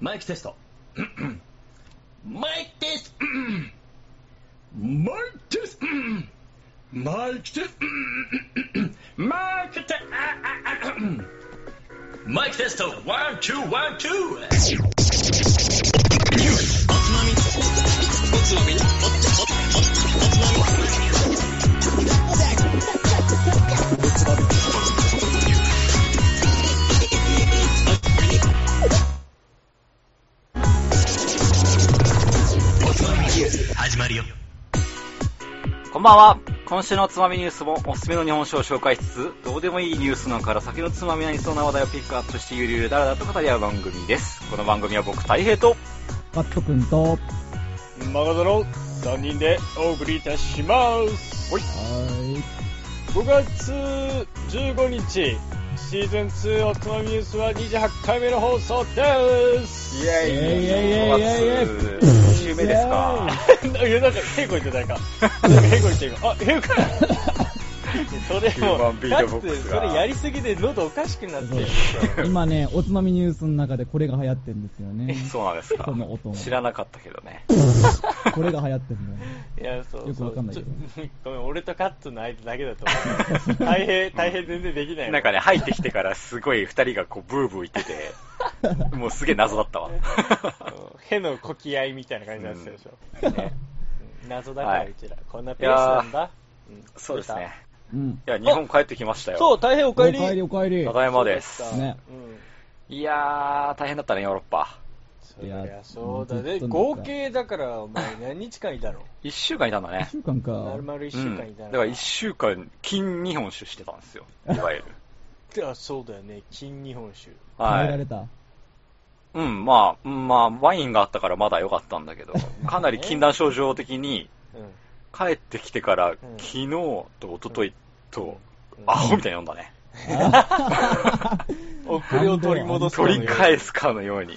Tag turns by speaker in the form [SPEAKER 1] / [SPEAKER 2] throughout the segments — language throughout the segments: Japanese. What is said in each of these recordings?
[SPEAKER 1] マイクテスト。 マイクテスト。 マイクテスト。 マイクテスト。 マイクテスト。 マイクテスト、ワン、ツー、ワン、ツー。始まるよ。
[SPEAKER 2] こんばんは。今週のつまみニュースもおすすめの日本酒を紹介しつつ、どうでもいいニュースなんかから先のつまみになりそうな話題をピックアップしてゆるゆるだらだらと語り合う番組です。この番組は僕、大平と、
[SPEAKER 3] マッチョ君と、
[SPEAKER 4] マガザの3人でお送りいたします。
[SPEAKER 3] は
[SPEAKER 4] 5月15日、シーズン2おつまみニュースは28回目の放送です。
[SPEAKER 2] イェ
[SPEAKER 3] イイ
[SPEAKER 2] イ
[SPEAKER 3] ェイイェイ
[SPEAKER 2] 5月2週目ですか。
[SPEAKER 4] いや、なんか、ヘイコ言って誰か。なんかヘイコ言って今。あ、ヘイコそれも
[SPEAKER 2] ヒューマンビー
[SPEAKER 4] う、だ
[SPEAKER 2] ト
[SPEAKER 4] っ
[SPEAKER 2] ボック
[SPEAKER 4] て
[SPEAKER 2] スが
[SPEAKER 4] それやりすぎで喉おかしくなって。
[SPEAKER 3] い。今ね、おつまみニュースの中でこれが流行ってんですよね。
[SPEAKER 2] そうなんですか
[SPEAKER 3] この音。
[SPEAKER 2] 知らなかったけどね。
[SPEAKER 3] これが流行ってんだよ。
[SPEAKER 4] いや、そうそう。
[SPEAKER 3] よくわかんないけ
[SPEAKER 4] ちょ
[SPEAKER 3] ど
[SPEAKER 4] ごめん、俺とカッツの間だけだと思う。大変、大変全然できない。
[SPEAKER 2] なんかね、入ってきてからすごい二人がこう、ブーブー言ってて、もうすげえ謎だったわ。
[SPEAKER 4] あの、へのこき合いみたいな感じになってたでしょ。
[SPEAKER 2] ね
[SPEAKER 4] 謎だから、
[SPEAKER 2] はいう
[SPEAKER 4] ちら。こんなペースなんだ。うん
[SPEAKER 2] そうですね。。
[SPEAKER 3] うん。
[SPEAKER 2] いや、日本帰ってきました
[SPEAKER 4] 出
[SPEAKER 2] よ。
[SPEAKER 4] たそう、大変お
[SPEAKER 3] おか
[SPEAKER 4] 帰
[SPEAKER 3] えり
[SPEAKER 4] り。
[SPEAKER 3] おかえり。
[SPEAKER 2] ただいまです。
[SPEAKER 3] ね。
[SPEAKER 2] いやー、大変だったね、ヨーロッパ。
[SPEAKER 4] うん。そり
[SPEAKER 3] いや
[SPEAKER 4] ゃそうだ
[SPEAKER 3] もうず
[SPEAKER 4] ね。
[SPEAKER 3] っとなんか
[SPEAKER 4] 合計だから、お前何日間いた の
[SPEAKER 2] 一週間いたんだね
[SPEAKER 3] 一。週間か
[SPEAKER 4] ま。るまる一週間いた
[SPEAKER 2] う
[SPEAKER 4] の。
[SPEAKER 2] んだから一週間、金日本酒してたんですよ。いわゆる。
[SPEAKER 4] あそうだよね。金日本酒。
[SPEAKER 3] 耐
[SPEAKER 2] は
[SPEAKER 3] えら
[SPEAKER 2] い。
[SPEAKER 3] れた。
[SPEAKER 2] うん、まあ、うんまあ、ワインがあったからまだ良かったんだ けど、かなり禁断症状的に、
[SPEAKER 4] うん。うん
[SPEAKER 2] 帰ってきてから、昨日と一昨日と、アホみたいに飲んだね。
[SPEAKER 4] 遅れを取り戻すかのよう
[SPEAKER 2] 取
[SPEAKER 4] に。
[SPEAKER 2] り返すかのようにね。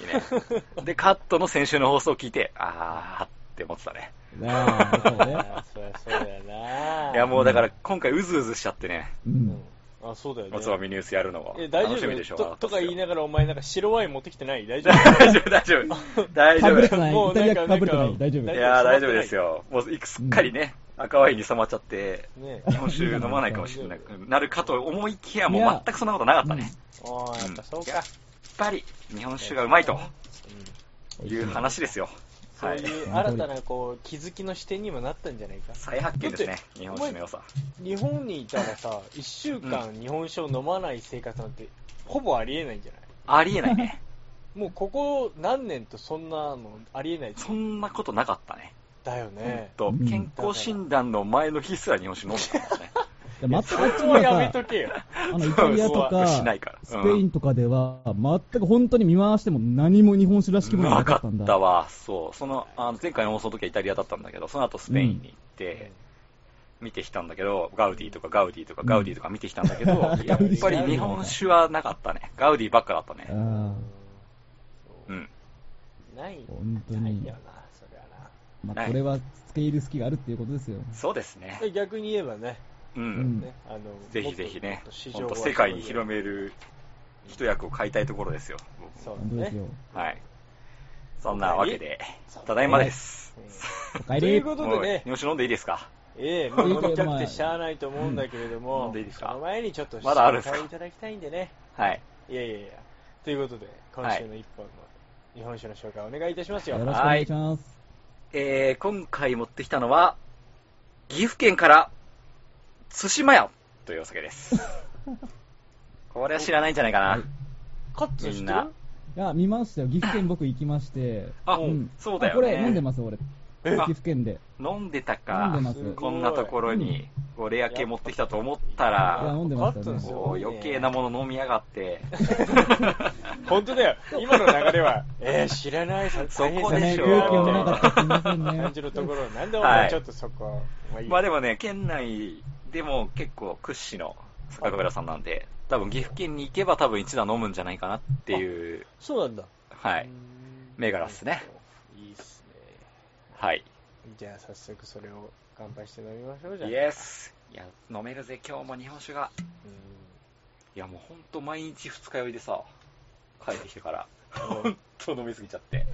[SPEAKER 2] で、カットの先週の放送を聞いて、あーって思ってたね。
[SPEAKER 3] ねえそうね。
[SPEAKER 4] あそりゃそうだよな。
[SPEAKER 2] いや、もうだから今回うずうずしちゃってね、
[SPEAKER 3] う
[SPEAKER 4] うんん。。あ、そうだよね。
[SPEAKER 2] おつまみニュースやるのは。
[SPEAKER 4] え、大丈
[SPEAKER 2] 楽しみでしょ
[SPEAKER 4] 夫
[SPEAKER 2] う
[SPEAKER 4] ととか言いな
[SPEAKER 2] が
[SPEAKER 4] がら、お前なんか白ワイン持ってきてない大丈夫
[SPEAKER 2] ら。大丈夫、大丈 夫。大
[SPEAKER 3] か
[SPEAKER 2] 丈
[SPEAKER 3] ぶ
[SPEAKER 2] 夫
[SPEAKER 3] れて。ない。
[SPEAKER 4] も
[SPEAKER 3] イタリ
[SPEAKER 4] うなんか
[SPEAKER 3] アかぶれてない。大丈
[SPEAKER 4] な
[SPEAKER 3] 夫
[SPEAKER 4] ん
[SPEAKER 2] い
[SPEAKER 4] か。
[SPEAKER 2] やー大丈夫ですよ。もういくすっかりね、赤ワインに染まっちゃって、
[SPEAKER 4] ね
[SPEAKER 2] 日本酒飲まないかもしれなくなるかと思いきや、も
[SPEAKER 3] いうや
[SPEAKER 2] 全くそんなことなかったね。
[SPEAKER 3] うん
[SPEAKER 2] やっ
[SPEAKER 4] ああ、やっぱそう
[SPEAKER 2] いや
[SPEAKER 4] か。
[SPEAKER 2] ぱり、日本酒がうまいと
[SPEAKER 4] うん
[SPEAKER 2] いう話ですよ。
[SPEAKER 4] そ
[SPEAKER 2] は
[SPEAKER 4] う
[SPEAKER 2] い。
[SPEAKER 4] いう新たなこう気づきの視点にもなったんじゃないか。
[SPEAKER 2] 再発見です
[SPEAKER 4] だ
[SPEAKER 2] ね
[SPEAKER 4] っ、
[SPEAKER 2] 日本酒の良さ。
[SPEAKER 4] 日本にいたらさ、1週間日本酒を飲まない生活なんて、ほぼありえないんじゃない
[SPEAKER 2] ありえないね。
[SPEAKER 4] もうここ何年とそんなのありえない
[SPEAKER 2] そんなことなかったね。
[SPEAKER 4] だよね。
[SPEAKER 2] と
[SPEAKER 3] うん
[SPEAKER 2] 健康診断の前の日すら日本酒飲んでた からね。
[SPEAKER 3] でま
[SPEAKER 4] そ
[SPEAKER 3] たあっち
[SPEAKER 4] こ
[SPEAKER 3] も
[SPEAKER 4] はやめ
[SPEAKER 3] さ、
[SPEAKER 4] とけよ。
[SPEAKER 3] あの、イタリアと
[SPEAKER 2] そうしない
[SPEAKER 3] か
[SPEAKER 2] か、
[SPEAKER 3] ス
[SPEAKER 2] らうん
[SPEAKER 3] ペインとかでは、全く本当に見回しても何も日本酒らしきものが
[SPEAKER 2] な
[SPEAKER 3] なか
[SPEAKER 2] か
[SPEAKER 3] ったん
[SPEAKER 2] っ
[SPEAKER 3] だ。
[SPEAKER 2] たわ。そう。その、あの前回の放送の時はイタリアだったんだけど、その後スペインに行って、見てきたんだけど、ガウディとかガウディとか
[SPEAKER 3] うん
[SPEAKER 2] ガウディとか見てきたんだけど、
[SPEAKER 3] うん
[SPEAKER 2] やっぱり日本酒はなかったね。ガウディばっかだったね。
[SPEAKER 3] あ
[SPEAKER 2] うん。
[SPEAKER 4] ない。
[SPEAKER 3] あ、本当
[SPEAKER 4] ない
[SPEAKER 3] に
[SPEAKER 4] よ。な、そりゃな。
[SPEAKER 3] まあ、これはスケール好きがあるっていうことですよ。
[SPEAKER 2] そうですね。
[SPEAKER 4] で逆に言えばね、
[SPEAKER 2] う。
[SPEAKER 3] うんん
[SPEAKER 4] ね。あの
[SPEAKER 2] ぜひぜひね
[SPEAKER 4] もっともっと、市
[SPEAKER 2] 本
[SPEAKER 4] 場
[SPEAKER 2] 当
[SPEAKER 4] は
[SPEAKER 2] 世界に広める一役を買いたいところですよ。
[SPEAKER 4] そう
[SPEAKER 3] 本当
[SPEAKER 4] だ
[SPEAKER 3] です
[SPEAKER 4] ね。
[SPEAKER 3] よ。
[SPEAKER 2] はい。そんなわけで
[SPEAKER 4] そう、
[SPEAKER 2] ただいまです。
[SPEAKER 3] お
[SPEAKER 4] うん
[SPEAKER 3] 帰
[SPEAKER 4] とい
[SPEAKER 3] り
[SPEAKER 4] う。こと
[SPEAKER 2] も
[SPEAKER 4] で
[SPEAKER 2] う
[SPEAKER 4] ね
[SPEAKER 2] 日、本酒飲んでいいですか
[SPEAKER 4] ええ、もう飲みたくてしゃあないと思うんだけれど
[SPEAKER 2] うん
[SPEAKER 4] も、
[SPEAKER 2] 飲んでいいですか
[SPEAKER 4] その前にちょっと
[SPEAKER 2] まだあるんですか
[SPEAKER 4] 紹介いただきたいんでね。
[SPEAKER 2] はい。
[SPEAKER 4] いやいやいや。ということで、今週の一本の日本酒の紹介お願いいたしますよ。
[SPEAKER 3] よろしくお願いします。
[SPEAKER 2] えー、今回持ってきたのは、岐阜県から、津島屋というお酒 です。これは知らないんじゃないかな。
[SPEAKER 3] はい
[SPEAKER 4] カッツ
[SPEAKER 2] み
[SPEAKER 4] 知
[SPEAKER 2] ん
[SPEAKER 4] っ
[SPEAKER 2] な
[SPEAKER 4] て
[SPEAKER 3] いや、見ましたよ。岐阜県僕行きまして。
[SPEAKER 2] あ
[SPEAKER 3] ん
[SPEAKER 2] そうだよね
[SPEAKER 3] あこれ飲んでます、俺。岐
[SPEAKER 2] え
[SPEAKER 3] 阜県で。
[SPEAKER 2] 飲んでた
[SPEAKER 3] 飲ん
[SPEAKER 2] か
[SPEAKER 3] で、ます
[SPEAKER 4] る
[SPEAKER 2] こんなところに、これやけ持ってきたと思った
[SPEAKER 3] いや
[SPEAKER 2] ら、
[SPEAKER 3] 飲んでましたね
[SPEAKER 4] カッツンす
[SPEAKER 2] こ
[SPEAKER 4] ご
[SPEAKER 2] う
[SPEAKER 4] いね
[SPEAKER 2] 余計なもの飲みやがって、
[SPEAKER 4] 本当だよ。今の流れ は、えー、知らない、さ
[SPEAKER 2] そこ
[SPEAKER 3] ね、
[SPEAKER 2] でし
[SPEAKER 3] 勇気
[SPEAKER 2] ょ
[SPEAKER 3] もなかった。すみませんね。
[SPEAKER 4] 感じのところ、なんでお
[SPEAKER 2] は
[SPEAKER 4] 前
[SPEAKER 2] い
[SPEAKER 4] ちょっとそこ、まあいい
[SPEAKER 2] まあでもね、県内でも結構屈指の酒蔵さんなんで、多分岐阜県に行けば多分一段飲むんじゃないかなっていう、
[SPEAKER 4] そうなんだ。
[SPEAKER 2] はい、銘柄っすね。
[SPEAKER 4] いいっす
[SPEAKER 2] はい。
[SPEAKER 4] ね。じゃあ早速それを乾杯して飲みましょうじゃあ。
[SPEAKER 2] イエスいや、飲めるぜ、今日も日本酒が。
[SPEAKER 4] うん
[SPEAKER 2] いやもうほんと毎日二日酔いでさ、帰ってきてから。
[SPEAKER 4] もう
[SPEAKER 2] そう飲みすぎちゃって。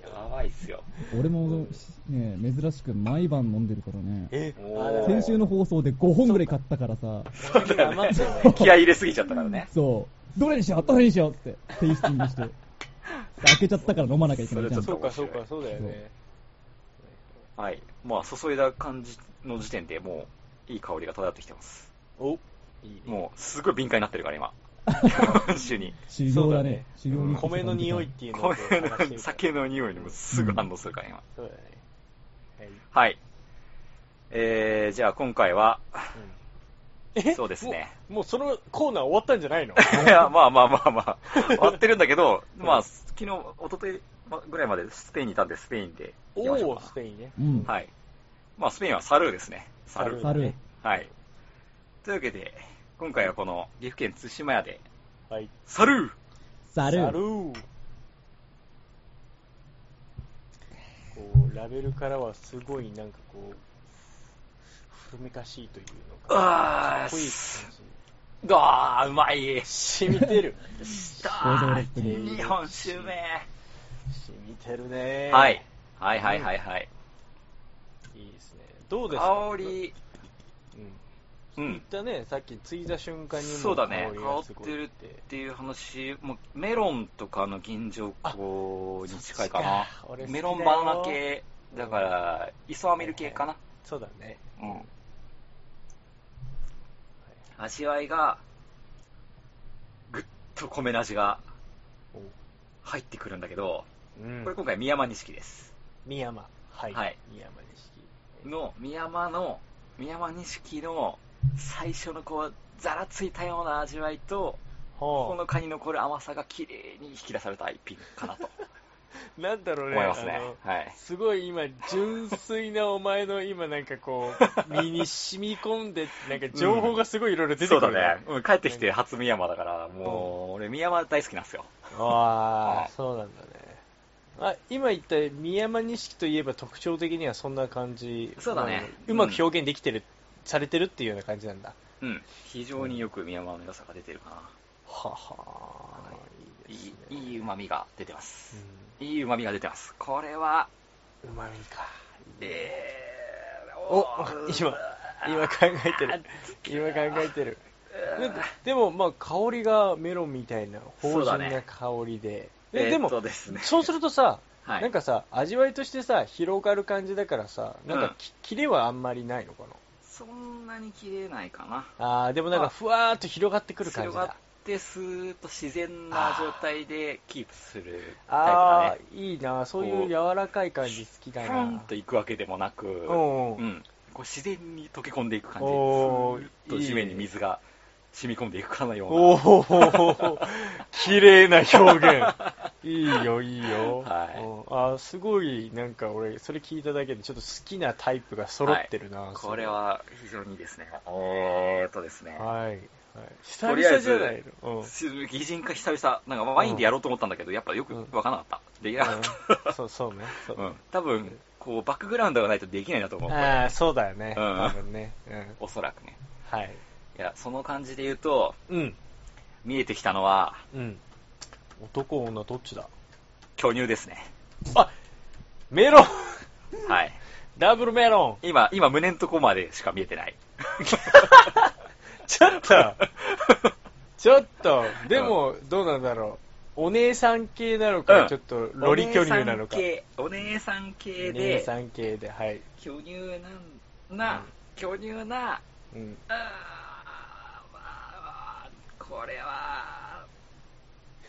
[SPEAKER 2] やばいっすよ。
[SPEAKER 3] 俺も、ね、珍しく毎晩飲んでるからね。
[SPEAKER 4] え
[SPEAKER 2] おー
[SPEAKER 3] 先週の放送で5本ぐらい買ったからさ、
[SPEAKER 2] そうだよね
[SPEAKER 5] 余っちゃう。
[SPEAKER 2] 気合い入れすぎちゃったからね。
[SPEAKER 3] そう、どれにしよう、どれにしようって、テイスティ ングして。で開けちゃったから飲まなきゃいけないじゃん。
[SPEAKER 2] そ
[SPEAKER 4] そうう
[SPEAKER 2] か
[SPEAKER 4] か、
[SPEAKER 2] そ
[SPEAKER 4] そうう
[SPEAKER 2] か
[SPEAKER 4] か、そうだよね。
[SPEAKER 2] はい。まあ、注いだ感じの時点でもう、いい香りが漂ってきてます。
[SPEAKER 4] お
[SPEAKER 2] もう、すごい敏感になってるから、 今。今週に。
[SPEAKER 3] 修行だね。
[SPEAKER 4] そ
[SPEAKER 3] 修行に来てた
[SPEAKER 4] 米の匂いっていうの
[SPEAKER 2] こ
[SPEAKER 4] を
[SPEAKER 2] ういう
[SPEAKER 4] 探して
[SPEAKER 2] の
[SPEAKER 4] る
[SPEAKER 2] 酒の匂いにもすぐ反応するから、今。
[SPEAKER 4] そうだね。はい
[SPEAKER 2] はい。えー、じゃあ今回は、
[SPEAKER 4] え
[SPEAKER 2] そうですね。
[SPEAKER 4] もうもうそのコーナー終わったんじゃないの
[SPEAKER 2] いや、まあまあまあま あ、終わってるんだけど、まあ、昨日、一昨日ぐらいまでスペインにいたんで、スペインで 行きましょう
[SPEAKER 4] おお、ス
[SPEAKER 2] か。
[SPEAKER 4] ペインね。
[SPEAKER 3] うん。
[SPEAKER 2] はい。まあ、スペインはサルーですね。サルー。
[SPEAKER 3] サルー
[SPEAKER 2] はい。というわけで、今回はこの岐阜県津島屋で、
[SPEAKER 4] はい。
[SPEAKER 2] サルー
[SPEAKER 3] サル
[SPEAKER 4] サル
[SPEAKER 3] ー。
[SPEAKER 4] ーこう、ラベルからはすごいなんかこう、古めかしいというのか、か
[SPEAKER 2] あ
[SPEAKER 4] っこいい感
[SPEAKER 2] ー、あー、うまい。
[SPEAKER 4] じ。染みてる。
[SPEAKER 2] した
[SPEAKER 3] 想像
[SPEAKER 2] ー
[SPEAKER 3] 力的に
[SPEAKER 2] 日本酒め
[SPEAKER 4] 染みてるね。
[SPEAKER 2] はい。。はいはいはいはい。
[SPEAKER 4] いいですね。どうですか
[SPEAKER 2] 香。り、
[SPEAKER 4] うん。
[SPEAKER 2] う
[SPEAKER 4] 言っ
[SPEAKER 2] ん。
[SPEAKER 4] たね、さっきついだ瞬間にも
[SPEAKER 2] そうだね
[SPEAKER 4] 香り
[SPEAKER 2] 香
[SPEAKER 4] が
[SPEAKER 2] っ
[SPEAKER 4] すご
[SPEAKER 2] て
[SPEAKER 4] い
[SPEAKER 2] るっていう話もうメロンとかの銀条香に近いかな
[SPEAKER 4] あそっちか俺好きだ
[SPEAKER 2] メ
[SPEAKER 4] よ
[SPEAKER 2] ロンバナナ系だから磯アミル系かな、
[SPEAKER 4] そうだね。
[SPEAKER 2] うん味わいがぐっと米の味が
[SPEAKER 4] お
[SPEAKER 2] 入ってくるんだけど、
[SPEAKER 4] うん
[SPEAKER 2] これ今回宮間錦です
[SPEAKER 4] 三山。はい。
[SPEAKER 2] はい
[SPEAKER 4] 三山錦。
[SPEAKER 2] の宮間の宮間錦の最初のこうざらついたような味わいとこ
[SPEAKER 4] ほ
[SPEAKER 2] の蚊に残る甘さが綺麗に引き出された一品かな と
[SPEAKER 4] う。なんだろうね。
[SPEAKER 2] 思いますね
[SPEAKER 4] あの。
[SPEAKER 2] はい。
[SPEAKER 4] すごい今、純粋なお前の今なんかこ う、身に染み込んで、なんか情報がすごいいろいろ出て
[SPEAKER 2] そ
[SPEAKER 4] く
[SPEAKER 2] う
[SPEAKER 4] る、
[SPEAKER 2] だね。。うん、帰ってきて初宮山だから、もう、俺宮山大好きなんですよ。は
[SPEAKER 4] あ
[SPEAKER 2] い
[SPEAKER 4] あ、そうなんだね。あ今言った三山錦といえば特徴的にはそんな感じ。
[SPEAKER 2] そうだね
[SPEAKER 4] うまく表現できてる、されてるっていうような感じなんだ。
[SPEAKER 2] うん。非常によく宮山の良さが出てるか
[SPEAKER 4] は
[SPEAKER 2] は
[SPEAKER 4] は、
[SPEAKER 2] な。
[SPEAKER 4] い
[SPEAKER 2] い
[SPEAKER 4] い
[SPEAKER 2] い、
[SPEAKER 4] で
[SPEAKER 2] い
[SPEAKER 4] すね。
[SPEAKER 2] い旨味が出てます。いい旨味が出てます。これは、
[SPEAKER 4] うま、みか。
[SPEAKER 2] えー、
[SPEAKER 4] お
[SPEAKER 2] ー、
[SPEAKER 4] 今、今考えてる。今考えてる。ででも、まあ、香りがメロンみたいな、芳
[SPEAKER 2] そうだ
[SPEAKER 4] 醇
[SPEAKER 2] ね
[SPEAKER 4] な香りで。
[SPEAKER 2] えー
[SPEAKER 4] えでも
[SPEAKER 2] そうですね
[SPEAKER 4] そうするとさ、
[SPEAKER 2] はい
[SPEAKER 4] なんかさ、味わいとしてさ、広がる感じだからさ、なん
[SPEAKER 2] うん
[SPEAKER 4] かき、キレはあんまりないのかな。
[SPEAKER 2] そんなに切れないかな。
[SPEAKER 4] あーでもなん
[SPEAKER 2] あ
[SPEAKER 4] かふわーっと広がってくる感じ
[SPEAKER 2] 広がっ
[SPEAKER 4] だ。
[SPEAKER 2] て、スーッと自然な状態でキープするタ
[SPEAKER 4] あ
[SPEAKER 2] イプ
[SPEAKER 4] ーいいなそういう柔らかい感じ好きだ
[SPEAKER 2] だね。
[SPEAKER 4] な。
[SPEAKER 2] ふんと行くわけでもなく、
[SPEAKER 4] うんうん
[SPEAKER 2] うん、こう自然に溶け込んでいく感じ、
[SPEAKER 4] おー
[SPEAKER 2] スーッと地面に水が染み込んでいくかのような、
[SPEAKER 4] おお、綺麗な 表現。いいよ、いいよ。
[SPEAKER 2] はい
[SPEAKER 4] うんあーすごい、なんか俺、それ聞いただけで、ちょっと好きなタイプが揃ってるな、
[SPEAKER 2] これ。は非常にいいですね。えーっとですね、
[SPEAKER 4] はい。はい、久
[SPEAKER 2] とりあえ
[SPEAKER 4] 々
[SPEAKER 2] ず
[SPEAKER 4] じゃないの。うん。
[SPEAKER 2] 擬人化久々、なんかワインでやろうと思ったんだけど、やっぱよく分からなかった。できなかった。
[SPEAKER 4] うんそう、そうね。そ う
[SPEAKER 2] うん、多分こうバックグラウンドがないとできないなと思う、
[SPEAKER 4] ああ、そうだよね。
[SPEAKER 2] うん
[SPEAKER 4] 多分ね。うん。
[SPEAKER 2] おそらくね。
[SPEAKER 4] はい。
[SPEAKER 2] いや、その感じで言うと、
[SPEAKER 4] うん。
[SPEAKER 2] 見えてきたのは、
[SPEAKER 4] うん。男、女、どっちだ
[SPEAKER 2] 巨乳ですね。
[SPEAKER 4] あメロン
[SPEAKER 2] はい。
[SPEAKER 4] ダブルメロン
[SPEAKER 2] 今、今、胸のとこまでしか見えてない。
[SPEAKER 4] ちょっ と、ちょっと、でも、どうなんだろう。お姉さん系なのか、
[SPEAKER 2] うん
[SPEAKER 4] ちょっと、ロリ巨乳なのか。
[SPEAKER 2] お姉さん系お姉さん系
[SPEAKER 4] お姉
[SPEAKER 2] で、
[SPEAKER 4] さん系で、はい。
[SPEAKER 2] 巨乳なんな、
[SPEAKER 4] うん
[SPEAKER 2] 巨乳な、
[SPEAKER 4] うん。
[SPEAKER 2] あーまあこれは、え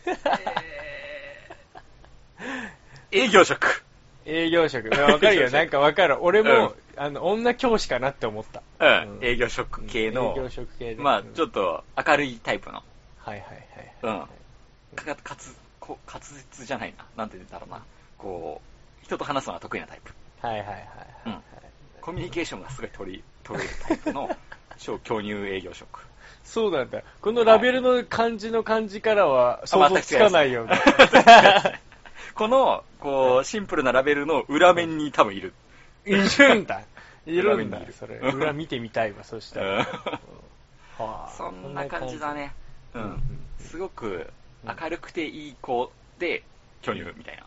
[SPEAKER 2] ー営業職。
[SPEAKER 4] 営 業職。わかる
[SPEAKER 2] 営業
[SPEAKER 4] よ、
[SPEAKER 2] 職
[SPEAKER 4] なんかわかる。俺も、
[SPEAKER 2] うん
[SPEAKER 4] あの、女教師かなって思った。
[SPEAKER 2] うん、
[SPEAKER 4] うん
[SPEAKER 2] 営業職系の
[SPEAKER 4] 営、業職系で。
[SPEAKER 2] まあ、
[SPEAKER 4] うん
[SPEAKER 2] ちょっと明るいタイプの、
[SPEAKER 4] はいはいはい。
[SPEAKER 2] うん、かかかつ、こ滑舌じゃないな、なんて言うんだろうな、こう、人と話すのが得意なタイプ。
[SPEAKER 4] はいはいはいはい。
[SPEAKER 2] うんコミュニケーションがすごい取り、取れるタイプの、超巨乳営業職。
[SPEAKER 4] そうなんだ。このラベルの漢字の漢字からは想像つかないような。
[SPEAKER 2] この、こう、シンプルなラベルの裏面に多分いる。
[SPEAKER 4] いるんだ。いるん
[SPEAKER 2] 裏面にい
[SPEAKER 4] だ
[SPEAKER 2] る。
[SPEAKER 4] それ。
[SPEAKER 2] うん
[SPEAKER 4] 裏見てみたいわ、 そしたら。はあ
[SPEAKER 2] そんな感じだ。ね。うん。すごく明るくていい子で、巨乳みたいな。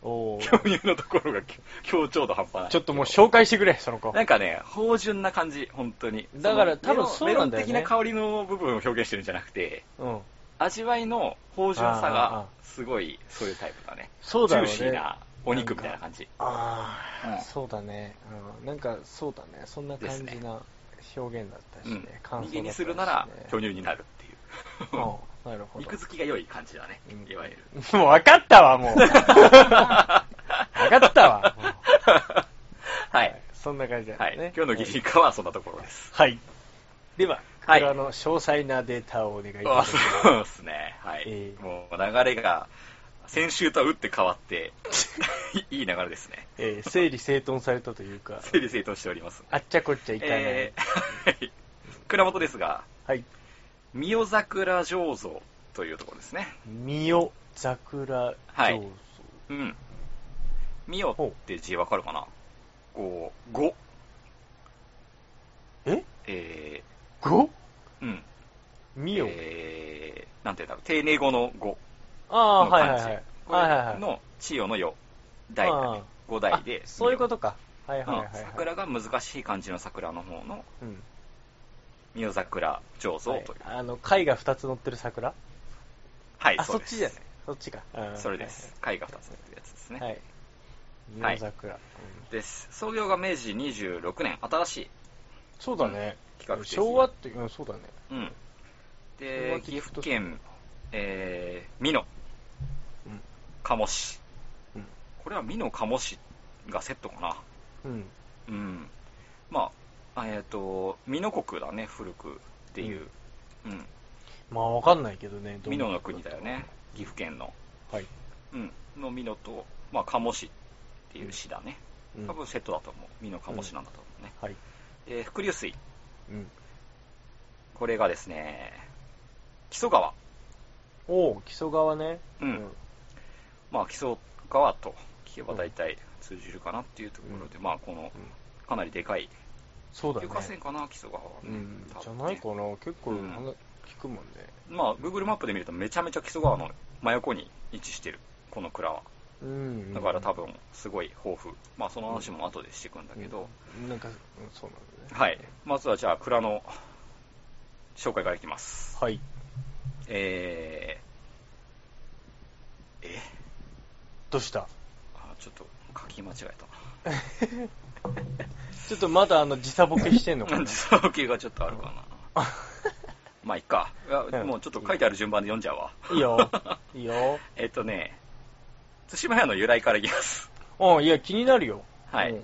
[SPEAKER 4] お
[SPEAKER 2] 巨
[SPEAKER 4] ー
[SPEAKER 2] 乳のところが強強調度半端ない。
[SPEAKER 4] ちょっともう紹介してくれ、その子。
[SPEAKER 2] なんかね、芳醇な感じ、本当に。
[SPEAKER 4] だから
[SPEAKER 2] の
[SPEAKER 4] 多分そうなんだよね
[SPEAKER 2] メロン的な香りの部分を表現してるんじゃなくて、
[SPEAKER 4] うん。
[SPEAKER 2] 味わいの芳醇さ
[SPEAKER 4] あーあ
[SPEAKER 2] が、すごい、そういうタイプだね。
[SPEAKER 4] そうだよね。
[SPEAKER 2] ジューシーなお肉みたいな感じ。
[SPEAKER 4] ああ、
[SPEAKER 2] うん
[SPEAKER 4] そうだね、うん。なんか、そうだね。そんな感
[SPEAKER 2] で
[SPEAKER 4] じ
[SPEAKER 2] す
[SPEAKER 4] な表現だったし
[SPEAKER 2] う
[SPEAKER 4] ね。
[SPEAKER 2] ん。
[SPEAKER 4] 感
[SPEAKER 2] 逃
[SPEAKER 4] 想
[SPEAKER 2] げ
[SPEAKER 4] だ
[SPEAKER 2] に
[SPEAKER 4] ったし
[SPEAKER 2] するなら、巨
[SPEAKER 4] ね、
[SPEAKER 2] 乳になるっていう。
[SPEAKER 4] うん、なるほど
[SPEAKER 2] 肉。付きが良い感じだね
[SPEAKER 4] うん、
[SPEAKER 2] いわゆる。
[SPEAKER 4] もう分かったわ、 もう。分かったわ。もう
[SPEAKER 2] はい。
[SPEAKER 4] そんな感じだ
[SPEAKER 2] は
[SPEAKER 4] よ
[SPEAKER 2] い
[SPEAKER 4] ね。。
[SPEAKER 2] 今日の擬人化はそんなところです。
[SPEAKER 4] はい。では、こ
[SPEAKER 2] はい
[SPEAKER 4] ちらの詳細なデータをお願いいたし
[SPEAKER 2] あ
[SPEAKER 4] ます。
[SPEAKER 2] そうですね。はい。
[SPEAKER 4] ええ
[SPEAKER 2] もう流れが、先週とは打って変わって、 いい流れですね。
[SPEAKER 4] えー整理整頓されたとい うか、
[SPEAKER 2] 整理整頓しております。
[SPEAKER 4] あっちゃこっちゃいかない。
[SPEAKER 2] えー、はい。蔵元ですが、
[SPEAKER 4] はい。
[SPEAKER 2] 三代桜醸造というところですね。
[SPEAKER 4] 三代桜
[SPEAKER 2] は
[SPEAKER 4] 醸
[SPEAKER 2] い
[SPEAKER 4] 造。
[SPEAKER 2] うん。三代って字わかるかなこう、五。
[SPEAKER 4] え
[SPEAKER 2] え
[SPEAKER 4] ?5?
[SPEAKER 2] ー、うん。
[SPEAKER 4] 三代、
[SPEAKER 2] えー、なんていうんだろう。丁寧語の五。
[SPEAKER 4] ああー、
[SPEAKER 2] の
[SPEAKER 4] はい
[SPEAKER 2] 漢
[SPEAKER 4] はい
[SPEAKER 2] 字
[SPEAKER 4] はい。
[SPEAKER 2] こ
[SPEAKER 4] はいはいは
[SPEAKER 2] れ
[SPEAKER 4] い。
[SPEAKER 2] の、千代の代。代だね。五代で。
[SPEAKER 4] あそういうことか。はいはいはい、
[SPEAKER 2] の
[SPEAKER 4] はい。
[SPEAKER 2] 桜が難しい感じの桜の方の
[SPEAKER 4] うん。
[SPEAKER 2] 三代桜醸造という。
[SPEAKER 4] はいあの、貝が2つ乗ってる桜
[SPEAKER 2] はい、
[SPEAKER 4] あ、
[SPEAKER 2] う
[SPEAKER 4] そっ
[SPEAKER 2] です
[SPEAKER 4] ちじゃない。そっちか。うん
[SPEAKER 2] それです。。貝が2つ乗ってるやつですね。
[SPEAKER 4] はい。三代桜、うん
[SPEAKER 2] です。創業が明治26年、新しい
[SPEAKER 4] そうだね。
[SPEAKER 2] 企画的な
[SPEAKER 4] 昭和って、うん、そうだね。
[SPEAKER 2] うん。
[SPEAKER 4] 昭和
[SPEAKER 2] で、
[SPEAKER 4] 的
[SPEAKER 2] 岐阜県、えー、美濃
[SPEAKER 4] うん、
[SPEAKER 2] 鴨市。
[SPEAKER 4] うん
[SPEAKER 2] これは美濃鴨市がセットかな。
[SPEAKER 4] うん。
[SPEAKER 2] うん。まあ、えっ、と、美濃国だね、古くっていう。うん。
[SPEAKER 4] まあ、わかんないけどね。どん
[SPEAKER 2] 美
[SPEAKER 4] な
[SPEAKER 2] 濃の国だよね。岐阜県の。
[SPEAKER 4] はい。
[SPEAKER 2] うん。の美濃と、まあ、鴨市っていう市だね。
[SPEAKER 4] うん
[SPEAKER 2] 多分セットだと思う。美濃鴨市なんだと思うね。
[SPEAKER 4] はい。
[SPEAKER 2] えー、伏流水。
[SPEAKER 4] うん。
[SPEAKER 2] これがですね、木曽川。
[SPEAKER 4] おお、木曽川ね。
[SPEAKER 2] うんまあ、基礎側と聞けば大体通じるかなっていうところで、まあ、この、かなりでかい、
[SPEAKER 4] そうだね
[SPEAKER 2] 有。化線かな、基礎側は、
[SPEAKER 4] う
[SPEAKER 2] ね
[SPEAKER 4] ん。
[SPEAKER 2] 多
[SPEAKER 4] じゃ
[SPEAKER 2] 分ね
[SPEAKER 4] ないかな。結構、
[SPEAKER 2] うん
[SPEAKER 4] 話聞くもんね。
[SPEAKER 2] まあ、Google マップで見るとめちゃめちゃ基礎側の真横に位置してる、この蔵は。
[SPEAKER 4] うん。
[SPEAKER 2] だから多分、すごい豊富。まあ、その話も後でしていくんだけど、
[SPEAKER 4] うん。なんか、うんそうなんだね。
[SPEAKER 2] はい。まずはじゃあ、蔵の紹介からいきます。
[SPEAKER 4] はい。
[SPEAKER 2] えー、え
[SPEAKER 4] どうした
[SPEAKER 2] あ、ちょっと書き間違えたな。
[SPEAKER 4] ちょっとまだあの時差ボケしてんのか
[SPEAKER 2] な
[SPEAKER 4] なん
[SPEAKER 2] でサボ系がちょっとあるかな。まあ、いっか。いや
[SPEAKER 4] うん
[SPEAKER 2] もうちょっと書いてある順番で読んじゃうわ。
[SPEAKER 4] いいよ。いいよ。
[SPEAKER 2] えっとね、対馬屋の由来からいきます。
[SPEAKER 4] うん、いや、気になるよ。
[SPEAKER 2] はい。
[SPEAKER 4] うん。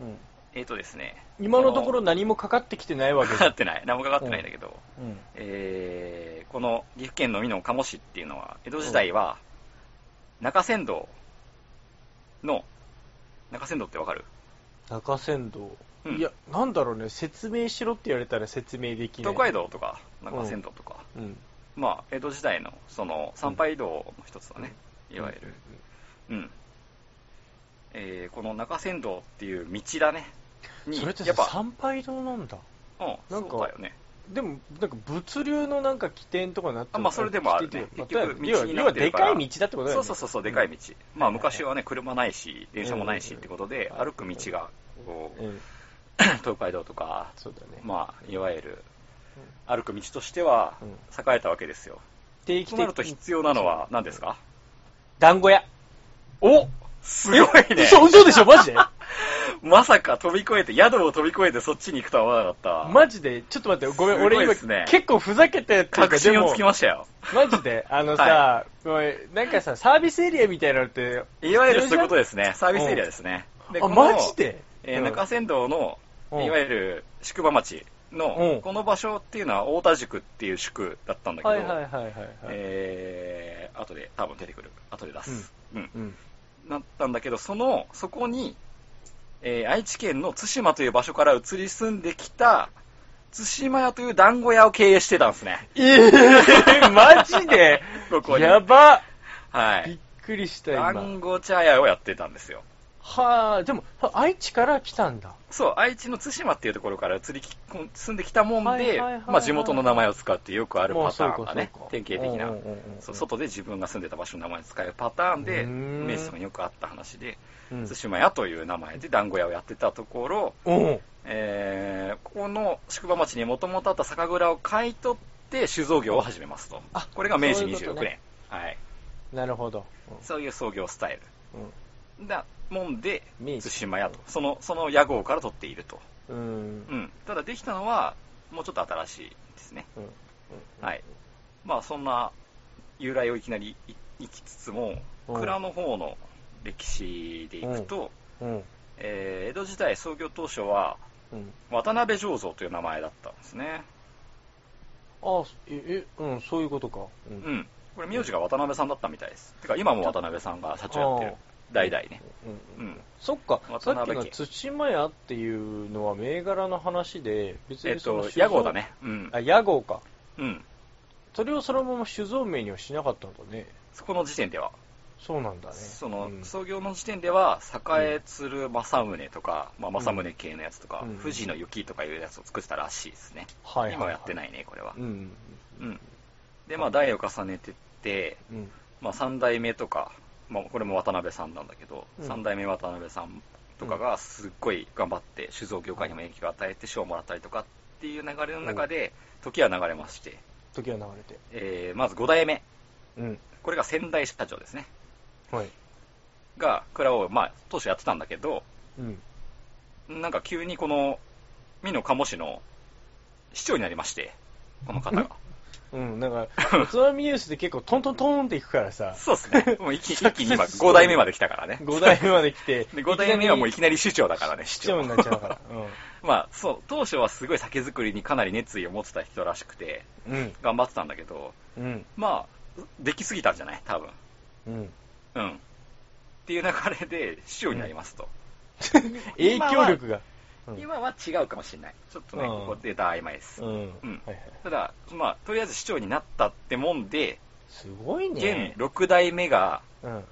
[SPEAKER 4] うん
[SPEAKER 2] えっとですね。
[SPEAKER 4] 今のところ何もかかってきてないわ
[SPEAKER 2] か
[SPEAKER 4] けじ
[SPEAKER 2] か
[SPEAKER 4] ゃん
[SPEAKER 2] っ。てない。何もかかってないんだけど、
[SPEAKER 4] うん。
[SPEAKER 2] えーこの岐阜県の美濃鴨市っていうのは、江戸時代は、中山道の、中山道ってわかる
[SPEAKER 4] 中山道。
[SPEAKER 2] うん
[SPEAKER 4] いや、なんだろうね、説明しろって言われたら説明できない。
[SPEAKER 2] 東海道とか中山道とか、
[SPEAKER 4] うん。
[SPEAKER 2] まあ、江戸時代の、その、参拝道の一つだね。いわゆる。うん。えーこの中山道っていう道だね。に
[SPEAKER 4] それって
[SPEAKER 2] や
[SPEAKER 4] さ
[SPEAKER 2] っぱ、
[SPEAKER 4] 参拝道なんだ。
[SPEAKER 2] うん、
[SPEAKER 4] な
[SPEAKER 2] なんんか
[SPEAKER 4] か
[SPEAKER 2] そうだよね。
[SPEAKER 4] でも、なんか物流のなんか起点とかになってる
[SPEAKER 2] あまあそれでもあるね
[SPEAKER 4] 起点と
[SPEAKER 2] 結
[SPEAKER 4] いうか
[SPEAKER 2] 局
[SPEAKER 4] まあ要は
[SPEAKER 2] 道に
[SPEAKER 4] 要
[SPEAKER 2] な
[SPEAKER 4] は
[SPEAKER 2] って
[SPEAKER 4] で
[SPEAKER 2] るから
[SPEAKER 4] かい道だってことだ
[SPEAKER 2] そう
[SPEAKER 4] よね。
[SPEAKER 2] そうそうそう、でかい道。まあ、昔はね、車ないし、電車もない
[SPEAKER 4] うん
[SPEAKER 2] し
[SPEAKER 4] うん
[SPEAKER 2] ってことで、
[SPEAKER 4] うん
[SPEAKER 2] 歩く道が、こう、
[SPEAKER 4] うん。
[SPEAKER 2] 東海道とか、
[SPEAKER 4] そうだね。
[SPEAKER 2] まあ、いわゆる、歩く道としては
[SPEAKER 4] うん、
[SPEAKER 2] 栄えたわけですよ。
[SPEAKER 4] 定期
[SPEAKER 2] となると
[SPEAKER 4] 的に
[SPEAKER 2] 必要なのは何ですか
[SPEAKER 4] 団子屋。
[SPEAKER 2] おすごいね
[SPEAKER 4] 嘘、嘘でしょ、マジで
[SPEAKER 2] まさか飛び越えて、宿を飛び越えてそっちに行くとは思わなかった。
[SPEAKER 4] マジで、ちょっと待って、ごめん、
[SPEAKER 2] すごい
[SPEAKER 4] 俺今
[SPEAKER 2] っすね
[SPEAKER 4] 結構ふざけてっていうか
[SPEAKER 2] 確信をつき
[SPEAKER 4] でも
[SPEAKER 2] ましたよ。
[SPEAKER 4] マジで、あのさ、ごめんなんかさ、サービスエリアみたいなのって、
[SPEAKER 2] いわゆるそういうことですね。サービスエリアですね。で
[SPEAKER 4] あ、
[SPEAKER 2] この
[SPEAKER 4] マジで
[SPEAKER 2] えー
[SPEAKER 4] うん
[SPEAKER 2] 中山道の、
[SPEAKER 4] うん
[SPEAKER 2] いわゆる宿場町
[SPEAKER 4] うん
[SPEAKER 2] の、この場所っていうのは太田宿っていう宿だったんだけど、
[SPEAKER 4] はいはいはいはいはい。
[SPEAKER 2] えー後で多分出てくる。後で出す。うん。
[SPEAKER 4] うん。
[SPEAKER 2] なったんだけど、その、そこに、えー愛知県の津島という場所から移り住んできた、津島屋という団子屋を経営してたんですね。
[SPEAKER 4] え ー、マジで
[SPEAKER 2] ここに。
[SPEAKER 4] やば
[SPEAKER 2] は
[SPEAKER 4] びっ
[SPEAKER 2] い。
[SPEAKER 4] くりした、今。
[SPEAKER 2] 団子茶屋をやってたんですよ。
[SPEAKER 4] はあ、でも、愛知から来たんだ。
[SPEAKER 2] そう、愛知の対馬っていうところから移りき住んできたもんで、
[SPEAKER 4] はいはいはいはい
[SPEAKER 2] まあ、地元の名前を使ってよくあるパターンがね
[SPEAKER 4] もうそうかそうか、
[SPEAKER 2] 典型的な
[SPEAKER 4] うんうんうんうん、
[SPEAKER 2] そう外で自分が住んでた場所の名前を使うパターンで、
[SPEAKER 4] うーん
[SPEAKER 2] 明治さんによくあった話で、
[SPEAKER 4] うん
[SPEAKER 2] 対馬屋という名前で団子屋をやってたところ、
[SPEAKER 4] うん。
[SPEAKER 2] えーここの宿場町にもともとあった酒蔵を買い取って酒造業を始めますと
[SPEAKER 4] あ。
[SPEAKER 2] これが明治
[SPEAKER 4] そういうこ
[SPEAKER 2] 26
[SPEAKER 4] と
[SPEAKER 2] 年。
[SPEAKER 4] ね
[SPEAKER 2] はい。
[SPEAKER 4] なるほど。
[SPEAKER 2] そういう創業スタイ
[SPEAKER 4] うん
[SPEAKER 2] ル。だもんで、
[SPEAKER 4] 明
[SPEAKER 2] 対
[SPEAKER 4] 治
[SPEAKER 2] 馬屋と。その、その屋号から取っていると。
[SPEAKER 4] うん。う
[SPEAKER 2] う
[SPEAKER 4] ん
[SPEAKER 2] ん。ただできたのは、もうちょっと新しいですね。
[SPEAKER 4] うん
[SPEAKER 2] はい。まあそんな由来をいきなり行きつつも、
[SPEAKER 4] うん
[SPEAKER 2] 蔵の方の歴史でいくと、
[SPEAKER 4] うん。
[SPEAKER 2] えー江戸時代創業当初は、
[SPEAKER 4] うん。
[SPEAKER 2] 渡辺醸造という名前だったんですね。
[SPEAKER 4] あ、え、え、うん、そういうことか。
[SPEAKER 2] う。
[SPEAKER 4] う
[SPEAKER 2] ん。これ、名字が渡辺さんだったみたいです。てか、今も渡辺さんが社長やってる。代々ね。
[SPEAKER 4] う。
[SPEAKER 2] うんん。
[SPEAKER 4] そっか、さ
[SPEAKER 2] 渡
[SPEAKER 4] っき
[SPEAKER 2] 辺
[SPEAKER 4] の
[SPEAKER 2] 家
[SPEAKER 4] 土間屋っていうのは銘柄の話で、別
[SPEAKER 2] え
[SPEAKER 4] に
[SPEAKER 2] っ
[SPEAKER 4] そ
[SPEAKER 2] と、
[SPEAKER 4] の酒造
[SPEAKER 2] 屋号だ。ね。うん
[SPEAKER 4] あ、。屋号か。
[SPEAKER 2] うん。
[SPEAKER 4] それをそのまま酒造名にはしなかったんだね。
[SPEAKER 2] そこの時点では。
[SPEAKER 4] そうなんだね。
[SPEAKER 2] その
[SPEAKER 4] う、ん
[SPEAKER 2] 創業の時点では、栄鶴正宗とか、まあ、正宗系のやつとか
[SPEAKER 4] うん、
[SPEAKER 2] 富士の雪とかいうやつを作ってたらしいですね。
[SPEAKER 4] はいはいはい
[SPEAKER 2] 今はやってないね、これは
[SPEAKER 4] う。ん。
[SPEAKER 2] うん。で、まあ、代を重ねてって、
[SPEAKER 4] うん。
[SPEAKER 2] まあ、三代目とか、まあ、これも渡辺さんなんだけど、
[SPEAKER 4] うん
[SPEAKER 2] 三代目渡辺さんとかがすっごい頑張って酒造業界にも影響を与えて賞をもらったりとかっていう流れの中で時は流れまして、
[SPEAKER 4] 時は流れて。
[SPEAKER 2] えーまず五代目
[SPEAKER 4] うん。
[SPEAKER 2] これが仙台社長ですね
[SPEAKER 4] はい。
[SPEAKER 2] が蔵を、まあ、当初やってたんだけど
[SPEAKER 4] うん。
[SPEAKER 2] なんか急にこの美濃鴨市の市長になりましてこの方が
[SPEAKER 4] うん、なんか、 宇都宮ニュースで結構トントントンっていくからさ、
[SPEAKER 2] そうですねもう一気一気に今5代目まで来たからね
[SPEAKER 4] 5代目まで来て、
[SPEAKER 2] で5代目はもうい
[SPEAKER 4] き
[SPEAKER 2] きなり市長だからね市
[SPEAKER 4] なり市長になっちゃうから。
[SPEAKER 2] まあそう当初はすごい酒造りにかなり熱意を持ってた人らしくて
[SPEAKER 4] うん。
[SPEAKER 2] 頑張ってたんだけど
[SPEAKER 4] うん。
[SPEAKER 2] まあできすぎたんじゃない多分
[SPEAKER 4] うん。
[SPEAKER 2] うんっていう流れで市長になりますと、
[SPEAKER 4] 影響力が。うん
[SPEAKER 2] 今は違うかもしれないちょっとね、
[SPEAKER 4] うん
[SPEAKER 2] ここデータ曖昧です、
[SPEAKER 4] うん。はい
[SPEAKER 2] うん
[SPEAKER 4] はい。
[SPEAKER 2] ただまあとりあえず市長になったってもんです
[SPEAKER 4] ごい
[SPEAKER 2] 現
[SPEAKER 4] ね。
[SPEAKER 2] 6代目が
[SPEAKER 4] うん。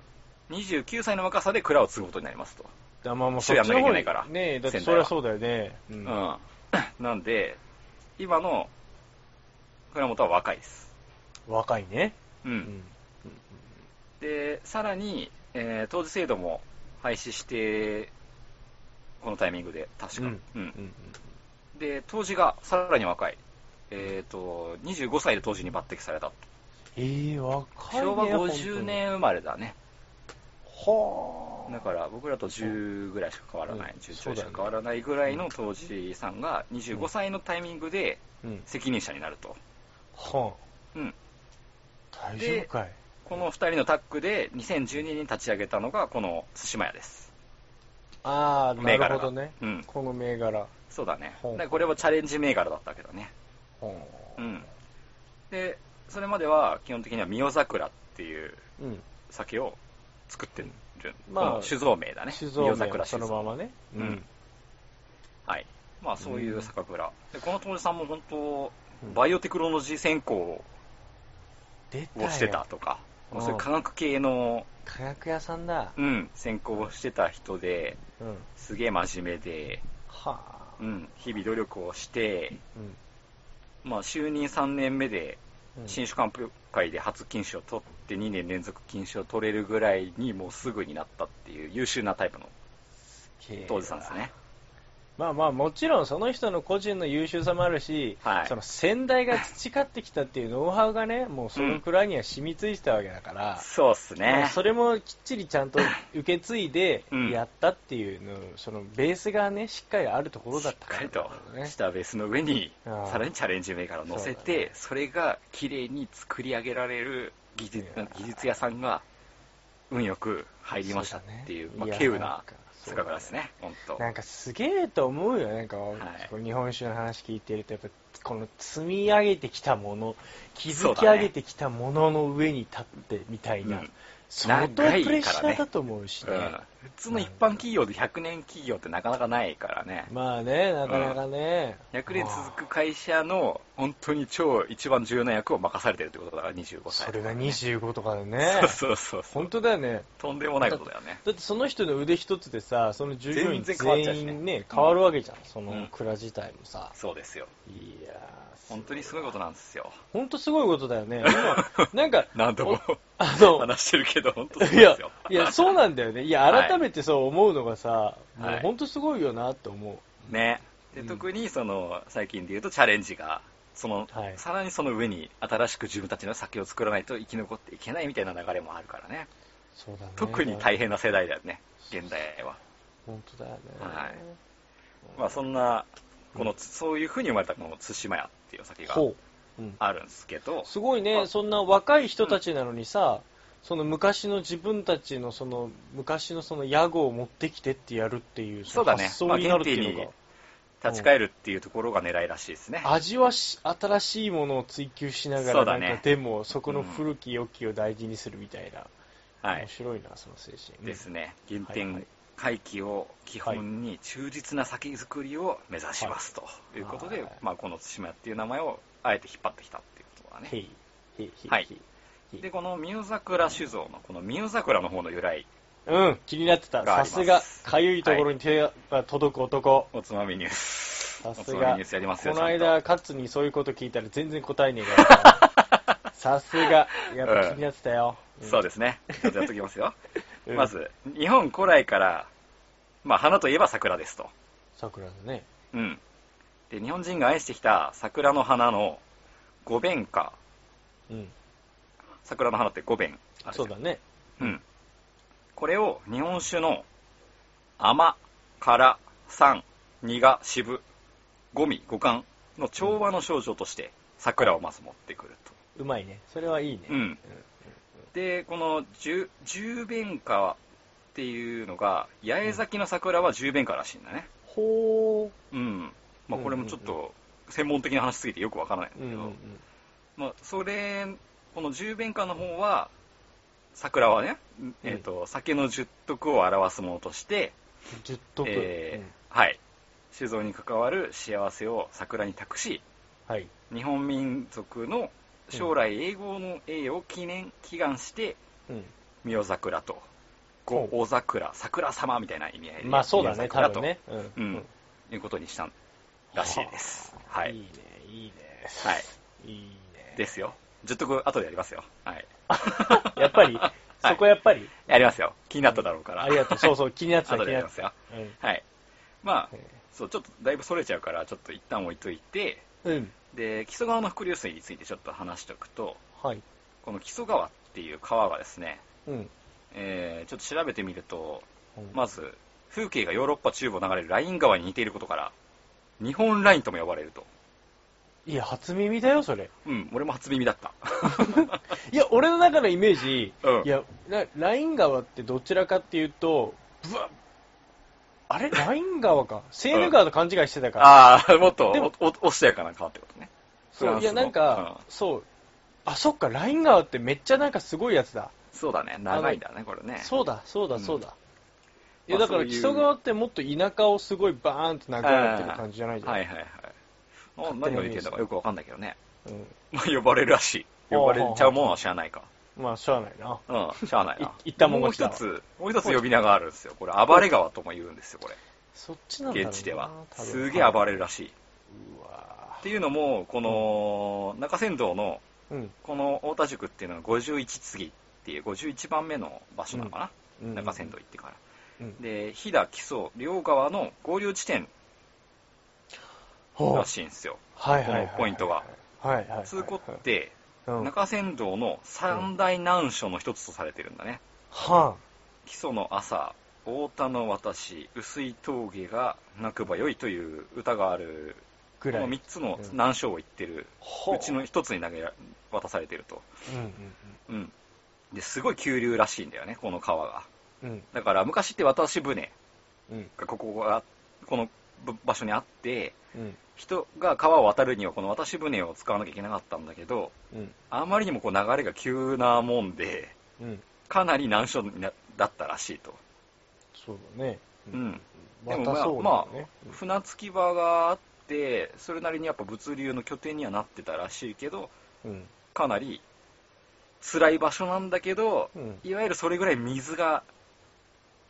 [SPEAKER 2] 29歳の若さで蔵を継ぐことになりますと、
[SPEAKER 4] だまあまあ、
[SPEAKER 2] 一緒やんなきゃいけないから
[SPEAKER 4] そっちの方にねえ、だって
[SPEAKER 2] 仙
[SPEAKER 4] そ
[SPEAKER 2] 台
[SPEAKER 4] り
[SPEAKER 2] は
[SPEAKER 4] ゃそうだよね。う
[SPEAKER 2] うんん なんで今の蔵元は若いです
[SPEAKER 4] 若いね。う
[SPEAKER 2] うん、。でさらに、えー、当時制度も廃止してこのタイミングで確か、
[SPEAKER 4] うん
[SPEAKER 2] うん
[SPEAKER 4] うん
[SPEAKER 2] で当時がさらに若いえっ、と25歳で当時に抜擢された
[SPEAKER 4] えー、若いね。
[SPEAKER 2] 昭和
[SPEAKER 4] 本当に
[SPEAKER 2] 50。年生まれだね
[SPEAKER 4] はあ。
[SPEAKER 2] だから僕らと10ぐらいしか変わらない、
[SPEAKER 4] うん
[SPEAKER 2] 10ち
[SPEAKER 4] そ
[SPEAKER 2] ょい
[SPEAKER 4] う
[SPEAKER 2] し
[SPEAKER 4] だよ
[SPEAKER 2] か
[SPEAKER 4] ね
[SPEAKER 2] 変わらないぐらいの当時さんが25歳のタイミングで
[SPEAKER 4] うん。
[SPEAKER 2] 責任者になると、
[SPEAKER 4] は
[SPEAKER 2] うん、
[SPEAKER 4] あ。大丈夫かい。
[SPEAKER 2] この2人のタッグで2012年に立ち上げたのがこの対馬屋です
[SPEAKER 4] ああ、な
[SPEAKER 2] 銘柄が
[SPEAKER 4] るほどね。
[SPEAKER 2] うん
[SPEAKER 4] この銘柄。
[SPEAKER 2] そうだね
[SPEAKER 4] ほう
[SPEAKER 2] だからこれはチャレンジ銘柄だったわけだね
[SPEAKER 4] は
[SPEAKER 2] う
[SPEAKER 4] あ
[SPEAKER 2] ん、でそれまでは基本的には三桜っていう
[SPEAKER 4] うん。
[SPEAKER 2] 酒を作ってる、
[SPEAKER 4] まあ
[SPEAKER 2] この酒造名だね
[SPEAKER 4] 酒造
[SPEAKER 2] 三代
[SPEAKER 4] 名
[SPEAKER 2] 桜
[SPEAKER 4] そ
[SPEAKER 2] 酒
[SPEAKER 4] の
[SPEAKER 2] 造
[SPEAKER 4] ままね。
[SPEAKER 2] うん。はいまあそういう酒蔵、でこの友達さんも本当
[SPEAKER 4] うん
[SPEAKER 2] バイオテクノロジー専攻
[SPEAKER 4] 出たよ
[SPEAKER 2] をしてた。とか、
[SPEAKER 4] うん
[SPEAKER 2] そういう科学系の、
[SPEAKER 4] 化学屋さんだ。
[SPEAKER 2] うん、専攻をしてた人で
[SPEAKER 4] うん。
[SPEAKER 2] すげえ真面目で、
[SPEAKER 4] はあ。
[SPEAKER 2] うん、日々努力をして、
[SPEAKER 4] うん。
[SPEAKER 2] まあ、就任3年目で
[SPEAKER 4] うん
[SPEAKER 2] 新酒鑑評会で初金賞を取って2年連続金賞を取れるぐらいにもうすぐになったっていう優秀なタイプの当時さんですね。
[SPEAKER 4] まあまあもちろんその人の個人の優秀さもあるし、
[SPEAKER 2] はい
[SPEAKER 4] その先代が培ってきたっていうノウハウがね、もうそのくらいには染みついてたわけだから、
[SPEAKER 2] そうっす
[SPEAKER 4] まあ
[SPEAKER 2] ね。
[SPEAKER 4] それもきっちりちゃんと受け継いで
[SPEAKER 2] うん
[SPEAKER 4] やったっていうの、そのベースがね、しっかりあるところだったから
[SPEAKER 2] しっ
[SPEAKER 4] ね、
[SPEAKER 2] かりとしたベースの上に
[SPEAKER 4] うん
[SPEAKER 2] さらにチャレンジ銘柄を乗せ
[SPEAKER 4] そうだ
[SPEAKER 2] て
[SPEAKER 4] ね
[SPEAKER 2] そ,、れが綺麗に作り上げられる技術
[SPEAKER 4] いやー
[SPEAKER 2] 技術屋さんが運よく入りましたっていう
[SPEAKER 4] そ
[SPEAKER 2] ま
[SPEAKER 4] うだね
[SPEAKER 2] あ、
[SPEAKER 4] いや
[SPEAKER 2] 稀
[SPEAKER 4] ー
[SPEAKER 2] 有
[SPEAKER 4] なん
[SPEAKER 2] な
[SPEAKER 4] か
[SPEAKER 2] 酒蔵ですね、本当。
[SPEAKER 4] なんかすげえと思うよ、なんか、
[SPEAKER 2] い
[SPEAKER 4] こう日本酒の話聞いてると、やっぱこの積み上げてきたも
[SPEAKER 2] そ
[SPEAKER 4] の、
[SPEAKER 2] う
[SPEAKER 4] 築
[SPEAKER 2] だ
[SPEAKER 4] き
[SPEAKER 2] ね
[SPEAKER 4] 上げてきたものの上に立ってみたいな、そ,、
[SPEAKER 2] うん
[SPEAKER 4] 相当プ
[SPEAKER 2] 長いからね
[SPEAKER 4] レッシャーだと思うしね。
[SPEAKER 2] 普通の一般企業で100年企業ってなかなかないからね。
[SPEAKER 4] まあね、なかなかね。
[SPEAKER 2] 100年続く会社の本当に超一番重要な役を任されてるってことだから25歳、
[SPEAKER 4] それが25とかでね。
[SPEAKER 2] そうそうそうそう
[SPEAKER 4] 本当だよね。
[SPEAKER 2] とんでもないことだよね
[SPEAKER 4] だってその人の腕一つでさ、その従業員
[SPEAKER 2] 全然変わっちゃう
[SPEAKER 4] 全
[SPEAKER 2] しね
[SPEAKER 4] 員ね、変わるわけじゃん。そうの
[SPEAKER 2] ん
[SPEAKER 4] 蔵自体もさ。
[SPEAKER 2] そうですよ
[SPEAKER 4] いやー
[SPEAKER 2] 本当にすごいことなんですよ、
[SPEAKER 4] 本当すごいことだよね。今、なんか
[SPEAKER 2] 何度も
[SPEAKER 4] おあの、
[SPEAKER 2] 話してるけど本当すご
[SPEAKER 4] い
[SPEAKER 2] いで
[SPEAKER 4] や
[SPEAKER 2] すよ、
[SPEAKER 4] いや、そうなんだよね。いや、
[SPEAKER 2] はい
[SPEAKER 4] 改めてそう思うのがさ、も
[SPEAKER 2] は
[SPEAKER 4] う
[SPEAKER 2] い
[SPEAKER 4] 本当すごいよなって思
[SPEAKER 2] ねで
[SPEAKER 4] うん
[SPEAKER 2] 特にその最近で言うとチャレンジがその、
[SPEAKER 4] はい
[SPEAKER 2] さらにその上に新しく自分たちの酒を作らないと生き残っていけないみたいな流れもあるからね
[SPEAKER 4] う。そうだね。
[SPEAKER 2] 特に大変な世代だよね現代は
[SPEAKER 4] 本当だよね。
[SPEAKER 2] はいまあそんなこの、そういう風に生まれたこの対馬屋っていうお酒が
[SPEAKER 4] ほう。うん。
[SPEAKER 2] あるんですけど
[SPEAKER 4] すごい
[SPEAKER 2] ま
[SPEAKER 4] ね、
[SPEAKER 2] あ
[SPEAKER 4] そんな若い人たちなのにさ、その昔の自分たちのその昔のその屋号を持ってきてってやるっていう
[SPEAKER 2] そうだね
[SPEAKER 4] 発想になるっていうのが
[SPEAKER 2] ま、立ち返るっていうところが狙いらしいですね
[SPEAKER 4] 味はし新しいものを追求しなが
[SPEAKER 2] そ
[SPEAKER 4] ら
[SPEAKER 2] うだ
[SPEAKER 4] なん
[SPEAKER 2] ね
[SPEAKER 4] かでもそこの古き良きを大事にするみたいな、
[SPEAKER 2] は
[SPEAKER 4] 面
[SPEAKER 2] い
[SPEAKER 4] 白いなその精神
[SPEAKER 2] ですね原
[SPEAKER 4] はいは
[SPEAKER 2] 点
[SPEAKER 4] い
[SPEAKER 2] 回帰を基本に忠実な酒造りを目指しますということで、
[SPEAKER 4] はい
[SPEAKER 2] まあ、この対馬屋っていう名前をあえて引っ張ってきたっていうことだ
[SPEAKER 4] へ
[SPEAKER 2] ね
[SPEAKER 4] いへいへい
[SPEAKER 2] はい
[SPEAKER 4] へい
[SPEAKER 2] でこの三代桜酒造のこの三代桜の方の由来
[SPEAKER 4] うん気になってた
[SPEAKER 2] があり
[SPEAKER 4] さ
[SPEAKER 2] ます
[SPEAKER 4] すがかゆいところに手が届く男、
[SPEAKER 2] おつまみニュース
[SPEAKER 4] さ
[SPEAKER 2] お
[SPEAKER 4] す
[SPEAKER 2] つまみ
[SPEAKER 4] が
[SPEAKER 2] ニュースやりますよ
[SPEAKER 4] この
[SPEAKER 2] ちゃん
[SPEAKER 4] 間
[SPEAKER 2] と
[SPEAKER 4] カツにそういうこと聞いたら全然答えねえから なさすがやっぱ気になってたよ、
[SPEAKER 2] そうですねちょっとやっときますよ、
[SPEAKER 4] す
[SPEAKER 2] まず日本古来から、まあ、花といえば桜ですと
[SPEAKER 4] 桜のね
[SPEAKER 2] うん。で、日本人が愛してきた桜の花の五弁花。
[SPEAKER 4] うん
[SPEAKER 2] 桜の花って五弁あるじゃ
[SPEAKER 4] そ
[SPEAKER 2] ん
[SPEAKER 4] うだね
[SPEAKER 2] うん。これを日本酒の甘、辛、酸、苦、渋、五味、五感の調和の症状として桜をまず持ってくると。
[SPEAKER 4] うまいねそれはいいね、
[SPEAKER 2] うんで、この十十弁花っていうのが、八重咲きの桜は十弁花らしいんだね。
[SPEAKER 4] ほ
[SPEAKER 2] うん。まあこれもちょっと専門的な話すぎてよくわからないんだ
[SPEAKER 4] う、うん
[SPEAKER 2] け
[SPEAKER 4] う
[SPEAKER 2] ど、
[SPEAKER 4] んうん、
[SPEAKER 2] まあ、それこの十弁花の方は桜はね、えーと酒の十徳を表すものとして、
[SPEAKER 4] 十徳、
[SPEAKER 2] えー
[SPEAKER 4] うん
[SPEAKER 2] はい、酒造に関わる幸せを桜に託し
[SPEAKER 4] はい
[SPEAKER 2] 日本民族の将来永劫の栄誉を記念祈願して
[SPEAKER 4] うん
[SPEAKER 2] 「三代桜」と「五尾桜」「桜様」みたいな意味合いで
[SPEAKER 4] まあそうだね、
[SPEAKER 2] 三代桜
[SPEAKER 4] 多
[SPEAKER 2] と
[SPEAKER 4] 分ね。うん
[SPEAKER 2] う。ん、いうことにしたらしいです。はい
[SPEAKER 4] い
[SPEAKER 2] い
[SPEAKER 4] ね、いいね。
[SPEAKER 2] はい、
[SPEAKER 4] いいね。
[SPEAKER 2] ですよ。十徳後でやりますよ。はい、
[SPEAKER 4] やっ ぱり、そこやっぱり、
[SPEAKER 2] やりますよ。気になっただろうから。
[SPEAKER 4] ありがとう。そうそう、気になって た、
[SPEAKER 2] 後
[SPEAKER 4] 気
[SPEAKER 2] で
[SPEAKER 4] に
[SPEAKER 2] や
[SPEAKER 4] な
[SPEAKER 2] り
[SPEAKER 4] っ
[SPEAKER 2] ま
[SPEAKER 4] て
[SPEAKER 2] すよ。
[SPEAKER 4] た。うん
[SPEAKER 2] はい。まあ、
[SPEAKER 4] え
[SPEAKER 2] そう、ちょっとだいぶそれちゃうから、ちょっと一旦置いといて、
[SPEAKER 4] ーうん。
[SPEAKER 2] で、木曽川の伏流水についてちょっと話しておくと、
[SPEAKER 4] はい。
[SPEAKER 2] この木曽川っていう川がですね、
[SPEAKER 4] うん。
[SPEAKER 2] えーちょっと調べてみると、
[SPEAKER 4] ま
[SPEAKER 2] まず、風景がヨーロッパ中部を流れるライン川に似ていることから、日本ラインとも呼ばれると。
[SPEAKER 4] いや、初耳だよ、それ。
[SPEAKER 2] うん、俺も初耳だった。
[SPEAKER 4] いや、俺の中のイメージ、
[SPEAKER 2] うん
[SPEAKER 4] いや、なライン川ってどちらかっていうと、ぶわあ れライン川か。セーヌ川と勘違いしてたから。
[SPEAKER 2] あ あ、もっと
[SPEAKER 4] でも
[SPEAKER 2] おおおしとやかな川ってことね。フラ
[SPEAKER 4] そ
[SPEAKER 2] ン
[SPEAKER 4] う、
[SPEAKER 2] ス
[SPEAKER 4] い
[SPEAKER 2] の
[SPEAKER 4] や、なんか、そう。あ、そっか、ライン川ってめっちゃなんかすごいやつだ。
[SPEAKER 2] そうだね、長いんだね、これね。
[SPEAKER 4] そうだ、そうだ、そうだ。いや
[SPEAKER 2] まあ
[SPEAKER 4] だから木
[SPEAKER 2] そう
[SPEAKER 4] 曽
[SPEAKER 2] いう
[SPEAKER 4] 川ってもっと田舎をすごいバーンって流れてる感じじゃないじゃん、
[SPEAKER 2] はいはいはい。あ何が言ってんだかよくわかんないけどね。
[SPEAKER 4] う
[SPEAKER 2] まあ、 呼ばれるらしい。呼ばれちゃうもんは知らないか。
[SPEAKER 4] ん、まあしゃあないな
[SPEAKER 2] うん、しゃあないな。
[SPEAKER 4] い行ったもん
[SPEAKER 2] もう
[SPEAKER 4] 勝ち
[SPEAKER 2] 一
[SPEAKER 4] だ
[SPEAKER 2] つ、もう一つ呼び名があるんですよ。これ、暴れ川とも言うんですよ、これ。
[SPEAKER 4] そっちなんだろうな
[SPEAKER 2] 現地では。
[SPEAKER 4] 多分
[SPEAKER 2] すげえ暴れるらしい。
[SPEAKER 4] うわ
[SPEAKER 2] っていうのも、この、中山道の、
[SPEAKER 4] うん
[SPEAKER 2] この太田塾っていうのが51次っていう、51番目の場所なのか
[SPEAKER 4] う
[SPEAKER 2] な。
[SPEAKER 4] ん
[SPEAKER 2] 中山道行ってから。
[SPEAKER 4] うん
[SPEAKER 2] で、飛騨、木曽、両側の合流地点
[SPEAKER 4] ほう
[SPEAKER 2] らしいんですよ。
[SPEAKER 4] はい
[SPEAKER 2] こ
[SPEAKER 4] はいはい
[SPEAKER 2] のポイントが。
[SPEAKER 4] はいはいはいはい
[SPEAKER 2] 通行って、
[SPEAKER 4] うん
[SPEAKER 2] 中山道の三大難所の一つとされてるんだね。
[SPEAKER 4] は
[SPEAKER 2] 基礎の朝太田の私薄い峠が泣くばよいという歌がある
[SPEAKER 4] んぐ
[SPEAKER 2] こ
[SPEAKER 4] ら
[SPEAKER 2] の
[SPEAKER 4] い
[SPEAKER 2] 3つの難所を言ってる
[SPEAKER 4] ほ
[SPEAKER 2] うちの1つに投げ渡されてると、
[SPEAKER 4] うん
[SPEAKER 2] うん、ですごい急流らしいんだよねこの川が
[SPEAKER 4] うんうん
[SPEAKER 2] だから昔って渡し船
[SPEAKER 4] うん
[SPEAKER 2] がここがこの場所にあって
[SPEAKER 4] うん
[SPEAKER 2] 人が川を渡るにはこの渡し船を使わなきゃいけなかったんだけど
[SPEAKER 4] うん
[SPEAKER 2] あまりにもこう流れが急なもんで
[SPEAKER 4] うん
[SPEAKER 2] かなり難所になだったらしいと。
[SPEAKER 4] そうだね。
[SPEAKER 2] うん。
[SPEAKER 4] ま
[SPEAKER 2] でも
[SPEAKER 4] た
[SPEAKER 2] まあ
[SPEAKER 4] そうだね。
[SPEAKER 2] 船着き場があって、それなりにやっぱ物流の拠点にはなってたらしいけど、
[SPEAKER 4] うん。
[SPEAKER 2] かなり辛い場所なんだけど、
[SPEAKER 4] うん。
[SPEAKER 2] いわゆるそれぐらい水が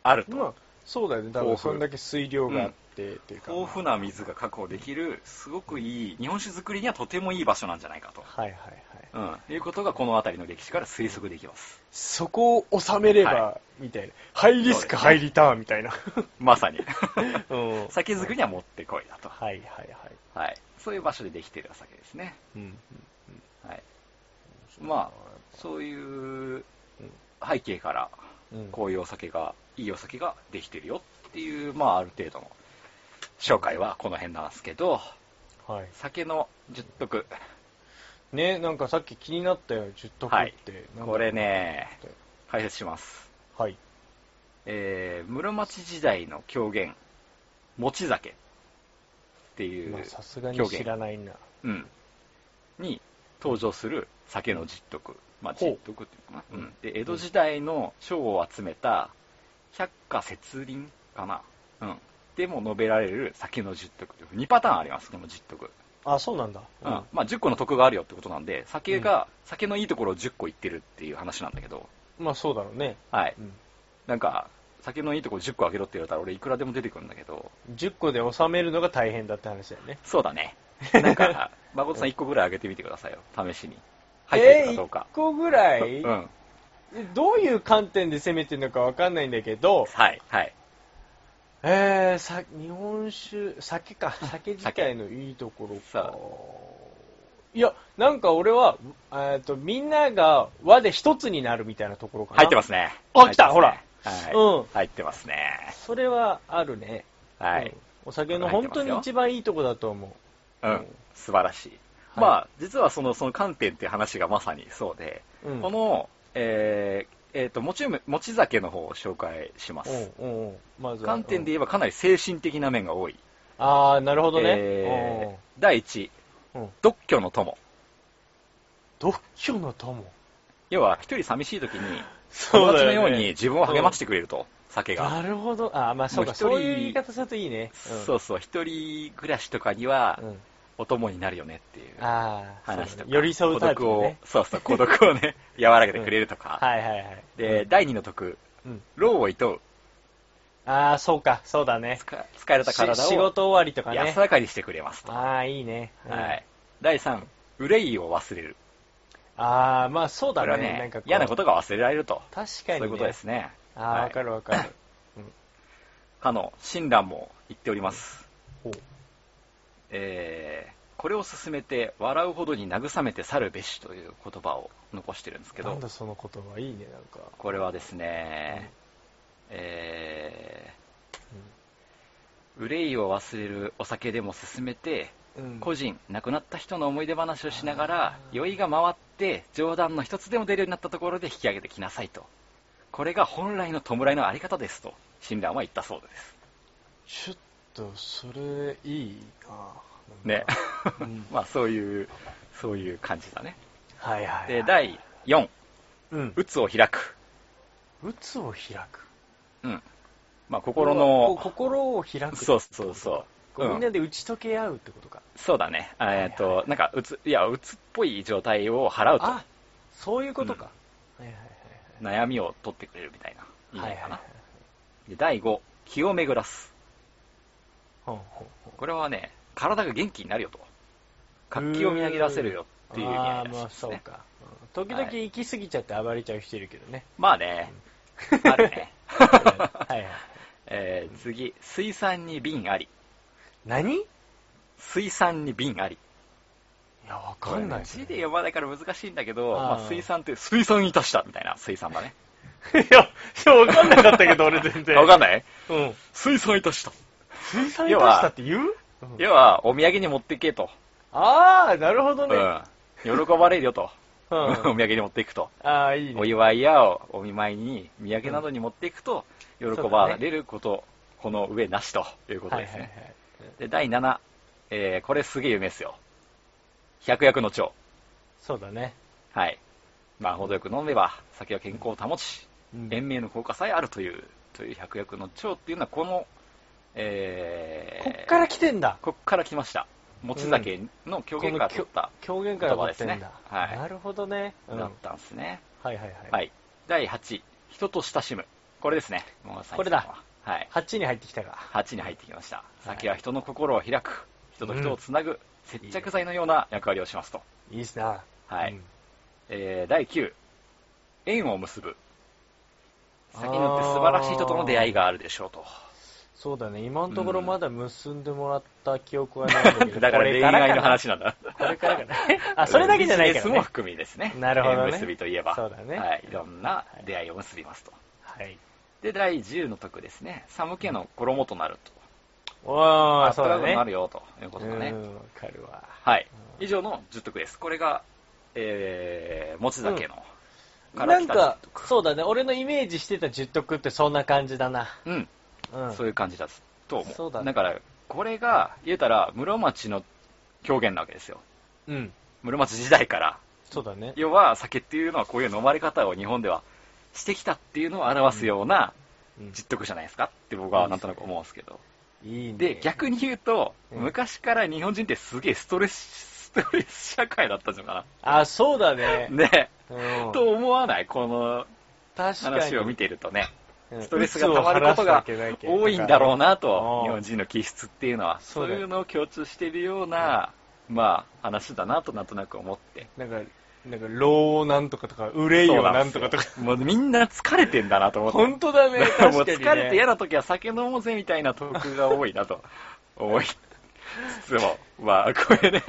[SPEAKER 2] あると。
[SPEAKER 4] まあ、そうだよね。多分、
[SPEAKER 2] 豊富
[SPEAKER 4] そんだけ水量があって、っていうか。
[SPEAKER 2] 豊富な水が確保できる、すごくいい、日本酒作りにはとてもいい場所なんじゃないかと。
[SPEAKER 4] はいはいはい。
[SPEAKER 2] うん。いうことがこの辺りの歴史から推測できます。
[SPEAKER 4] そこを収めれば、
[SPEAKER 2] は
[SPEAKER 4] みたいな。ハイリスク、ハイリターンみたいな。
[SPEAKER 2] ま さに。
[SPEAKER 4] うん。
[SPEAKER 2] 酒造りにはもってこいだと。
[SPEAKER 4] はいはいはい。
[SPEAKER 2] はい。そういう場所でできてるお酒ですね。
[SPEAKER 4] うん。
[SPEAKER 2] はい。まそういう背景から、
[SPEAKER 4] あ、うん、
[SPEAKER 2] こういうお酒が、いいお酒ができてるよっていう、まあある程度の紹介はこの辺なんですけど、
[SPEAKER 4] はい。
[SPEAKER 2] 酒の十徳。
[SPEAKER 4] ね、なんかさっき気になったよ、十徳って。なんだろう
[SPEAKER 2] これ。ね、解説します。
[SPEAKER 4] はい。
[SPEAKER 2] えー、室町時代の狂言、餅酒っていう、
[SPEAKER 4] まあ、さすがに知らないな。
[SPEAKER 2] うん、に登場する酒の実徳、まあ、
[SPEAKER 4] ほう
[SPEAKER 2] 実徳っていうのかな、うん、で江戸時代の賞を集めた百花節輪かな、うん、でも述べられる酒の実徳2パターンありますこの実徳、
[SPEAKER 4] あ、そうなんだ。
[SPEAKER 2] うんまあ、10個の徳があるよってことなんで酒が、酒のいいところを10個言ってるっていう話なんだけど、
[SPEAKER 4] まあ、そうだろうね。
[SPEAKER 2] はい、
[SPEAKER 4] うん
[SPEAKER 2] なんか酒のいいところ10個あげろって言われたら俺いくらでも出てくるんだけど
[SPEAKER 4] 10個で収めるのが大変だって話だよね。
[SPEAKER 2] そうだねなん か誠さん1個ぐらいあげてみてくださいよ試しに入ってるか
[SPEAKER 4] えー、
[SPEAKER 2] どうか
[SPEAKER 4] 1、個ぐらい、
[SPEAKER 2] うん
[SPEAKER 4] どういう観点で攻めてるのかわかんないんだけど、
[SPEAKER 2] はい、はい。
[SPEAKER 4] えー、さ日本酒、酒か、酒自体のいいところ
[SPEAKER 2] さ
[SPEAKER 4] か。いや、なんか俺は、えっと、みんなが和で一つになるみたいなところかな。。
[SPEAKER 2] 入ってますすね。
[SPEAKER 4] あ来た
[SPEAKER 2] 入ってますねはい。
[SPEAKER 4] うん
[SPEAKER 2] 入ってますね。
[SPEAKER 4] それはあるね。
[SPEAKER 2] は
[SPEAKER 4] う
[SPEAKER 2] い
[SPEAKER 4] ん。。お酒の本当に一番いいとこだと思
[SPEAKER 2] う
[SPEAKER 4] うん
[SPEAKER 2] ん。素晴らしい。
[SPEAKER 4] はい
[SPEAKER 2] まあ、実はその、その観点っていう話がまさにそうで、
[SPEAKER 4] う。うん。
[SPEAKER 2] この、えー、えっ、と、持ち、持ち酒の方を紹介します。
[SPEAKER 4] うんうんうん。まずは
[SPEAKER 2] 観点で言えばかなり精神的な面が多い。
[SPEAKER 4] うんあー、なるほどね。
[SPEAKER 2] えー
[SPEAKER 4] うん
[SPEAKER 2] 第一
[SPEAKER 4] うん、
[SPEAKER 2] 独居の友。
[SPEAKER 4] 独居の友。
[SPEAKER 2] 要は、一人寂しい時に、
[SPEAKER 4] そ
[SPEAKER 2] 友達のように自分を励ましてくれると、酒が。
[SPEAKER 4] なるほど。あー、まあそ
[SPEAKER 2] も
[SPEAKER 4] う
[SPEAKER 2] う
[SPEAKER 4] か。
[SPEAKER 2] 一人
[SPEAKER 4] そういう言い方するといいね。
[SPEAKER 2] そうそう、一人暮らしとかには
[SPEAKER 4] う、ん。
[SPEAKER 2] お供になるよねっていう。
[SPEAKER 4] ああ、
[SPEAKER 2] 話とか、
[SPEAKER 4] 寄り添うタイプ
[SPEAKER 2] 孤
[SPEAKER 4] の
[SPEAKER 2] 独を
[SPEAKER 4] ね。、
[SPEAKER 2] そうそう、孤独を ね、和らげてくれるとか、
[SPEAKER 4] はいはいはい。
[SPEAKER 2] で、第二の徳、
[SPEAKER 4] うん
[SPEAKER 2] 老を厭う、
[SPEAKER 4] ああ、そうか、そうだね。
[SPEAKER 2] 使疲れた
[SPEAKER 4] し
[SPEAKER 2] 体
[SPEAKER 4] 仕
[SPEAKER 2] を
[SPEAKER 4] 事終わりとかね
[SPEAKER 2] 安。らかにしてくれますと。
[SPEAKER 4] ああ、いいね。うん
[SPEAKER 2] はい。第三、憂いを忘れる。
[SPEAKER 4] ああ、まあそう
[SPEAKER 2] これ
[SPEAKER 4] だ
[SPEAKER 2] は
[SPEAKER 4] ね。
[SPEAKER 2] ね
[SPEAKER 4] んか、。
[SPEAKER 2] 嫌なこととが忘れられると。
[SPEAKER 4] 確
[SPEAKER 2] そ
[SPEAKER 4] か
[SPEAKER 2] う
[SPEAKER 4] に
[SPEAKER 2] い
[SPEAKER 4] ね。
[SPEAKER 2] うことですね。
[SPEAKER 4] ああ、
[SPEAKER 2] は
[SPEAKER 4] わ
[SPEAKER 2] い
[SPEAKER 4] かるわかる。
[SPEAKER 2] かの、親鸞も言っております
[SPEAKER 4] ほう。
[SPEAKER 2] えー、これを進めて、笑うほどに慰めて去るべしという言葉を残してるんですけど。
[SPEAKER 4] なんだその言葉、いいね、なんか。
[SPEAKER 2] これはですね、えー、憂いを忘れるお酒でも進めて、
[SPEAKER 4] うん
[SPEAKER 2] 個人、亡くなった人の思い出話をしながら、酔いが回って、冗談の一つでも出るようになったところで引き上げてきなさいと。これが本来の弔いのあり方ですと、親鸞は言ったそうです。
[SPEAKER 4] ちょっと、それ、いいな。
[SPEAKER 2] ね。
[SPEAKER 4] う ん
[SPEAKER 2] まあ、そういう、そういう感じだね。
[SPEAKER 4] はいはいはい。
[SPEAKER 2] で、第4、
[SPEAKER 4] うん。
[SPEAKER 2] 鬱を開く。
[SPEAKER 4] うつを開く。
[SPEAKER 2] まあ、心の、
[SPEAKER 4] 心を開く。
[SPEAKER 2] そうそうそう。
[SPEAKER 4] こう
[SPEAKER 2] うん
[SPEAKER 4] みんなで打ち解け合うってことか。
[SPEAKER 2] そうだね。あ
[SPEAKER 4] いは
[SPEAKER 2] え
[SPEAKER 4] い
[SPEAKER 2] っと、なんか、うつ、いや、うつっぽい状態を払うと、
[SPEAKER 4] あ、そういうことか。はいはい
[SPEAKER 2] 悩みを取ってくれるみたいな。意
[SPEAKER 4] はい。
[SPEAKER 2] 味
[SPEAKER 4] は
[SPEAKER 2] か
[SPEAKER 4] いはいは。。
[SPEAKER 2] ないで、第5、気を巡らす。
[SPEAKER 4] ほんほんほん
[SPEAKER 2] これはね、体が元気になるよと。活気をみなぎらせるよっていう意味合
[SPEAKER 4] あ
[SPEAKER 2] い
[SPEAKER 4] あ
[SPEAKER 2] らしい
[SPEAKER 4] まあ
[SPEAKER 2] で
[SPEAKER 4] そ
[SPEAKER 2] す
[SPEAKER 4] う
[SPEAKER 2] ね。
[SPEAKER 4] か、うん時々行き過ぎちゃって暴れちゃう人いるけどね
[SPEAKER 2] まあね、ある ね。
[SPEAKER 4] はいはい
[SPEAKER 2] えー次、水産に瓶あり。
[SPEAKER 4] 何い
[SPEAKER 2] 水産に瓶あり。
[SPEAKER 4] やわかんない
[SPEAKER 2] 字
[SPEAKER 4] ね
[SPEAKER 2] で読まないから難しいんだけど、
[SPEAKER 4] あー
[SPEAKER 2] まあ、水産って、水産に足したみたいな水産だね。
[SPEAKER 4] いやわかんなかったけど俺全然
[SPEAKER 2] わかんない
[SPEAKER 4] うん
[SPEAKER 2] 水産に足した。
[SPEAKER 4] 水産に出したって言う、うん
[SPEAKER 2] 要は、お土産に持ってけと。
[SPEAKER 4] ああなるほどね、
[SPEAKER 2] うん。喜ばれるよと。
[SPEAKER 4] うん
[SPEAKER 2] お土 産に持っていくと。
[SPEAKER 4] ああいい
[SPEAKER 2] お
[SPEAKER 4] ね
[SPEAKER 2] 祝いやお見舞いに、土産などに持っていくと、喜ばれること、この上なしということですね。
[SPEAKER 4] はいはいはい
[SPEAKER 2] で、第7、えーこれすげえ夢ですよ。百薬の長。
[SPEAKER 4] そうだね
[SPEAKER 2] はい。まあ、程よく飲めば、酒は健康を保ち、
[SPEAKER 4] うん
[SPEAKER 2] 延命の効果さえあるという、という百薬の長っていうのは、この、え
[SPEAKER 4] こ
[SPEAKER 2] ー、
[SPEAKER 4] っから来てんだ。
[SPEAKER 2] こっから来ました。持ち酒の狂言から取った、
[SPEAKER 4] 狂言から持ってんだ。
[SPEAKER 2] 言葉ですねはい
[SPEAKER 4] なるほどね。うん。
[SPEAKER 2] だ
[SPEAKER 4] は
[SPEAKER 2] っ
[SPEAKER 4] い
[SPEAKER 2] たんですね。
[SPEAKER 4] はいはい。
[SPEAKER 2] はい。第8位、人と親しむ。これですね。もう最初の
[SPEAKER 4] これだ。
[SPEAKER 2] はい。
[SPEAKER 4] 8に入ってきたか。
[SPEAKER 2] 8に入ってきました。酒は人の心を開く、人と人をつなぐ、接着剤のような役割をしますと。
[SPEAKER 4] いいっすな。
[SPEAKER 2] はい
[SPEAKER 4] うん
[SPEAKER 2] えー第9、縁を結ぶ。先によって素晴らしい人との出会いがあるでしょうと。
[SPEAKER 4] そうだね。今のところまだ結んでもらった記憶はないんだけ ど。
[SPEAKER 2] だから
[SPEAKER 4] これ
[SPEAKER 2] 恋愛
[SPEAKER 4] か
[SPEAKER 2] の
[SPEAKER 4] な。
[SPEAKER 2] 話なんだ。
[SPEAKER 4] これからかな。 あ、それだけじゃない
[SPEAKER 2] ビジ
[SPEAKER 4] か
[SPEAKER 2] ネ
[SPEAKER 4] ら
[SPEAKER 2] スも
[SPEAKER 4] ね。
[SPEAKER 2] 含みですね。
[SPEAKER 4] なるほどね
[SPEAKER 2] 縁結びといえば。
[SPEAKER 4] そうだね
[SPEAKER 2] はい。いろんな出会いを結びますと。
[SPEAKER 4] はい。
[SPEAKER 2] で、第10の徳ですね。寒気の衣となると。
[SPEAKER 4] お
[SPEAKER 2] あ
[SPEAKER 4] ー、そうだ
[SPEAKER 2] 暖かく
[SPEAKER 4] ね。
[SPEAKER 2] なるよということだね。
[SPEAKER 4] うん、わかるわ。
[SPEAKER 2] はい。以上の10徳です。これが、えー、持ち酒の、から
[SPEAKER 4] な
[SPEAKER 2] 来
[SPEAKER 4] ん
[SPEAKER 2] た
[SPEAKER 4] か、そうだね。俺のイメージしてた十徳ってそんな感じだな。
[SPEAKER 2] うん、
[SPEAKER 4] うん。
[SPEAKER 2] そういう感じだと思う。
[SPEAKER 4] そうだね
[SPEAKER 2] だから、これが、言えたら、室町の表現なわけですよ。
[SPEAKER 4] うん。
[SPEAKER 2] 室町時代から。
[SPEAKER 4] そうだね。
[SPEAKER 2] 要は、酒っていうのはこういう飲まれ方を日本ではしてきたっていうのを表すような
[SPEAKER 4] うん
[SPEAKER 2] 実得じゃないですかって僕はなんとなく思うんですけど。
[SPEAKER 4] いいね。
[SPEAKER 2] で、逆に言うと、
[SPEAKER 4] うん
[SPEAKER 2] 昔から日本人ってすげえストレス、ストレス社会だったんじゃないか
[SPEAKER 4] あ、そうだね。
[SPEAKER 2] な。ね。
[SPEAKER 4] うん
[SPEAKER 2] と思わないこの
[SPEAKER 4] 確かに。
[SPEAKER 2] 話を見てるとね。
[SPEAKER 4] うん
[SPEAKER 2] ストレスが溜まることが多いんだろう。なと
[SPEAKER 4] う、ん
[SPEAKER 2] 日本人の気質っていうのは、
[SPEAKER 4] そ
[SPEAKER 2] そうう
[SPEAKER 4] だよ
[SPEAKER 2] いうのを共通しているような、まあ、話だなとなんとなく思って。
[SPEAKER 4] なんか、なんか、老をなんとかとか、憂いをなんとかとか。
[SPEAKER 2] もうみんな疲れてんだなと思って。
[SPEAKER 4] 本当だね。
[SPEAKER 2] だか
[SPEAKER 4] 確からに、
[SPEAKER 2] もう
[SPEAKER 4] ね。
[SPEAKER 2] 疲れて嫌な時は酒飲もうぜみたいなトークが多いな と思いつつも、まあ、これね、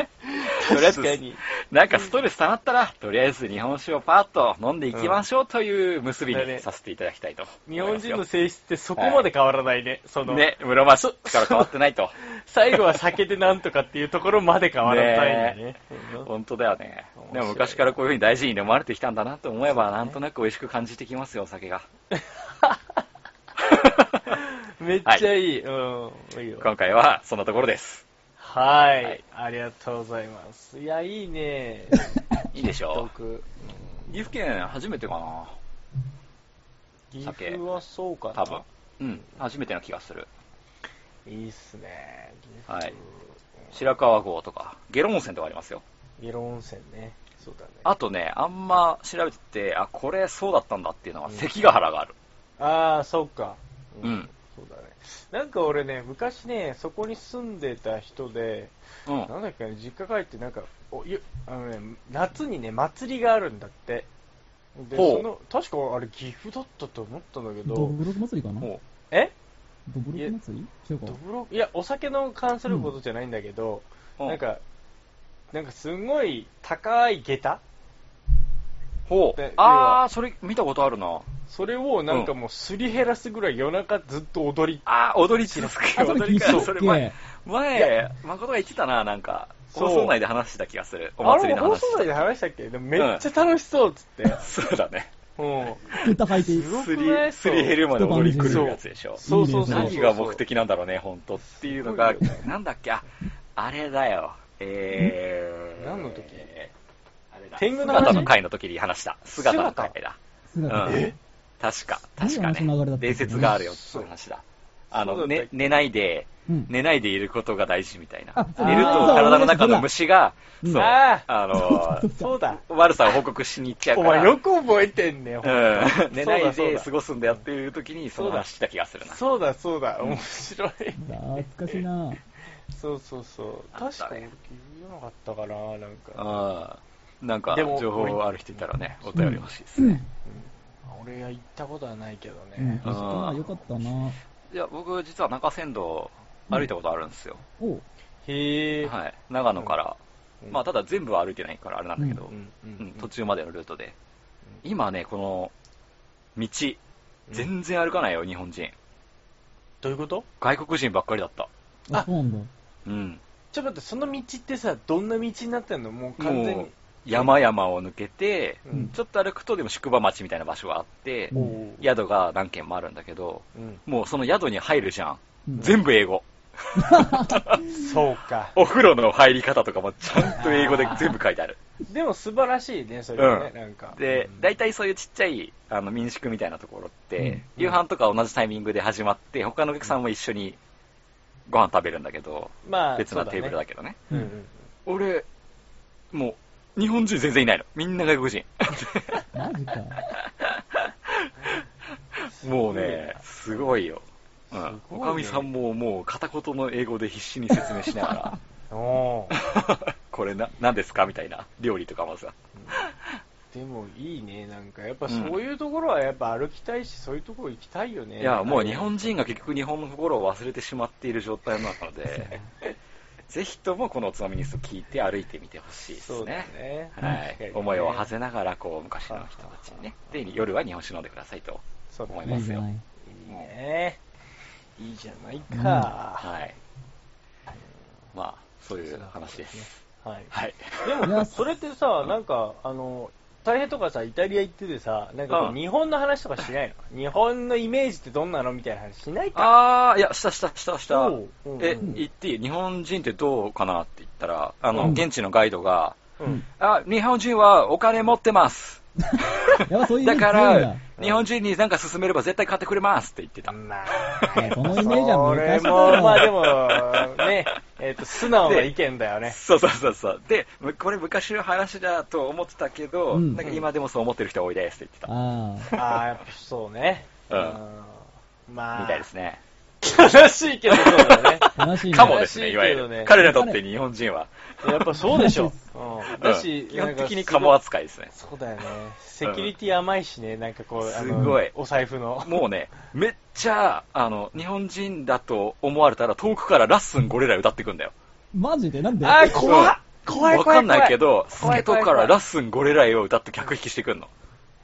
[SPEAKER 2] とりあえ
[SPEAKER 4] 確か
[SPEAKER 2] ず、
[SPEAKER 4] に。
[SPEAKER 2] なんかストレス溜まったら、とりあえず日本酒をパーッと飲んでいきましょうという結び
[SPEAKER 4] うんだ
[SPEAKER 2] に
[SPEAKER 4] ね
[SPEAKER 2] させていただきたいと
[SPEAKER 4] 日本人
[SPEAKER 2] 人
[SPEAKER 4] の性質ってそこまで変わらないね。その、
[SPEAKER 2] ね、室町から変わってないと。
[SPEAKER 4] 最後は酒でなんとかっていうところまで変わらないんだね。うん
[SPEAKER 2] 本当だよね
[SPEAKER 4] 面白い
[SPEAKER 2] でも昔からこういうふうに大事に飲まれてきたんだなと思えば、なんとなく美味しく感じてきますよお酒が
[SPEAKER 4] めっちゃいい。うん。いいよ。
[SPEAKER 2] 今回はそんなところです
[SPEAKER 4] はい、
[SPEAKER 2] はい
[SPEAKER 4] ありがとうございます。いや、い いね。
[SPEAKER 2] いいでしょ
[SPEAKER 4] 僕、
[SPEAKER 2] う岐阜県初めてかな
[SPEAKER 4] 岐
[SPEAKER 2] 酒
[SPEAKER 4] 阜はそうかな。
[SPEAKER 2] 多分うん初めてな気がする
[SPEAKER 4] いいっすね。岐阜
[SPEAKER 2] はい白川郷とか下呂温泉とかありますよ
[SPEAKER 4] 下呂温泉ね。そうだね。
[SPEAKER 2] あとねあんま調べててあこれそうだったんだっていうのは関ヶ原がある
[SPEAKER 4] ああ、そうか。
[SPEAKER 2] うん
[SPEAKER 4] そうだね。なんか俺ね、昔ね、そこに住んでた人で、
[SPEAKER 2] うん
[SPEAKER 4] なんだっけね、実家帰ってなんか、おゆあのね、夏にね、祭りがあるんだって。で、
[SPEAKER 2] ほう
[SPEAKER 4] その、確かあれ岐阜だったと思ったんだけ
[SPEAKER 3] ド
[SPEAKER 4] ど、
[SPEAKER 3] ブロク祭りかな
[SPEAKER 2] も
[SPEAKER 4] え
[SPEAKER 3] ドブロク祭り違うか
[SPEAKER 4] ど。ぶろいや、お酒の関することじゃないんだけど、
[SPEAKER 2] う
[SPEAKER 4] なんか、なんかすごい高い下駄
[SPEAKER 2] ほう
[SPEAKER 4] で要
[SPEAKER 2] ああ
[SPEAKER 4] は
[SPEAKER 2] それ見たことあるな
[SPEAKER 4] それをなんかもうすり減らすぐらい夜中ずっと踊り、
[SPEAKER 2] ああ踊り地ですか
[SPEAKER 3] あ、それ
[SPEAKER 2] 踊
[SPEAKER 3] 聞
[SPEAKER 2] り
[SPEAKER 3] い
[SPEAKER 2] か
[SPEAKER 3] た
[SPEAKER 2] ら
[SPEAKER 3] っ
[SPEAKER 2] それ前
[SPEAKER 3] け
[SPEAKER 2] 前、誠が言ってたな、なんか。
[SPEAKER 4] そう
[SPEAKER 2] 放送内で話してた気がする。お
[SPEAKER 4] あ
[SPEAKER 2] 祭り
[SPEAKER 4] れ
[SPEAKER 2] の
[SPEAKER 4] 放
[SPEAKER 2] 話
[SPEAKER 4] 送。内で話したっけでもめっちゃ楽しそうっつって。
[SPEAKER 2] そうだね。
[SPEAKER 4] うん。
[SPEAKER 3] ツイッター履いていい
[SPEAKER 4] すご
[SPEAKER 2] す
[SPEAKER 4] く
[SPEAKER 2] り
[SPEAKER 4] ない、
[SPEAKER 2] すり減るまで踊り狂うやつでしょ。
[SPEAKER 4] そうそうそうそう。
[SPEAKER 2] 何が目的なんだろうね、本当っていうのが
[SPEAKER 4] すごいよね、
[SPEAKER 2] なんだっけ、あ、あれだよ。えー。
[SPEAKER 4] 何の時
[SPEAKER 2] あれだ。
[SPEAKER 4] 天狗の話
[SPEAKER 2] 姿の会の時に話した。姿の会だ。
[SPEAKER 3] 姿
[SPEAKER 2] うん確か、確か
[SPEAKER 3] 何の話の流
[SPEAKER 2] ね
[SPEAKER 3] れだっ。た
[SPEAKER 2] 伝説があるよっていう話だ。あ
[SPEAKER 4] そ
[SPEAKER 2] の、
[SPEAKER 4] うだったっ
[SPEAKER 2] ね
[SPEAKER 4] け
[SPEAKER 2] 寝ないで、
[SPEAKER 3] うん
[SPEAKER 2] 寝ないでいることが大事みたいな。
[SPEAKER 3] あ
[SPEAKER 2] 寝ると
[SPEAKER 4] あー
[SPEAKER 2] 体の中の虫が、
[SPEAKER 3] うん
[SPEAKER 2] そう、
[SPEAKER 4] あ
[SPEAKER 2] あのー、
[SPEAKER 4] そうだ。
[SPEAKER 2] 悪さを報告しに行っちゃう
[SPEAKER 4] お
[SPEAKER 2] から。
[SPEAKER 4] 前よく覚えてんね、ほん
[SPEAKER 2] うん、寝ない
[SPEAKER 4] そう
[SPEAKER 2] で
[SPEAKER 4] だ
[SPEAKER 2] 過ごすんだよっていう時にその話した気がするな。
[SPEAKER 4] そうだそうだ、面白い。
[SPEAKER 3] 懐かしいな
[SPEAKER 4] そうそうそう。
[SPEAKER 2] あっ
[SPEAKER 4] 確
[SPEAKER 2] た
[SPEAKER 4] かに
[SPEAKER 2] ね
[SPEAKER 4] 言わなかったかな、なんか。
[SPEAKER 2] うん。なんか、
[SPEAKER 4] でも
[SPEAKER 2] 情報ある人いたらね、お便り欲しいですね。
[SPEAKER 4] 俺は行ったことはないけど
[SPEAKER 3] う
[SPEAKER 4] ね
[SPEAKER 3] ん。。確かによかったない
[SPEAKER 2] や、僕実は中山道歩いたことあるんですよ。
[SPEAKER 3] おう
[SPEAKER 4] へえ。
[SPEAKER 2] はい。長野から。
[SPEAKER 4] うん
[SPEAKER 2] まあ、ただ全部は歩いてないからあれなんだけど、
[SPEAKER 4] うんう
[SPEAKER 2] うん
[SPEAKER 4] ん
[SPEAKER 2] 途中までのルートで。今ね、この、道、全然歩かないよ、日本人。
[SPEAKER 4] どういうこと
[SPEAKER 2] 外国人ばっかりだった。
[SPEAKER 3] あ、
[SPEAKER 4] あ
[SPEAKER 3] そうなんだ。
[SPEAKER 2] うん。
[SPEAKER 4] ちょっと待って、その道ってさ、どんな道になってんのもう完全
[SPEAKER 2] も
[SPEAKER 4] に
[SPEAKER 2] う。山々を抜けて、
[SPEAKER 4] う
[SPEAKER 3] うん
[SPEAKER 4] ん。
[SPEAKER 2] ちょっと歩くとでも宿場町みたいな場所があって、
[SPEAKER 3] うん
[SPEAKER 4] おう
[SPEAKER 2] 宿が何軒もあるんだけど、
[SPEAKER 4] うん。
[SPEAKER 2] もうその宿に入るじゃん。
[SPEAKER 3] うん
[SPEAKER 2] 全部英語。
[SPEAKER 4] そうか。
[SPEAKER 2] お風呂の入り方とかもちゃんと英語で全部書いてある。
[SPEAKER 4] でも素晴らしいね、それはね、
[SPEAKER 2] うん
[SPEAKER 4] なんか。
[SPEAKER 2] で、大体そういうちっちゃいあの民宿みたいなところって、
[SPEAKER 4] うん
[SPEAKER 2] 夕飯とか同じタイミングで始まって、他のお客さんも一緒にご飯食べるんだけど、
[SPEAKER 4] まあ、
[SPEAKER 2] 別
[SPEAKER 4] そう
[SPEAKER 2] なテーブルだけどね。
[SPEAKER 4] ね。うん
[SPEAKER 2] 俺、もう、日本人全然いないの。みんな外国人。
[SPEAKER 3] マジか。
[SPEAKER 2] もうね、すごいよ。うん。
[SPEAKER 4] すごい
[SPEAKER 2] お
[SPEAKER 4] ね
[SPEAKER 2] かみさんももう片言の英語で必死に説明しな が
[SPEAKER 4] うん。おー
[SPEAKER 2] ら、これな、何ですかみたいな。料理とかもさ。
[SPEAKER 4] でもいいね、なんか、やっぱそういうところはやっぱ歩きたいし、そういうところ行きたいよね。
[SPEAKER 2] いや、もう日本人が結局日本の心を忘れてしまっている状態なの で、ぜひともこのおつまみニュースを聞いて歩いてみてほしいです
[SPEAKER 4] そうだ
[SPEAKER 2] ね。
[SPEAKER 4] ね。
[SPEAKER 2] は
[SPEAKER 4] 確かに
[SPEAKER 2] い
[SPEAKER 4] ね。
[SPEAKER 2] 思いを馳せながら、こう、昔の人たちにね。で、夜は日本酒飲んでくださいと。
[SPEAKER 4] そうだ
[SPEAKER 2] 思い
[SPEAKER 3] い
[SPEAKER 2] ま
[SPEAKER 3] い
[SPEAKER 2] す
[SPEAKER 3] じゃ
[SPEAKER 2] よ
[SPEAKER 3] ない。
[SPEAKER 4] いいね。いいじゃないか。
[SPEAKER 2] はい。まあ、そういう話です。
[SPEAKER 4] はい。
[SPEAKER 2] はい。
[SPEAKER 4] で
[SPEAKER 3] いや
[SPEAKER 4] も、それってさ、なんか、あの、大平とかさ、イタリア行っててさ、なんかこ
[SPEAKER 2] う
[SPEAKER 4] うん日本の話とかしないの日本のイメージってどんなのみたいな話しないか
[SPEAKER 2] あー、いや、したしたしたした
[SPEAKER 4] おう。
[SPEAKER 2] え
[SPEAKER 4] うん、
[SPEAKER 2] 言っていい日本人ってどうかなって言ったら、あ
[SPEAKER 4] う
[SPEAKER 2] の、
[SPEAKER 4] ん
[SPEAKER 2] 現地のガイドが、
[SPEAKER 4] うん。
[SPEAKER 2] あ、日本人はお金持ってます。
[SPEAKER 3] やっぱそういうイメ
[SPEAKER 2] だ
[SPEAKER 3] ージ
[SPEAKER 2] か
[SPEAKER 3] 強いんだ
[SPEAKER 2] ら。、日本人になんか勧めれば絶対買ってくれますって言ってた。
[SPEAKER 4] ま
[SPEAKER 3] やそのイメージは難しいな
[SPEAKER 4] それも、まあでも、ね、えっ、と、素直な意見だよね。
[SPEAKER 2] そうそうそうそう。で、むこれ昔の話だと思ってたけど、
[SPEAKER 3] うん
[SPEAKER 2] なんか今でもそう思ってる人多いですって言って
[SPEAKER 3] ああ。
[SPEAKER 4] ああ、やっぱそうね。
[SPEAKER 2] うん
[SPEAKER 4] んま
[SPEAKER 2] た。
[SPEAKER 4] あ、
[SPEAKER 2] みたいですね。
[SPEAKER 4] 悲しいけどそう だよね。
[SPEAKER 3] 悲しいね。
[SPEAKER 2] かもですね、い
[SPEAKER 4] ら
[SPEAKER 2] わ
[SPEAKER 4] しい
[SPEAKER 2] ゆ
[SPEAKER 4] けどね
[SPEAKER 2] る。彼らにとって日本人は。
[SPEAKER 4] やっぱそうでしょ。うん。だ
[SPEAKER 2] う
[SPEAKER 4] し
[SPEAKER 2] ん、基本的に
[SPEAKER 4] か
[SPEAKER 2] カモ扱いですね。
[SPEAKER 4] そうだよね。セキュリティ甘いしね、なんかこう、あの
[SPEAKER 2] すごい
[SPEAKER 4] お財布の。
[SPEAKER 2] もうね、めっちゃ、あの、日本人だと思われたら遠くからラッスンゴレラ歌ってくんだよ。
[SPEAKER 3] マジでなんで
[SPEAKER 4] あー、怖っ怖い怖い怖い
[SPEAKER 2] わかんないけど、ス
[SPEAKER 4] 怖
[SPEAKER 2] ケ
[SPEAKER 4] い怖い怖い
[SPEAKER 2] トからラッスンゴレライを歌って客引きしてくんの。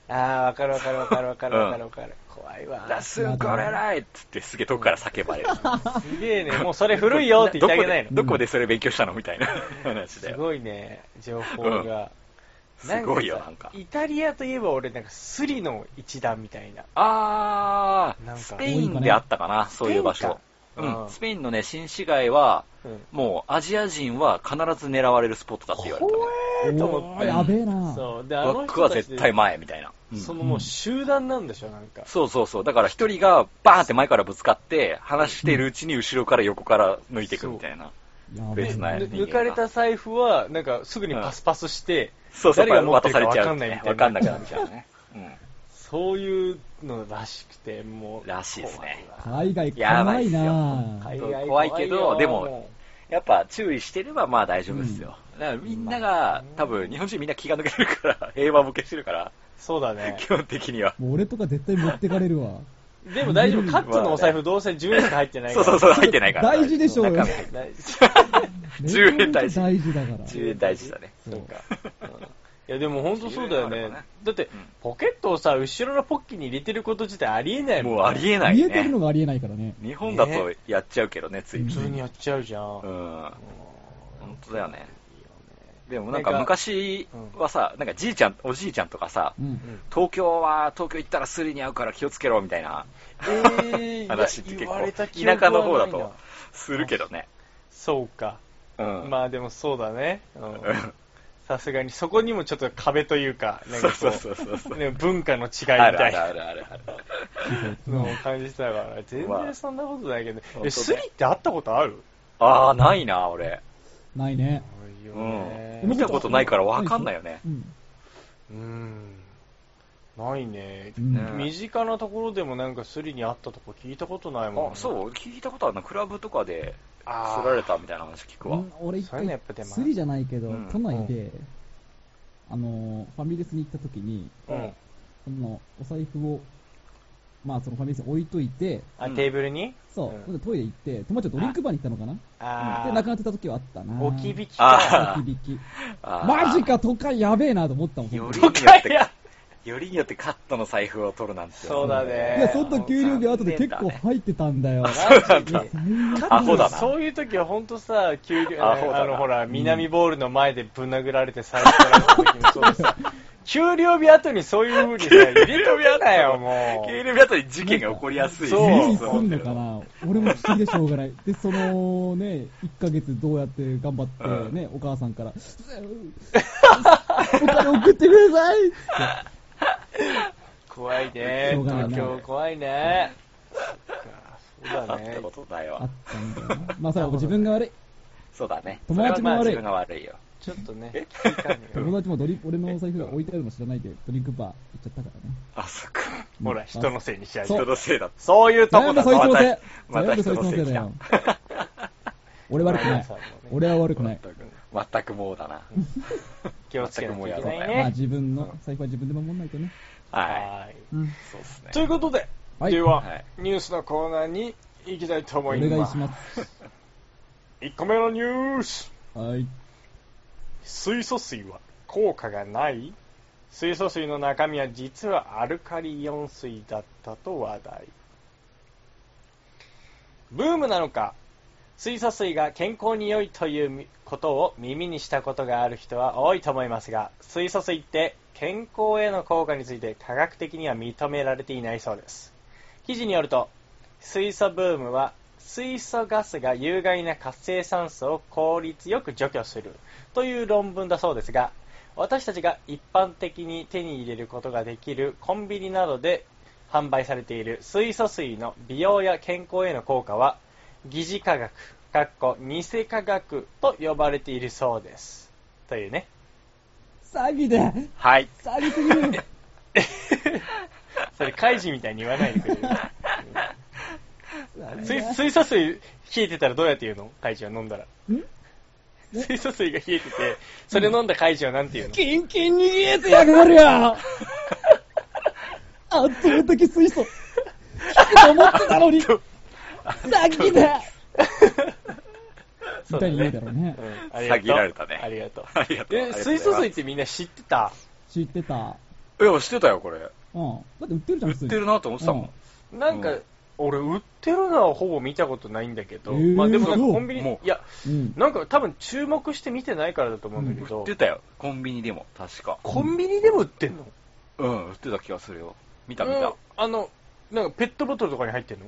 [SPEAKER 4] ああ、わかるわかるわかるわかるわかるわかる。怖いわ。
[SPEAKER 2] ラッスンゴレライっつってスケトから叫ばれる。
[SPEAKER 4] すげえね、もうそれ 古いよって言ってあげないの。
[SPEAKER 2] どこでどこでそれ勉強したのみたいな話だ
[SPEAKER 4] す
[SPEAKER 2] よ。
[SPEAKER 4] ごいね、情報が。
[SPEAKER 2] す
[SPEAKER 4] なんかさ
[SPEAKER 2] ごいよ、なんか。
[SPEAKER 4] イタリアといえば俺、なんかスリの一団みたいな。
[SPEAKER 2] あ
[SPEAKER 4] なん
[SPEAKER 2] ー、
[SPEAKER 4] か
[SPEAKER 2] スペインであったかな、そういう場所。
[SPEAKER 4] スペインか
[SPEAKER 2] う
[SPEAKER 4] うん
[SPEAKER 2] ん、スペインのね、新市街は、
[SPEAKER 4] うん。
[SPEAKER 2] もうアジア人は必ず狙われるスポットだって言われてる、
[SPEAKER 4] 怖えーと思っ
[SPEAKER 3] おー
[SPEAKER 4] て。
[SPEAKER 3] やべえな。
[SPEAKER 4] そう。で、あの
[SPEAKER 2] 僕
[SPEAKER 4] 人
[SPEAKER 2] は
[SPEAKER 4] たちで
[SPEAKER 2] 絶対前みたいな。うん
[SPEAKER 4] そのもう集団なんでしょ、なんか。
[SPEAKER 2] そうそうそう。だから一人がバーンって前からぶつかって、話してるうちに後ろから横から抜いていくみたいな。
[SPEAKER 3] やべえ
[SPEAKER 2] 別なや
[SPEAKER 4] ぬ
[SPEAKER 2] つ
[SPEAKER 4] 抜かれた財布は、なんかすぐにパスパスして、
[SPEAKER 2] そうそう、
[SPEAKER 4] 誰が持って
[SPEAKER 2] 渡
[SPEAKER 4] る
[SPEAKER 2] さ
[SPEAKER 4] か
[SPEAKER 2] れちゃう
[SPEAKER 4] わかん
[SPEAKER 2] って
[SPEAKER 4] ないみ
[SPEAKER 2] ね
[SPEAKER 4] たいな
[SPEAKER 2] わかんなくなっちゃうね。
[SPEAKER 4] そういうのらしくて、もう。
[SPEAKER 2] らしいですね
[SPEAKER 4] 怖いわ
[SPEAKER 3] 海外
[SPEAKER 2] やばい
[SPEAKER 3] 怖
[SPEAKER 2] っ
[SPEAKER 3] い
[SPEAKER 2] すよ
[SPEAKER 3] な
[SPEAKER 2] 海
[SPEAKER 4] 海外
[SPEAKER 2] 怖いけど
[SPEAKER 4] よ
[SPEAKER 2] でもやっぱ注意してればまあ大丈夫ですよ。だからみんなが、多分日本人みんな気が抜けてるから、 平和ボケしてるから、
[SPEAKER 4] そう だね
[SPEAKER 2] 基。本的には。
[SPEAKER 3] もう俺とか絶対持ってかれ るわ。
[SPEAKER 4] でも大丈夫、カッツのお財布どうせ10円しか入ってないか
[SPEAKER 2] そう
[SPEAKER 4] ら。
[SPEAKER 2] そうそう、入ってないから。
[SPEAKER 3] 大事でしょうよ。
[SPEAKER 4] 大
[SPEAKER 2] 10円大事
[SPEAKER 3] めちゃめちゃ大事だから。
[SPEAKER 2] 10円大事だね。
[SPEAKER 3] そうか。
[SPEAKER 4] いやでも本当そうだよ
[SPEAKER 2] 自由
[SPEAKER 4] ね
[SPEAKER 2] があればね。
[SPEAKER 4] だって
[SPEAKER 2] うん、
[SPEAKER 4] ポケットをさ、後ろのポッキに入れてること自体ありえないもん。
[SPEAKER 2] もうありえない
[SPEAKER 3] 見えてる
[SPEAKER 2] ね
[SPEAKER 3] の。がありえないからね。
[SPEAKER 2] 日本だとやっちゃうけどね、つい
[SPEAKER 4] 普
[SPEAKER 2] つい。
[SPEAKER 4] 通
[SPEAKER 2] うん。
[SPEAKER 4] にやっちゃうじゃん。うん
[SPEAKER 2] 本当だよね。でも
[SPEAKER 4] な
[SPEAKER 2] なんん
[SPEAKER 4] か
[SPEAKER 2] か昔はさ、なんかじいちゃん、おじいちゃんとかさ、
[SPEAKER 3] うん。
[SPEAKER 2] 東京は東京行ったらスリに遭うから気をつけろみたいな
[SPEAKER 4] えー
[SPEAKER 2] 話って結
[SPEAKER 4] 言われた記
[SPEAKER 2] 構
[SPEAKER 4] 憶は
[SPEAKER 2] 田舎の方だ
[SPEAKER 4] ないな
[SPEAKER 2] とするけどね。
[SPEAKER 4] そうか。
[SPEAKER 2] うん。
[SPEAKER 4] まあでもそうだね。うん
[SPEAKER 2] うん
[SPEAKER 4] さすがに、そこにもちょっと壁というか、なん
[SPEAKER 2] そ
[SPEAKER 4] か
[SPEAKER 2] う
[SPEAKER 4] こ
[SPEAKER 2] そううそうそうそう。
[SPEAKER 4] ね、文化の違いみ
[SPEAKER 2] あ
[SPEAKER 4] たい
[SPEAKER 2] るある
[SPEAKER 4] な
[SPEAKER 2] あるあるある。
[SPEAKER 4] のを感じてたから、全然そんなことないけど、
[SPEAKER 2] まあ
[SPEAKER 4] え、スリって会ったことある
[SPEAKER 2] ああ、ないな、俺。
[SPEAKER 3] ないね。
[SPEAKER 4] ないよ
[SPEAKER 2] うん。見
[SPEAKER 4] ね。
[SPEAKER 2] たことないからわかんないよね。
[SPEAKER 3] うん。
[SPEAKER 4] うん。ないね
[SPEAKER 3] う。ん
[SPEAKER 2] ね
[SPEAKER 4] 身近なところでもなんかスリに会ったとこ聞いたことないもん、
[SPEAKER 2] あ、そう、聞いたことあるな。クラブとかで、
[SPEAKER 4] あ
[SPEAKER 2] す
[SPEAKER 4] ー
[SPEAKER 2] られたみたいな話聞く
[SPEAKER 3] う
[SPEAKER 2] わ。
[SPEAKER 3] ん俺一
[SPEAKER 4] そういうのや
[SPEAKER 3] 回
[SPEAKER 4] っぱ出、ます
[SPEAKER 3] スリじゃないけど
[SPEAKER 2] うん、
[SPEAKER 3] 都内で、あのー、ファミレスに行った時に、
[SPEAKER 4] うん。
[SPEAKER 3] その、お財布を、まあそのファミレスに置いといて、
[SPEAKER 4] あ、テーブルに
[SPEAKER 3] そう
[SPEAKER 4] うん、
[SPEAKER 3] ほんでトイレ行って、友達とドリンクバーに行ったのかな
[SPEAKER 4] あ
[SPEAKER 3] で、なく
[SPEAKER 4] あ。
[SPEAKER 3] なってた時はあったな。
[SPEAKER 4] 置き引き
[SPEAKER 2] あ
[SPEAKER 4] か。
[SPEAKER 3] 置き引き。
[SPEAKER 2] あー
[SPEAKER 3] マジか、都会やべえなと思ったもん。
[SPEAKER 2] よりに
[SPEAKER 3] い
[SPEAKER 2] よ
[SPEAKER 4] 都
[SPEAKER 2] っ
[SPEAKER 4] 会
[SPEAKER 2] て
[SPEAKER 4] や、
[SPEAKER 2] よりによってカットの財布を取るなんて。
[SPEAKER 4] そうだね
[SPEAKER 3] や、その時給料日後で結構入ってたんだよ。
[SPEAKER 4] マジで
[SPEAKER 2] アホだな
[SPEAKER 4] そういう時は本当さ、給料、
[SPEAKER 2] アホだな
[SPEAKER 4] あの、ほら、南ボールの前でぶん殴られて財布取られた時もそうでさ、給料日後にそういう風にさ、入れとけなよ、も
[SPEAKER 2] 給
[SPEAKER 4] う。
[SPEAKER 2] 料日あたり事件が起こりやすい。
[SPEAKER 4] そう
[SPEAKER 3] 無理す
[SPEAKER 2] そうん
[SPEAKER 3] のかな俺も不思議でしょうがない。で、そのね、1ヶ月どうやって頑張ってね、お母さんから、お金送ってくださいって
[SPEAKER 4] 怖いね
[SPEAKER 3] しょうがない
[SPEAKER 4] 東
[SPEAKER 3] な
[SPEAKER 4] 京怖いねそう
[SPEAKER 2] あ
[SPEAKER 4] だ
[SPEAKER 2] っ
[SPEAKER 4] ね
[SPEAKER 2] たことだ
[SPEAKER 3] あ
[SPEAKER 2] よ
[SPEAKER 3] っ。たんだよな。まあ、それは自分が悪い。
[SPEAKER 2] そうだね。
[SPEAKER 3] 友達も悪
[SPEAKER 2] それはま
[SPEAKER 3] い
[SPEAKER 2] あ自分が悪いよ。
[SPEAKER 4] ちょっとね
[SPEAKER 2] え
[SPEAKER 4] 危機感が
[SPEAKER 3] 友達もドリ俺のお財布が置いてあるの知らないで、ドリンクバー行っちゃったからね。
[SPEAKER 2] あ、そっか。
[SPEAKER 4] ほら人のせいにしちゃう
[SPEAKER 2] 人のせいだ。そういうとこ
[SPEAKER 3] 全
[SPEAKER 2] だ
[SPEAKER 3] 部
[SPEAKER 2] と
[SPEAKER 3] そいつのせい
[SPEAKER 2] また
[SPEAKER 3] 全部
[SPEAKER 2] 人
[SPEAKER 3] そい
[SPEAKER 2] の
[SPEAKER 3] つの
[SPEAKER 2] せい
[SPEAKER 3] せい
[SPEAKER 2] 来
[SPEAKER 3] だ
[SPEAKER 2] た
[SPEAKER 3] よ。俺悪くない。俺は悪くない。
[SPEAKER 2] 全くもうだな。
[SPEAKER 4] 気をつけなきゃいけない
[SPEAKER 3] まあ
[SPEAKER 4] ね
[SPEAKER 3] 自分の財布は自分で守んないとね。
[SPEAKER 2] は
[SPEAKER 4] はい
[SPEAKER 3] うん。お
[SPEAKER 2] い。そうっすね。
[SPEAKER 4] ということで、
[SPEAKER 3] はい
[SPEAKER 4] では、
[SPEAKER 2] はい
[SPEAKER 4] ニュースのコーナーに行きたいと思います。
[SPEAKER 3] 願いします。
[SPEAKER 4] 1個目のニュース。
[SPEAKER 3] はい。
[SPEAKER 4] 水素水は効果がない水素水の中身は実はアルカリイオン水だったと話題。ブームなのか、水素水が健康に良いということを耳にしたことがある人は多いと思いますが、水素水って健康への効果について科学的には認められていないそうです。記事によると、水素ブームは水素ガスが有害な活性酸素を効率よく除去するという論文だそうですが私たちが一般的に手に入れることができるコンビニなどで販売されている水素水の美容や健康への効果は疑似科学かっこ偽科学と呼ばれているそうですというね
[SPEAKER 3] 詐欺で
[SPEAKER 2] はい。
[SPEAKER 3] 詐欺すぎる
[SPEAKER 4] それ開示みたいに言わないで くれる水水素水冷えてたらどうやって言うの海事は飲んだら
[SPEAKER 3] ん
[SPEAKER 4] 水素水が冷えててそれ飲んだ海事はなんて言うの
[SPEAKER 3] キンキンに冷えてやが るよ圧倒的水素効くと思ってたのに詐欺だみたいに言うだろうね。
[SPEAKER 4] うんありがとう
[SPEAKER 2] 詐欺られたね
[SPEAKER 4] ありがとう。
[SPEAKER 2] ありがとう。
[SPEAKER 4] え、水素水っ
[SPEAKER 2] い
[SPEAKER 4] てみんな知ってた
[SPEAKER 3] 知ってた。
[SPEAKER 2] や、知ってたよ、これ。
[SPEAKER 3] うん。だって売ってるじゃん、
[SPEAKER 2] 売
[SPEAKER 3] 普
[SPEAKER 2] っ
[SPEAKER 3] 通
[SPEAKER 2] て
[SPEAKER 3] に
[SPEAKER 2] るなと思ってたもん。
[SPEAKER 4] なんか、
[SPEAKER 2] うん
[SPEAKER 4] 俺売ってるのはほぼ見たことないんだけど、
[SPEAKER 3] えー
[SPEAKER 4] まあでもなんかコン
[SPEAKER 2] も
[SPEAKER 4] ビニ
[SPEAKER 2] う、
[SPEAKER 4] いや、
[SPEAKER 3] うん。うん。
[SPEAKER 4] なんか多分注目して見てないからだと思うんだけ
[SPEAKER 2] 売
[SPEAKER 4] ど、
[SPEAKER 2] ってたよ。コンビニでも、確か。
[SPEAKER 4] コンビニでも売ってんの
[SPEAKER 2] うん、売ってた気がするよ。見た見
[SPEAKER 4] うん
[SPEAKER 2] た。
[SPEAKER 4] あの、なんかペットボトルとかに入ってんの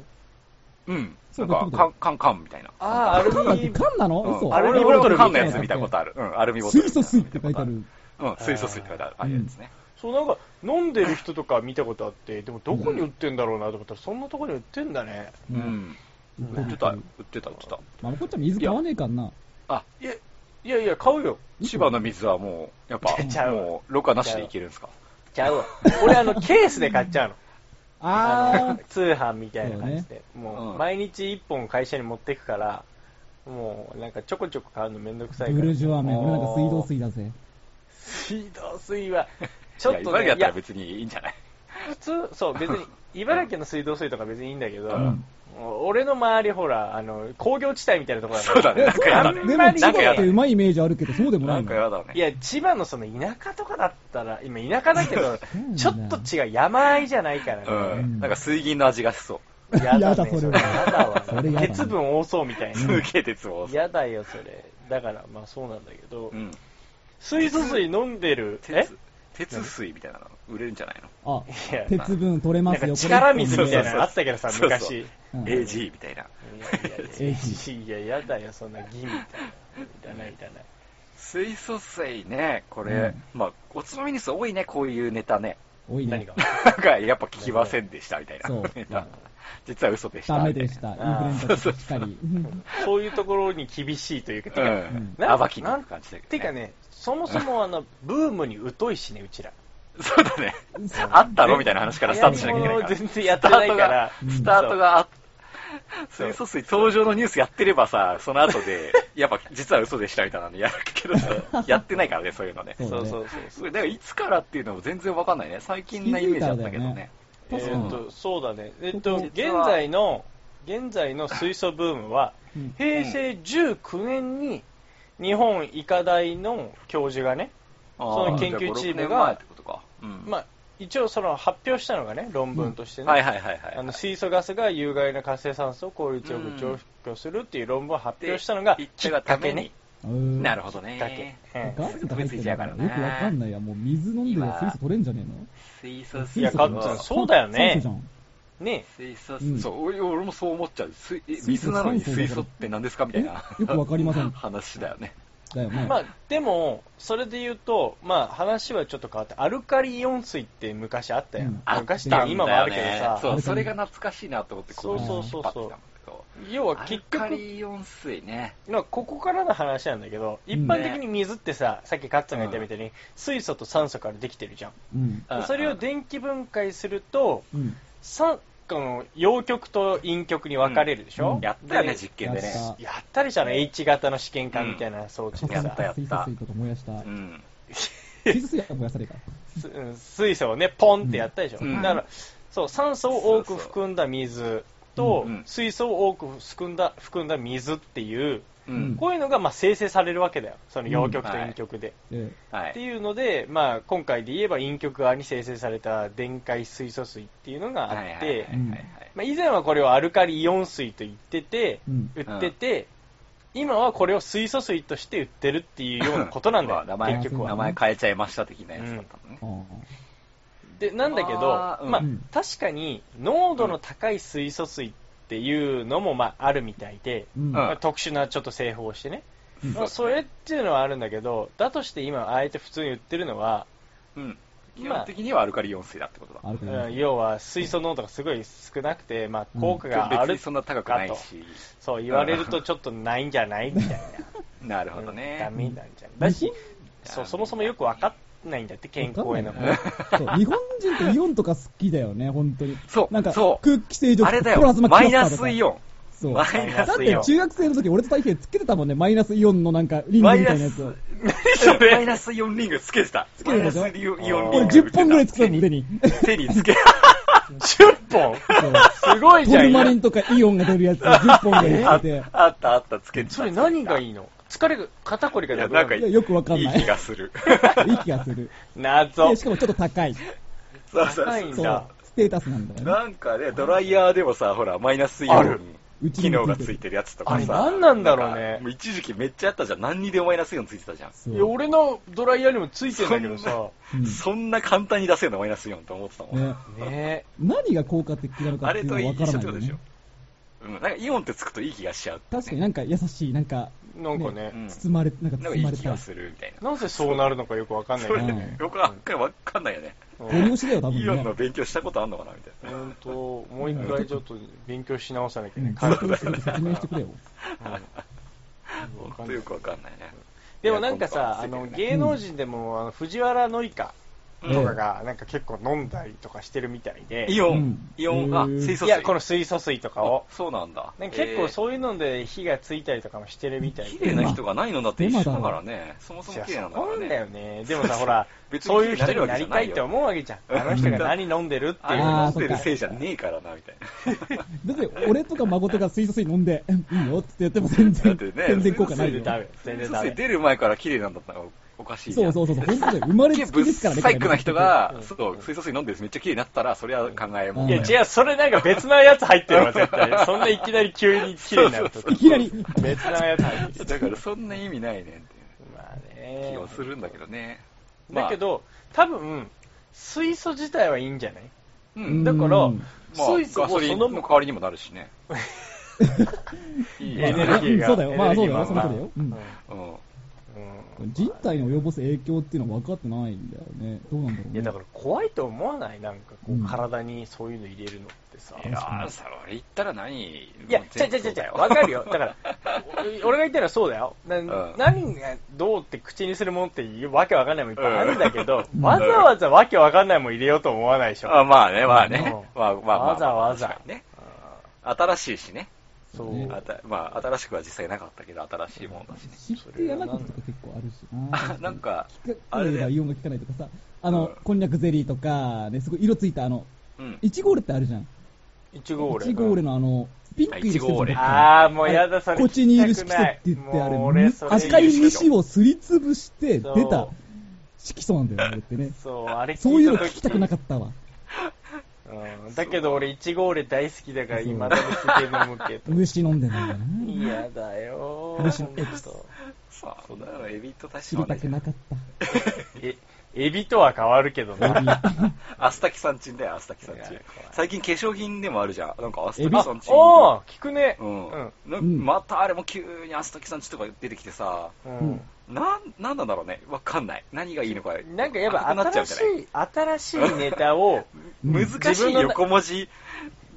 [SPEAKER 2] うん。
[SPEAKER 3] そ
[SPEAKER 2] な
[SPEAKER 3] うんだ
[SPEAKER 2] か、カン、カン、カンみたいな。
[SPEAKER 4] あー、
[SPEAKER 3] 缶な
[SPEAKER 4] ア
[SPEAKER 3] ん
[SPEAKER 4] ル
[SPEAKER 3] て
[SPEAKER 4] ミ、
[SPEAKER 3] 缶なの
[SPEAKER 2] うん
[SPEAKER 3] 嘘。
[SPEAKER 4] ア
[SPEAKER 2] あ
[SPEAKER 4] ル
[SPEAKER 2] れ、
[SPEAKER 4] ミボ
[SPEAKER 2] 俺
[SPEAKER 4] トル
[SPEAKER 2] は
[SPEAKER 4] みた
[SPEAKER 2] カ
[SPEAKER 4] い
[SPEAKER 2] ンの
[SPEAKER 4] な
[SPEAKER 2] やつ見たことある。うん、アルミボトル。
[SPEAKER 3] 水素水って書いてあ。る。
[SPEAKER 2] うん、水素水って書いてある。ああいうやつね。
[SPEAKER 4] そうなんか飲んでる人とか見たことあって、でもどこに売ってんだろうなと思ったら、そんなとこに売ってんだね。
[SPEAKER 2] う。ん。
[SPEAKER 3] 売って
[SPEAKER 2] 売
[SPEAKER 3] る
[SPEAKER 2] ってた、売ってた、売ってた。
[SPEAKER 3] まあ、こっちゃん水買わねえからな。
[SPEAKER 2] あ、
[SPEAKER 4] いや、いやいや、買うよ。
[SPEAKER 2] 千葉の水はもう、やっぱ
[SPEAKER 4] 出ちゃ、う
[SPEAKER 2] もう、ろ過なしでいけるんですか。
[SPEAKER 4] ちゃうわ。俺、あの、ケースで買っちゃうの。あ
[SPEAKER 3] あ
[SPEAKER 4] の通販みたいな感じで、
[SPEAKER 2] う
[SPEAKER 4] もうん毎日1本会社に持っていくから、もうなんかちょこちょこ買うのめんどくさい
[SPEAKER 3] ー、
[SPEAKER 4] から。
[SPEAKER 3] ブルジョワ麺。俺なんか水道水だぜ。
[SPEAKER 4] 水道水 は、ちょっ
[SPEAKER 2] いや
[SPEAKER 4] と
[SPEAKER 2] 茨城だ
[SPEAKER 4] ね、い
[SPEAKER 2] ったら
[SPEAKER 4] や、
[SPEAKER 2] 別にいいんじゃない
[SPEAKER 4] 普通、 そう、別に、茨城の水道水とか別にいいんだけど、
[SPEAKER 3] ん
[SPEAKER 4] もう俺の周り、ほら、あの、工業地帯みたいなところ
[SPEAKER 2] そうだね、なんかやだね。
[SPEAKER 3] で
[SPEAKER 4] な
[SPEAKER 3] も
[SPEAKER 4] ん、
[SPEAKER 3] 千
[SPEAKER 4] かや
[SPEAKER 3] 葉
[SPEAKER 4] だ
[SPEAKER 3] ってうまいイメージあるけど、そうでもな
[SPEAKER 2] ないん
[SPEAKER 3] の
[SPEAKER 2] か。やだね。
[SPEAKER 4] いや、千葉のその田舎とかだったら、今田舎 だけど
[SPEAKER 3] うなん、だ
[SPEAKER 4] ちょっと違う、山あいじゃないからね。
[SPEAKER 2] うん。なんか水銀の味がしそ。
[SPEAKER 4] や
[SPEAKER 3] や
[SPEAKER 4] だ
[SPEAKER 3] だ
[SPEAKER 4] ね、
[SPEAKER 3] それ
[SPEAKER 4] そ
[SPEAKER 3] は
[SPEAKER 4] れやだわ
[SPEAKER 3] それやだね
[SPEAKER 4] 鉄分多そうみたいうな。
[SPEAKER 2] すげえ鉄を。
[SPEAKER 4] やだよ、それ。だから、まあそうなんだけど、
[SPEAKER 2] うん。
[SPEAKER 4] 水素水飲んでる、え
[SPEAKER 2] 鉄、鉄水みたいなの売れるんじゃないの
[SPEAKER 3] あ、
[SPEAKER 4] いや
[SPEAKER 3] 鉄分取れま
[SPEAKER 4] なん
[SPEAKER 3] す
[SPEAKER 4] か
[SPEAKER 3] よ、
[SPEAKER 4] 力水みたいな
[SPEAKER 2] そうそうそう
[SPEAKER 4] のあったけどさ、
[SPEAKER 2] そうそう
[SPEAKER 4] 昔。い
[SPEAKER 3] うん
[SPEAKER 2] ?AG みたいな。
[SPEAKER 4] やいや、いややだよ、そんな義みたいな。いらない、いらない。
[SPEAKER 2] 水素水ね、こ
[SPEAKER 3] う
[SPEAKER 2] れ
[SPEAKER 3] ん、
[SPEAKER 2] まあ、おつまみニュース多いね、こういうネタね。
[SPEAKER 3] 多い
[SPEAKER 4] 何
[SPEAKER 3] ね
[SPEAKER 4] が。
[SPEAKER 2] なんか、やっぱ聞きませんでしたみたいな
[SPEAKER 3] そう。
[SPEAKER 2] ネタ実は嘘でした。
[SPEAKER 3] ダメでした。インフル
[SPEAKER 4] あー
[SPEAKER 3] エンザとかしかり。
[SPEAKER 4] そういうところに厳しいというか、て
[SPEAKER 2] う
[SPEAKER 4] か、
[SPEAKER 2] ん。
[SPEAKER 4] なん
[SPEAKER 2] 暴きの感じだけど。
[SPEAKER 4] てか、ね、そもそもあの、ブームに疎いしね、うちら。
[SPEAKER 2] そうだね。あったのみたいな話からスタートしなきゃいけない
[SPEAKER 4] 流
[SPEAKER 2] から。
[SPEAKER 4] 行り物を全然やってないから、
[SPEAKER 2] スタートがあっ、水素水登場のニュースやってればさ、その後で、 やっぱ実は嘘でしたみたいなのやるけど さ、やってないからね、そういうのね。
[SPEAKER 3] そう
[SPEAKER 4] そう
[SPEAKER 3] ね
[SPEAKER 4] そうそうそう。
[SPEAKER 2] すごい、だからいつからっていうのも全然わかんないね。最近なイメージだったけどね。
[SPEAKER 4] え
[SPEAKER 3] 確か
[SPEAKER 4] ーっ
[SPEAKER 3] に。
[SPEAKER 4] と、そうだね。えっと、現
[SPEAKER 2] 実は
[SPEAKER 4] 在の、現在の水素ブームは、
[SPEAKER 3] うん
[SPEAKER 4] 平成19年に、日本医科大の教授がね、
[SPEAKER 2] あー
[SPEAKER 4] その研究チ
[SPEAKER 2] じゃあ5 6
[SPEAKER 4] ームが
[SPEAKER 2] 年前ってことか。うん。
[SPEAKER 4] まあ、一応その発表したのがね、論文としてね、
[SPEAKER 2] はいはいはいはい。
[SPEAKER 4] あの水素ガスが有害な活性酸素を効率よく除去するっていう論文を発表したのが
[SPEAKER 2] 言っ、
[SPEAKER 4] き
[SPEAKER 2] て
[SPEAKER 4] っ
[SPEAKER 2] が
[SPEAKER 4] か
[SPEAKER 2] た
[SPEAKER 4] け
[SPEAKER 2] め
[SPEAKER 4] ね
[SPEAKER 2] に。。
[SPEAKER 3] うん
[SPEAKER 2] なるほど
[SPEAKER 4] きっかけ
[SPEAKER 2] ね。。
[SPEAKER 4] うん
[SPEAKER 3] ガスとか入ってる
[SPEAKER 2] すぐ追い
[SPEAKER 3] からよく
[SPEAKER 2] ついちゃうからな
[SPEAKER 3] わかんないや。もう水飲んでる水素取れんじゃね
[SPEAKER 2] 水素
[SPEAKER 3] えの
[SPEAKER 4] いや、
[SPEAKER 2] 水
[SPEAKER 4] か
[SPEAKER 2] は
[SPEAKER 4] っ
[SPEAKER 3] ガ
[SPEAKER 4] ちゃん、
[SPEAKER 3] ッツ
[SPEAKER 4] そうだよ
[SPEAKER 3] 酸素
[SPEAKER 4] ね
[SPEAKER 3] じゃ。ん。
[SPEAKER 4] ね
[SPEAKER 2] 水素、
[SPEAKER 3] うん
[SPEAKER 2] そう、俺俺もそう思っちゃう。水え
[SPEAKER 3] 水素
[SPEAKER 2] 水なのに
[SPEAKER 3] 酸素だから
[SPEAKER 2] 水素って何ですかみたいな。
[SPEAKER 3] えよくわかりません
[SPEAKER 2] 話だよね。
[SPEAKER 3] だよね。
[SPEAKER 4] まあ、でも、それで言うと、まあ、話はちょっと変わって、アルカリイオン水って昔あったやん。
[SPEAKER 3] うん
[SPEAKER 2] あ
[SPEAKER 4] 昔
[SPEAKER 2] っ
[SPEAKER 4] っていう
[SPEAKER 2] たんだよ
[SPEAKER 4] か
[SPEAKER 2] ね
[SPEAKER 4] 今もあるけどさ、
[SPEAKER 2] そう、
[SPEAKER 3] あ
[SPEAKER 2] それが懐かしいなと思って、こ
[SPEAKER 4] そう
[SPEAKER 2] 引
[SPEAKER 4] そう
[SPEAKER 2] っ
[SPEAKER 4] そ
[SPEAKER 2] 張
[SPEAKER 4] う
[SPEAKER 2] って
[SPEAKER 4] そ
[SPEAKER 2] た
[SPEAKER 4] うん
[SPEAKER 2] だけど。
[SPEAKER 4] 要は
[SPEAKER 2] ア
[SPEAKER 4] 結
[SPEAKER 2] ルカ
[SPEAKER 4] 局、
[SPEAKER 2] リ温水ね。
[SPEAKER 4] まあここからの話なんだけど、一般的に水ってさ、さっきカッツンが言ったみたいに、水素と酸素からできてるじゃん。
[SPEAKER 3] うん。
[SPEAKER 4] でそれを電気分解すると、
[SPEAKER 3] うん。
[SPEAKER 4] 酸この陽極と陰極に分かれるでしょ、
[SPEAKER 3] うん
[SPEAKER 2] やったよね、
[SPEAKER 4] で
[SPEAKER 2] 実験で
[SPEAKER 3] やった
[SPEAKER 2] ね。
[SPEAKER 4] やったりじゃない H 型の試験管みたいな装置で
[SPEAKER 2] や
[SPEAKER 4] さ、
[SPEAKER 2] ったやった
[SPEAKER 3] 水素水とか燃やした。
[SPEAKER 2] うん。
[SPEAKER 3] 水素水は燃やされた。
[SPEAKER 4] すうん水素をね、ポンってやったでしょ、
[SPEAKER 2] うん
[SPEAKER 4] だからそう酸素を多く含んだ水と、
[SPEAKER 2] そうそううん
[SPEAKER 4] 水素を多く含んだ含んだ水っていう、
[SPEAKER 2] うん。
[SPEAKER 4] こういうのがまあ生成されるわけだよ、その陽極と
[SPEAKER 2] うん
[SPEAKER 4] 陰極で。
[SPEAKER 3] で、
[SPEAKER 2] は
[SPEAKER 4] って
[SPEAKER 2] い。
[SPEAKER 4] いうので、まあ、今回で言えば陰極側に生成された電解水素水っていうのが
[SPEAKER 2] はい
[SPEAKER 4] あ
[SPEAKER 2] は
[SPEAKER 4] っ
[SPEAKER 2] いはいは
[SPEAKER 4] て、
[SPEAKER 2] いはい。
[SPEAKER 4] まあ、以前はこれをアルカリイオン水と言ってて、
[SPEAKER 3] うん。
[SPEAKER 4] 売ってて、今はこれを水素水として売ってるっていうようなことなんだよ、
[SPEAKER 2] 名前、
[SPEAKER 4] 結局
[SPEAKER 2] 名
[SPEAKER 4] は。
[SPEAKER 2] 前変えちゃいました的なやつだったのね。
[SPEAKER 3] あー
[SPEAKER 4] でなんだけど、
[SPEAKER 2] あーうん
[SPEAKER 4] まあ
[SPEAKER 3] うん、
[SPEAKER 4] 確かに濃度の高い水素水っていうのもまああるみたいで、
[SPEAKER 3] うん。
[SPEAKER 2] うん
[SPEAKER 4] まあ特殊なちょっと製法をしてね、
[SPEAKER 3] うん
[SPEAKER 4] まあ、それっていうのはあるんだけど、だとして今、あえて普通に売ってるのは、
[SPEAKER 2] うん。基本的にはアルカリ温水だってことだ。
[SPEAKER 3] あるか
[SPEAKER 4] う
[SPEAKER 3] ら
[SPEAKER 4] ん。要は水素濃度がすごい少なくて、まあ、効果があ
[SPEAKER 2] 別
[SPEAKER 4] る
[SPEAKER 2] にそんな高くないし。
[SPEAKER 4] そう言われるとちょっとないんじゃないみたいな。
[SPEAKER 2] なるほど
[SPEAKER 4] ダ
[SPEAKER 2] ね。
[SPEAKER 4] メなんじゃないだし、
[SPEAKER 2] うん
[SPEAKER 4] そう、そもそもよくわかんないんだって、健康への
[SPEAKER 3] わ。かんないそう日本人ってイオンとか好きだよね、本当に。
[SPEAKER 2] そう
[SPEAKER 3] なんか、
[SPEAKER 2] そう
[SPEAKER 3] 空気清浄機
[SPEAKER 2] あれだ
[SPEAKER 3] プラ
[SPEAKER 2] よ
[SPEAKER 3] ズ、マ
[SPEAKER 2] マ
[SPEAKER 3] ク
[SPEAKER 2] イ
[SPEAKER 3] ラ
[SPEAKER 2] ナ
[SPEAKER 3] スターとか
[SPEAKER 2] スイオン。
[SPEAKER 3] そう。
[SPEAKER 2] マ
[SPEAKER 3] だ
[SPEAKER 2] イナ
[SPEAKER 3] っ
[SPEAKER 2] スイ
[SPEAKER 3] て
[SPEAKER 2] オン。
[SPEAKER 3] 中学生の時俺と太平つけてたもんね、マイナスイオンのなんか、リングみた
[SPEAKER 2] マ
[SPEAKER 3] い
[SPEAKER 2] イ
[SPEAKER 3] な
[SPEAKER 2] ナ
[SPEAKER 3] や
[SPEAKER 2] ス
[SPEAKER 3] つを。、
[SPEAKER 2] マイナスイオンリングつけてた。つ
[SPEAKER 3] けてたでしょ
[SPEAKER 2] マイナスイオンリング。
[SPEAKER 3] 俺10本ぐらいつけたもん、腕に。
[SPEAKER 2] 手につけ、
[SPEAKER 4] 10本
[SPEAKER 3] そう
[SPEAKER 4] すごい
[SPEAKER 3] ト
[SPEAKER 4] じゃ
[SPEAKER 3] ル
[SPEAKER 4] ん
[SPEAKER 3] マリンとかイオンが出るやつ10本ぐら
[SPEAKER 2] あ
[SPEAKER 3] い つけて。
[SPEAKER 2] あったあった、つけてた。
[SPEAKER 4] それ何がいいの疲れが、肩こりがなくない
[SPEAKER 2] やなんか
[SPEAKER 4] る
[SPEAKER 3] いや、よくわかん
[SPEAKER 2] いい
[SPEAKER 3] ない。い
[SPEAKER 2] 気がする。
[SPEAKER 3] い気がする。
[SPEAKER 4] 謎
[SPEAKER 3] でしかもちょっと高い。
[SPEAKER 2] そうそう
[SPEAKER 4] 高い
[SPEAKER 2] そ
[SPEAKER 4] んだ
[SPEAKER 2] う。
[SPEAKER 3] そう。ステータスなんだよね。
[SPEAKER 2] なんかね、ドライヤーでもさ、ほら、マイナスイオ
[SPEAKER 4] あ
[SPEAKER 2] ン
[SPEAKER 4] る
[SPEAKER 3] うち
[SPEAKER 2] 機
[SPEAKER 3] にも
[SPEAKER 2] 能がついてるやつと
[SPEAKER 4] あ
[SPEAKER 2] か
[SPEAKER 4] れ
[SPEAKER 2] さ。
[SPEAKER 4] 何なんだろうね
[SPEAKER 2] なんかも一時期めっちゃあったじゃん。何にでもマイナスイオンついてたじゃん。
[SPEAKER 3] そ
[SPEAKER 4] いうや、俺のドライヤーにもついてんだけどさ。
[SPEAKER 3] うん
[SPEAKER 2] そんな簡単に出せるのマイナスイオンと思ってたもん。
[SPEAKER 3] ね
[SPEAKER 4] ね
[SPEAKER 3] 何が効果的なのか
[SPEAKER 2] あ
[SPEAKER 3] ってい
[SPEAKER 2] れ
[SPEAKER 3] うの
[SPEAKER 2] と
[SPEAKER 3] は
[SPEAKER 2] 一
[SPEAKER 3] わ
[SPEAKER 2] 緒
[SPEAKER 3] から
[SPEAKER 2] っ
[SPEAKER 3] な
[SPEAKER 2] て
[SPEAKER 3] い
[SPEAKER 2] こ
[SPEAKER 3] よ
[SPEAKER 2] とでしょ
[SPEAKER 3] ね。。
[SPEAKER 2] うん。なんかイオンってつくといい気がしちゃう。
[SPEAKER 3] 確かになんか優しい、なんか、
[SPEAKER 4] え。なんかね、
[SPEAKER 2] うん
[SPEAKER 3] 包まれ、なんか
[SPEAKER 2] なんか
[SPEAKER 3] 包
[SPEAKER 2] い
[SPEAKER 3] ま
[SPEAKER 2] い
[SPEAKER 3] れ
[SPEAKER 2] 気
[SPEAKER 3] た
[SPEAKER 2] が。するみたいな。
[SPEAKER 4] なぜそうなるのかよくわかんない
[SPEAKER 2] それ
[SPEAKER 4] ね。
[SPEAKER 3] うん
[SPEAKER 2] よくわかんわかんないよね。
[SPEAKER 4] う
[SPEAKER 3] ご
[SPEAKER 4] ん
[SPEAKER 3] 利しだよ、多分
[SPEAKER 2] イオンの
[SPEAKER 3] ね。
[SPEAKER 2] 勉強したことあんのかなみたいな。
[SPEAKER 4] ほんと、もう一回ちょっと勉強し直さなきゃ
[SPEAKER 3] う
[SPEAKER 4] ね
[SPEAKER 3] ん、。
[SPEAKER 4] 感
[SPEAKER 3] 関
[SPEAKER 4] 覚
[SPEAKER 3] 係して説明してくれよ。
[SPEAKER 2] ほん
[SPEAKER 4] うんわかん
[SPEAKER 2] と
[SPEAKER 4] ない
[SPEAKER 2] よくわかんないね。
[SPEAKER 4] でもなんかさ、あ
[SPEAKER 2] いや
[SPEAKER 4] の、
[SPEAKER 2] 今度はついてるね
[SPEAKER 4] 芸能人でも、あの藤原紀香
[SPEAKER 3] う
[SPEAKER 4] と
[SPEAKER 3] ん
[SPEAKER 4] かが、なんか結構飲んだりとかしてるみたいで。
[SPEAKER 2] イオ
[SPEAKER 3] う
[SPEAKER 2] ン
[SPEAKER 3] ん、
[SPEAKER 2] イオ
[SPEAKER 3] へ
[SPEAKER 2] ン、
[SPEAKER 3] ー
[SPEAKER 2] あ、水素水。
[SPEAKER 4] いや、この水素水とかを
[SPEAKER 2] あ。そうなんだ。
[SPEAKER 4] なんか結構
[SPEAKER 2] う。
[SPEAKER 4] そういうので火がついたりとかもしてるみたい
[SPEAKER 2] 綺
[SPEAKER 4] で。
[SPEAKER 2] 麗な人がないのだって一緒だからね。そもそ
[SPEAKER 4] い
[SPEAKER 2] も
[SPEAKER 4] や
[SPEAKER 2] 綺麗なんだか
[SPEAKER 4] そう
[SPEAKER 2] ら
[SPEAKER 4] だよ
[SPEAKER 2] ね。
[SPEAKER 4] ね。でもさ、ほら、
[SPEAKER 2] 別に
[SPEAKER 4] そう
[SPEAKER 2] 気
[SPEAKER 4] い
[SPEAKER 2] に
[SPEAKER 4] う
[SPEAKER 2] な
[SPEAKER 4] 人
[SPEAKER 2] れるわ
[SPEAKER 4] に
[SPEAKER 2] けじ
[SPEAKER 4] なり
[SPEAKER 2] ゃな
[SPEAKER 4] たい
[SPEAKER 2] い
[SPEAKER 4] って
[SPEAKER 2] よ。
[SPEAKER 4] 思うわけじゃん。あの人が何飲んでるって
[SPEAKER 2] あ
[SPEAKER 4] い
[SPEAKER 2] れ
[SPEAKER 4] う
[SPEAKER 3] あ
[SPEAKER 2] 飲
[SPEAKER 4] の。
[SPEAKER 3] ー
[SPEAKER 2] んでるせいじゃねえからな、みた いな。
[SPEAKER 3] だって、俺とか孫とか水素水飲んで、 いいよって言っても全
[SPEAKER 2] だっ
[SPEAKER 3] 然、
[SPEAKER 2] てね
[SPEAKER 3] 全然効果な
[SPEAKER 4] 全
[SPEAKER 3] い
[SPEAKER 4] 然
[SPEAKER 3] よ。
[SPEAKER 4] ダメ。全
[SPEAKER 2] 水
[SPEAKER 4] 然
[SPEAKER 2] 素
[SPEAKER 4] ダ
[SPEAKER 2] 水
[SPEAKER 4] メ。
[SPEAKER 2] 出る前から綺麗なんだったらおかしいじ
[SPEAKER 3] そ
[SPEAKER 2] ゃ。
[SPEAKER 3] うんそうそうそう、本当だよ。生
[SPEAKER 2] 生
[SPEAKER 3] まれつきですからね。
[SPEAKER 2] サイクな人が
[SPEAKER 4] う、ん
[SPEAKER 2] そう、水素水飲んでめっちゃ綺麗になったら、それは考えも
[SPEAKER 3] うん
[SPEAKER 4] いや、違う、それなんか別のやつ入ってるわ、絶対。そんないきなり急に綺麗にな ると
[SPEAKER 3] いきなり、
[SPEAKER 4] 別のやつ入ってる。
[SPEAKER 2] だからそんな意味ないねんって
[SPEAKER 4] まあ
[SPEAKER 2] いう
[SPEAKER 4] ね。
[SPEAKER 2] 気もするんだけどね。
[SPEAKER 4] だけど、多分、水素自体はいいいんじゃない
[SPEAKER 2] まあ、う、
[SPEAKER 3] うんん
[SPEAKER 2] だ
[SPEAKER 4] だから
[SPEAKER 3] うん
[SPEAKER 2] まあ、
[SPEAKER 4] 水素
[SPEAKER 2] ガソ
[SPEAKER 4] を
[SPEAKER 2] リ
[SPEAKER 4] そ
[SPEAKER 2] ン
[SPEAKER 4] の
[SPEAKER 2] の代
[SPEAKER 4] まま
[SPEAKER 2] わりにもなるしね。いい
[SPEAKER 3] まあ
[SPEAKER 4] エネルギーが
[SPEAKER 3] そうだよ。まあそうだ
[SPEAKER 4] エネ
[SPEAKER 3] よ。
[SPEAKER 4] ル
[SPEAKER 3] そ
[SPEAKER 4] ギーが
[SPEAKER 3] のことだよ。うん
[SPEAKER 2] うん。
[SPEAKER 4] うん
[SPEAKER 3] 人体に及ぼす影響っていうのは分かってないんだよね。どうなんだろう
[SPEAKER 4] い
[SPEAKER 3] ね。
[SPEAKER 4] やだから怖いと思わないなんかこ
[SPEAKER 3] う
[SPEAKER 4] うん体にそういうの入れるのってさ。
[SPEAKER 2] いやー、それ言ったら何
[SPEAKER 4] いや
[SPEAKER 2] もう、
[SPEAKER 4] ちゃ
[SPEAKER 2] 全
[SPEAKER 4] ち
[SPEAKER 2] 部
[SPEAKER 4] ゃち
[SPEAKER 2] そう
[SPEAKER 4] ゃち
[SPEAKER 2] だ
[SPEAKER 4] ゃ、わかるよ。だ から、お俺が言ったらそうだよ。な
[SPEAKER 2] うん
[SPEAKER 4] 何がどうって口にするもんっていうわけわかんないもんいっぱいあるんだけど、
[SPEAKER 3] うん
[SPEAKER 4] わざわざわけわかんないもん入れようと思わないでしょ。
[SPEAKER 2] あまあね、まあね。
[SPEAKER 4] うん
[SPEAKER 2] まあまあまあ。
[SPEAKER 4] わざわざ
[SPEAKER 2] 確かにね。
[SPEAKER 4] あ
[SPEAKER 2] 新しいしね。
[SPEAKER 4] ーそう。
[SPEAKER 3] ね
[SPEAKER 2] あたまあ、新しくは実際なかったけど、新しいものだしね。
[SPEAKER 3] 知ってやなかったこと結構あるし
[SPEAKER 2] あ
[SPEAKER 3] な。
[SPEAKER 2] なんか、
[SPEAKER 3] 聞
[SPEAKER 2] あ
[SPEAKER 3] か
[SPEAKER 2] れ
[SPEAKER 3] れ
[SPEAKER 2] だよ
[SPEAKER 3] ばイオンが効かないとかさ、あ
[SPEAKER 2] う
[SPEAKER 3] の
[SPEAKER 2] ん、
[SPEAKER 3] こんにゃくゼリーとか、ね、すごい色ついた、あの、
[SPEAKER 2] うん。
[SPEAKER 3] いちごオレってあるじゃん。
[SPEAKER 4] いちご俺。
[SPEAKER 3] いちごオレのあの、ピンク色し
[SPEAKER 2] あい
[SPEAKER 3] てるやつ
[SPEAKER 2] ちごオレ
[SPEAKER 4] あー、もうやだ、それ。
[SPEAKER 3] こっちにいる色素って言って、あ
[SPEAKER 4] もう俺
[SPEAKER 3] れ
[SPEAKER 4] そ、れ
[SPEAKER 3] 赤い虫をすりつぶして
[SPEAKER 4] そう
[SPEAKER 3] 出た色素なんだよね、あれってね。
[SPEAKER 4] そう、あれ
[SPEAKER 3] そう
[SPEAKER 4] 聞
[SPEAKER 3] い
[SPEAKER 4] いう
[SPEAKER 3] の
[SPEAKER 4] た
[SPEAKER 3] が
[SPEAKER 4] 時
[SPEAKER 3] 聞きたくなかったわ。
[SPEAKER 4] うんだけど俺、いちご俺大好きだから、今でもすげえ飲むけど。
[SPEAKER 3] 虫飲んでないんだよな。
[SPEAKER 4] 嫌だよ
[SPEAKER 3] 嬉しい
[SPEAKER 4] ほんと
[SPEAKER 2] さあ、そんなのエビと確
[SPEAKER 3] 知
[SPEAKER 2] か
[SPEAKER 3] り
[SPEAKER 2] に同
[SPEAKER 3] た
[SPEAKER 2] じ
[SPEAKER 3] くなかった。
[SPEAKER 4] え、エビとは変わるけどな。
[SPEAKER 2] アスタキサンチンだよ、アスタキサン
[SPEAKER 4] いや
[SPEAKER 2] チン
[SPEAKER 4] 怖い。
[SPEAKER 2] 最近化粧品でもあるじゃん。なんかアスタ
[SPEAKER 3] エビ
[SPEAKER 2] キ
[SPEAKER 4] あ
[SPEAKER 2] サンチン。
[SPEAKER 4] おー、聞くね。
[SPEAKER 2] うん
[SPEAKER 4] うん。
[SPEAKER 2] な
[SPEAKER 3] うん
[SPEAKER 2] またあれも急にアスタキサンチンとか出てきてさ、
[SPEAKER 4] う
[SPEAKER 3] うん
[SPEAKER 4] ん。
[SPEAKER 2] なん、なんなんだろうね。わかんない。何がいいのか。
[SPEAKER 4] なんかやっぱ
[SPEAKER 2] なくなっちゃ
[SPEAKER 4] 新
[SPEAKER 2] うじ
[SPEAKER 4] し
[SPEAKER 2] ゃない
[SPEAKER 4] い、新しいネ タを、
[SPEAKER 3] うん
[SPEAKER 2] 難しい横文字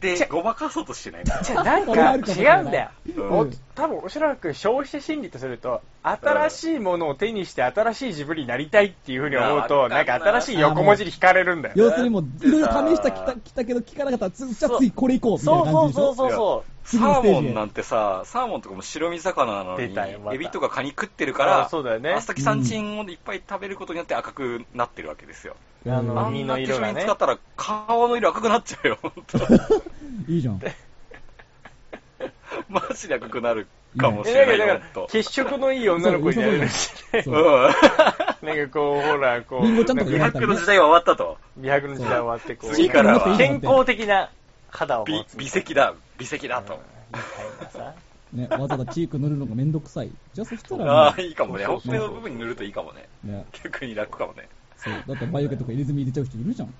[SPEAKER 2] でごまかそうとしてないな。
[SPEAKER 4] じゃあなん
[SPEAKER 3] それは
[SPEAKER 4] か
[SPEAKER 3] あるかもしれない
[SPEAKER 4] 違うんだよ。
[SPEAKER 2] うん
[SPEAKER 4] お多分おそらく消費者心理とすると、新しいものを手にして新しい自分になりたいっていうふうに思う
[SPEAKER 2] う
[SPEAKER 4] と、
[SPEAKER 2] ん
[SPEAKER 4] なんか新しい横文字に惹かれるんだよ。
[SPEAKER 3] 要するにもう、いろいろ試したきた来たけど聞かなかったら、つじゃあ次これ行こうみたい
[SPEAKER 4] そう
[SPEAKER 3] な
[SPEAKER 4] そ
[SPEAKER 3] 感
[SPEAKER 4] う
[SPEAKER 3] じでし
[SPEAKER 4] そう
[SPEAKER 3] ょ
[SPEAKER 4] そうそ
[SPEAKER 3] 次の
[SPEAKER 2] サー
[SPEAKER 3] ステー
[SPEAKER 2] モ
[SPEAKER 3] ジへ
[SPEAKER 2] ンなんてさ、サーモンとかも白身魚なの
[SPEAKER 4] 出
[SPEAKER 2] に
[SPEAKER 4] たよま、た
[SPEAKER 2] エビとかカニ食ってるから、
[SPEAKER 4] あそうだよね
[SPEAKER 2] アスタキサンチンをいっぱい食べることによって赤くなってるわけですよ。
[SPEAKER 4] う。あの、
[SPEAKER 2] あん
[SPEAKER 4] 身
[SPEAKER 2] な
[SPEAKER 4] の
[SPEAKER 2] 化
[SPEAKER 4] 色
[SPEAKER 2] 粧
[SPEAKER 4] が
[SPEAKER 2] 品
[SPEAKER 4] ね
[SPEAKER 2] 使。ったら顔の色赤くなっちゃうよ、本 当
[SPEAKER 3] いいじゃん。
[SPEAKER 2] マジで赤くなるかもし
[SPEAKER 4] え
[SPEAKER 2] れ
[SPEAKER 4] だ
[SPEAKER 2] な
[SPEAKER 4] け
[SPEAKER 2] いよ、ほ
[SPEAKER 4] ど、だから
[SPEAKER 2] ん、と
[SPEAKER 4] 血色のいい女の子になれるし ね。
[SPEAKER 3] そう
[SPEAKER 2] うん。
[SPEAKER 4] なんかこう、ほら、こう、
[SPEAKER 3] リンゴちゃん
[SPEAKER 4] な
[SPEAKER 3] とか
[SPEAKER 4] んか
[SPEAKER 3] 言われた
[SPEAKER 2] 100
[SPEAKER 3] ら
[SPEAKER 2] の
[SPEAKER 3] ね
[SPEAKER 2] 時。代は終わったと。
[SPEAKER 4] 美白の時代終わって、こう、
[SPEAKER 2] 次からは
[SPEAKER 4] 健康的な肌を持
[SPEAKER 2] 美
[SPEAKER 4] つ。
[SPEAKER 2] 美石だ、美石だと。
[SPEAKER 4] みたいなさ。
[SPEAKER 3] ね、わざわざチーク塗るのがめんどくさい。じゃあそした
[SPEAKER 2] あ
[SPEAKER 3] ら
[SPEAKER 2] あ、
[SPEAKER 3] ね、
[SPEAKER 2] いいかもね。
[SPEAKER 4] そ
[SPEAKER 2] ほ
[SPEAKER 4] う
[SPEAKER 2] っ
[SPEAKER 4] そうそ
[SPEAKER 2] ぺ
[SPEAKER 4] う
[SPEAKER 2] の部分に塗るといいかもね。
[SPEAKER 3] ね、
[SPEAKER 2] 逆に楽かもね。
[SPEAKER 3] そう。だって眉毛とか入れ墨入れちゃう人いるじゃん。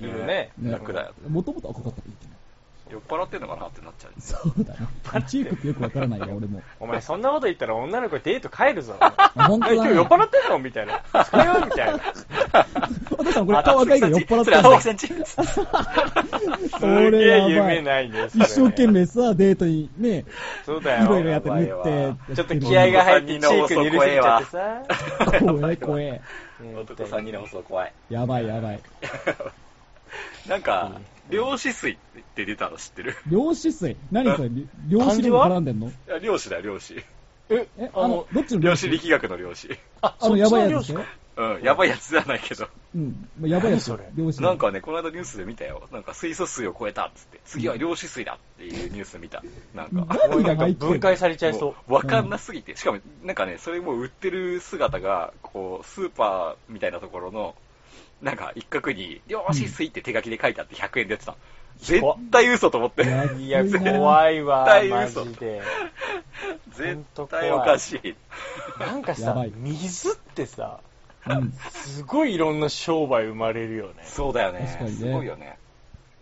[SPEAKER 4] いるね。
[SPEAKER 3] ね
[SPEAKER 2] 楽だよ。
[SPEAKER 3] もともと赤かったらいいけど。
[SPEAKER 2] 酔っ払ってんのかなってなっちゃう。
[SPEAKER 3] そうだね。チークってよくわからないよ、俺も。
[SPEAKER 4] お前そんなこと言ったら女の子デート帰る ぞ。
[SPEAKER 3] あ本当だ、
[SPEAKER 4] え今日
[SPEAKER 3] ね。
[SPEAKER 4] 酔っ払ってんのみたいな。それはみたいな。
[SPEAKER 3] お父さん、これ顔赤いから酔っ払ってる
[SPEAKER 2] それ青木さんち。それ青木さんち
[SPEAKER 3] そ
[SPEAKER 4] すげ
[SPEAKER 3] れ
[SPEAKER 4] え
[SPEAKER 3] やば
[SPEAKER 4] 夢
[SPEAKER 3] い。
[SPEAKER 4] ないね。それ
[SPEAKER 3] 一
[SPEAKER 4] ね
[SPEAKER 3] 生懸。命さ、デートにね、
[SPEAKER 4] そう
[SPEAKER 3] い
[SPEAKER 4] だ
[SPEAKER 3] ろいろ
[SPEAKER 4] よ。
[SPEAKER 3] やって塗って。
[SPEAKER 4] ちょっと気合が入って
[SPEAKER 2] お
[SPEAKER 4] チークにいるすぎちゃってさ。
[SPEAKER 3] 怖え、怖え。
[SPEAKER 2] 男さんに直そう怖い。
[SPEAKER 3] やばい、やばい。
[SPEAKER 2] なんか、漁師水って出たの知ってる
[SPEAKER 3] 漁師水何それ漁師にも絡んでんの
[SPEAKER 2] いや漁師だ、漁師。
[SPEAKER 4] え
[SPEAKER 3] え、あの、、どっちの
[SPEAKER 2] 漁
[SPEAKER 3] 漁
[SPEAKER 2] 師
[SPEAKER 3] 師
[SPEAKER 2] 力学の漁師。
[SPEAKER 4] あ
[SPEAKER 3] あの、やばいやつでし
[SPEAKER 4] そっちの漁師
[SPEAKER 3] ょ
[SPEAKER 4] か
[SPEAKER 2] うん、やばいやつじゃないけど。
[SPEAKER 3] うん。まあやばいやつ
[SPEAKER 4] 何それ。
[SPEAKER 3] 漁師。
[SPEAKER 2] なん、かね、この間ニュースで見たよ。なんか水素水を超えたっつって、次は漁師水だっていうニュース見た。なんか。
[SPEAKER 3] 何が入ってる
[SPEAKER 4] 分解されちゃいそう
[SPEAKER 2] も。うわかんなすぎて、しかも、なんかね、それもう売ってる姿が、こう、スーパーみたいなところの、なんか一角に、漁師水って手書きで書いてあって100円でやってた。絶対嘘と思って。
[SPEAKER 3] や
[SPEAKER 4] いや、
[SPEAKER 3] 絶対
[SPEAKER 4] 怖いわ
[SPEAKER 2] 絶、対
[SPEAKER 4] マ
[SPEAKER 2] 嘘
[SPEAKER 4] ジで。
[SPEAKER 2] 絶対おかしい。
[SPEAKER 4] なんか
[SPEAKER 3] や
[SPEAKER 4] さ
[SPEAKER 3] ばい、
[SPEAKER 4] 水ってさ、
[SPEAKER 3] うん。
[SPEAKER 4] すごいいろんな商売生まれるよね。
[SPEAKER 2] そうだよね。
[SPEAKER 3] 確かにね
[SPEAKER 2] すごいよね。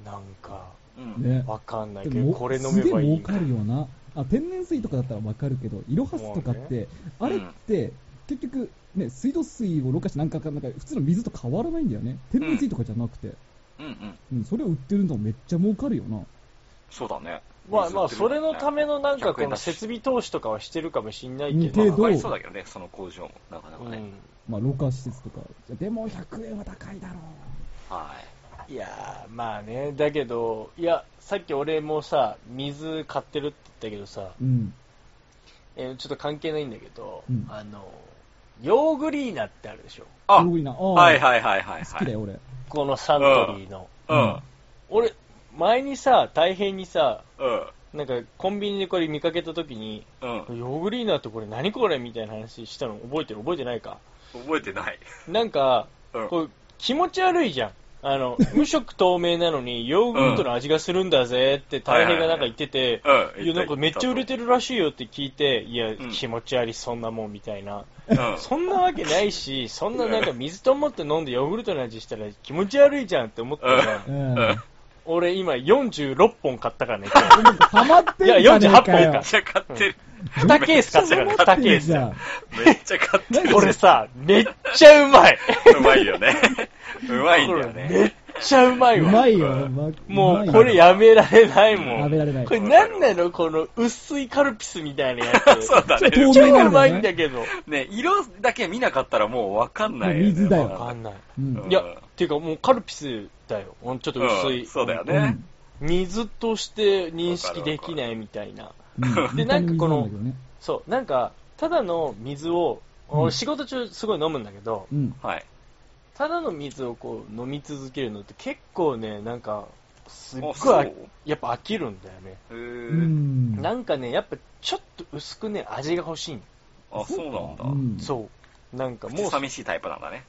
[SPEAKER 4] なんか、
[SPEAKER 2] うん。
[SPEAKER 3] ね。
[SPEAKER 4] わかんない
[SPEAKER 3] で
[SPEAKER 4] け
[SPEAKER 3] も
[SPEAKER 4] ど、これ飲めばいい
[SPEAKER 3] すげえ儲。かるよな。あ、天然水とかだったらわかるけど、イロハスとかって、
[SPEAKER 2] も
[SPEAKER 3] あ
[SPEAKER 2] う
[SPEAKER 3] れ
[SPEAKER 2] ね
[SPEAKER 3] って、結局、ね、水道水をろ過してなんかかんなんか、普通の水と変わらないんだよね。天然水とかじゃなくて。
[SPEAKER 2] うんうん。
[SPEAKER 3] うん、それを売ってるのめっちゃ儲かるよな。
[SPEAKER 2] そうだね。
[SPEAKER 4] まあまあ、それのためのなんかこの
[SPEAKER 2] 100
[SPEAKER 4] 設備投資とかはしてるかもしんない
[SPEAKER 3] うん
[SPEAKER 4] け
[SPEAKER 2] 円だし
[SPEAKER 3] 程
[SPEAKER 4] ど、
[SPEAKER 3] 度
[SPEAKER 2] まあかかりそうだけどね、その工場も。なかなか
[SPEAKER 4] う
[SPEAKER 2] ね。
[SPEAKER 4] ん
[SPEAKER 3] まあ、ろ過施設とか。じゃでも100円は高いだろ
[SPEAKER 2] はい。
[SPEAKER 4] いやーまあね、だけど、いや、さっき俺もさ、水買ってるって言ったけどさ、
[SPEAKER 3] う。うん。
[SPEAKER 4] えーちょっと関係ないんだけど、
[SPEAKER 3] うん
[SPEAKER 4] あの、ヨーグリーナってあるでしょ
[SPEAKER 2] あ、
[SPEAKER 3] すごいな。ああ
[SPEAKER 2] はいはいはいはい。
[SPEAKER 3] 好きだよ、俺。
[SPEAKER 4] このサントリーの。
[SPEAKER 2] うん。
[SPEAKER 4] 俺、前にさ、大変にさ、
[SPEAKER 2] うん。
[SPEAKER 4] なんかコンビニでこれ見かけた時に、
[SPEAKER 2] うん。
[SPEAKER 4] ヨーグリーナってこれ何これみたいな話したの覚えてる覚えてないか
[SPEAKER 2] 覚えてない。
[SPEAKER 4] なんか、
[SPEAKER 2] うん。
[SPEAKER 4] こう気持ち悪いじゃん。あ の、無色透明なのにヨーグルトの味がするんだぜって大変がなんか言ってて、
[SPEAKER 2] うん。
[SPEAKER 4] いや、なんかめっちゃ売れてるらしいよって聞いて、いや
[SPEAKER 2] ん、
[SPEAKER 4] 気持ち悪い、そんなもんみたいな。
[SPEAKER 2] うん。
[SPEAKER 4] そんなわけないし、そんななんか水と思って飲んでヨーグルトの味したら気持ち悪いじゃんって思ったら
[SPEAKER 3] う、。
[SPEAKER 2] うんん。
[SPEAKER 4] 俺今46本買ったか らね、
[SPEAKER 3] ハマってんじゃねえかよ。
[SPEAKER 4] いや48本
[SPEAKER 2] め
[SPEAKER 4] か
[SPEAKER 2] っちゃ買ってる。
[SPEAKER 4] 2ケース買ったから、
[SPEAKER 3] ハマって
[SPEAKER 4] 2ケ
[SPEAKER 3] ん
[SPEAKER 4] ー
[SPEAKER 3] じゃ
[SPEAKER 4] ス。
[SPEAKER 3] ん。
[SPEAKER 2] めっちゃ買ってる。
[SPEAKER 4] 俺さ、めっちゃうまい。
[SPEAKER 2] うまいよね。 うま いんだよ
[SPEAKER 4] め
[SPEAKER 2] ね。
[SPEAKER 4] っちゃうまいうわ。
[SPEAKER 3] まいよ。ま
[SPEAKER 4] も
[SPEAKER 3] まいうよ
[SPEAKER 4] これやめられないもん。
[SPEAKER 3] 食べられない
[SPEAKER 4] こ。れなんなのこの薄いカルピスみたいなや つ。
[SPEAKER 2] そうだね。
[SPEAKER 3] ちょっと透明
[SPEAKER 4] 超
[SPEAKER 3] な
[SPEAKER 4] う
[SPEAKER 3] の
[SPEAKER 4] まいんだけど。
[SPEAKER 2] ね、色だけ見なかったらもうわかんないよね。
[SPEAKER 3] もう水だよ
[SPEAKER 4] わかんない。
[SPEAKER 3] うん
[SPEAKER 2] うん
[SPEAKER 4] いや、っていうかもうカルピスだよ。ほんちょっと薄い。
[SPEAKER 2] うんそうだよ
[SPEAKER 3] う
[SPEAKER 2] ね。
[SPEAKER 3] ん
[SPEAKER 4] 水として認識できないみたいな。
[SPEAKER 3] うん
[SPEAKER 4] でなんかこの
[SPEAKER 3] 見た目水んだけどね
[SPEAKER 4] そう、なんか、ただの水を、
[SPEAKER 3] うん
[SPEAKER 4] 俺仕事中すごい飲むんだけど、
[SPEAKER 3] うん。
[SPEAKER 2] はい。
[SPEAKER 4] ただの水をこう飲み続けるのって結構ね、なんか、すっごい
[SPEAKER 2] あそう
[SPEAKER 4] あやっぱ飽きるんだよね。
[SPEAKER 2] う
[SPEAKER 3] う
[SPEAKER 2] ーん。
[SPEAKER 3] ん。
[SPEAKER 4] なんかね、やっぱちょっと薄くね、味が欲しいの
[SPEAKER 2] あ、そうなんだ。
[SPEAKER 3] うん
[SPEAKER 4] そう。なんかも
[SPEAKER 2] も
[SPEAKER 4] う
[SPEAKER 2] う、寂しいタイプなんだね。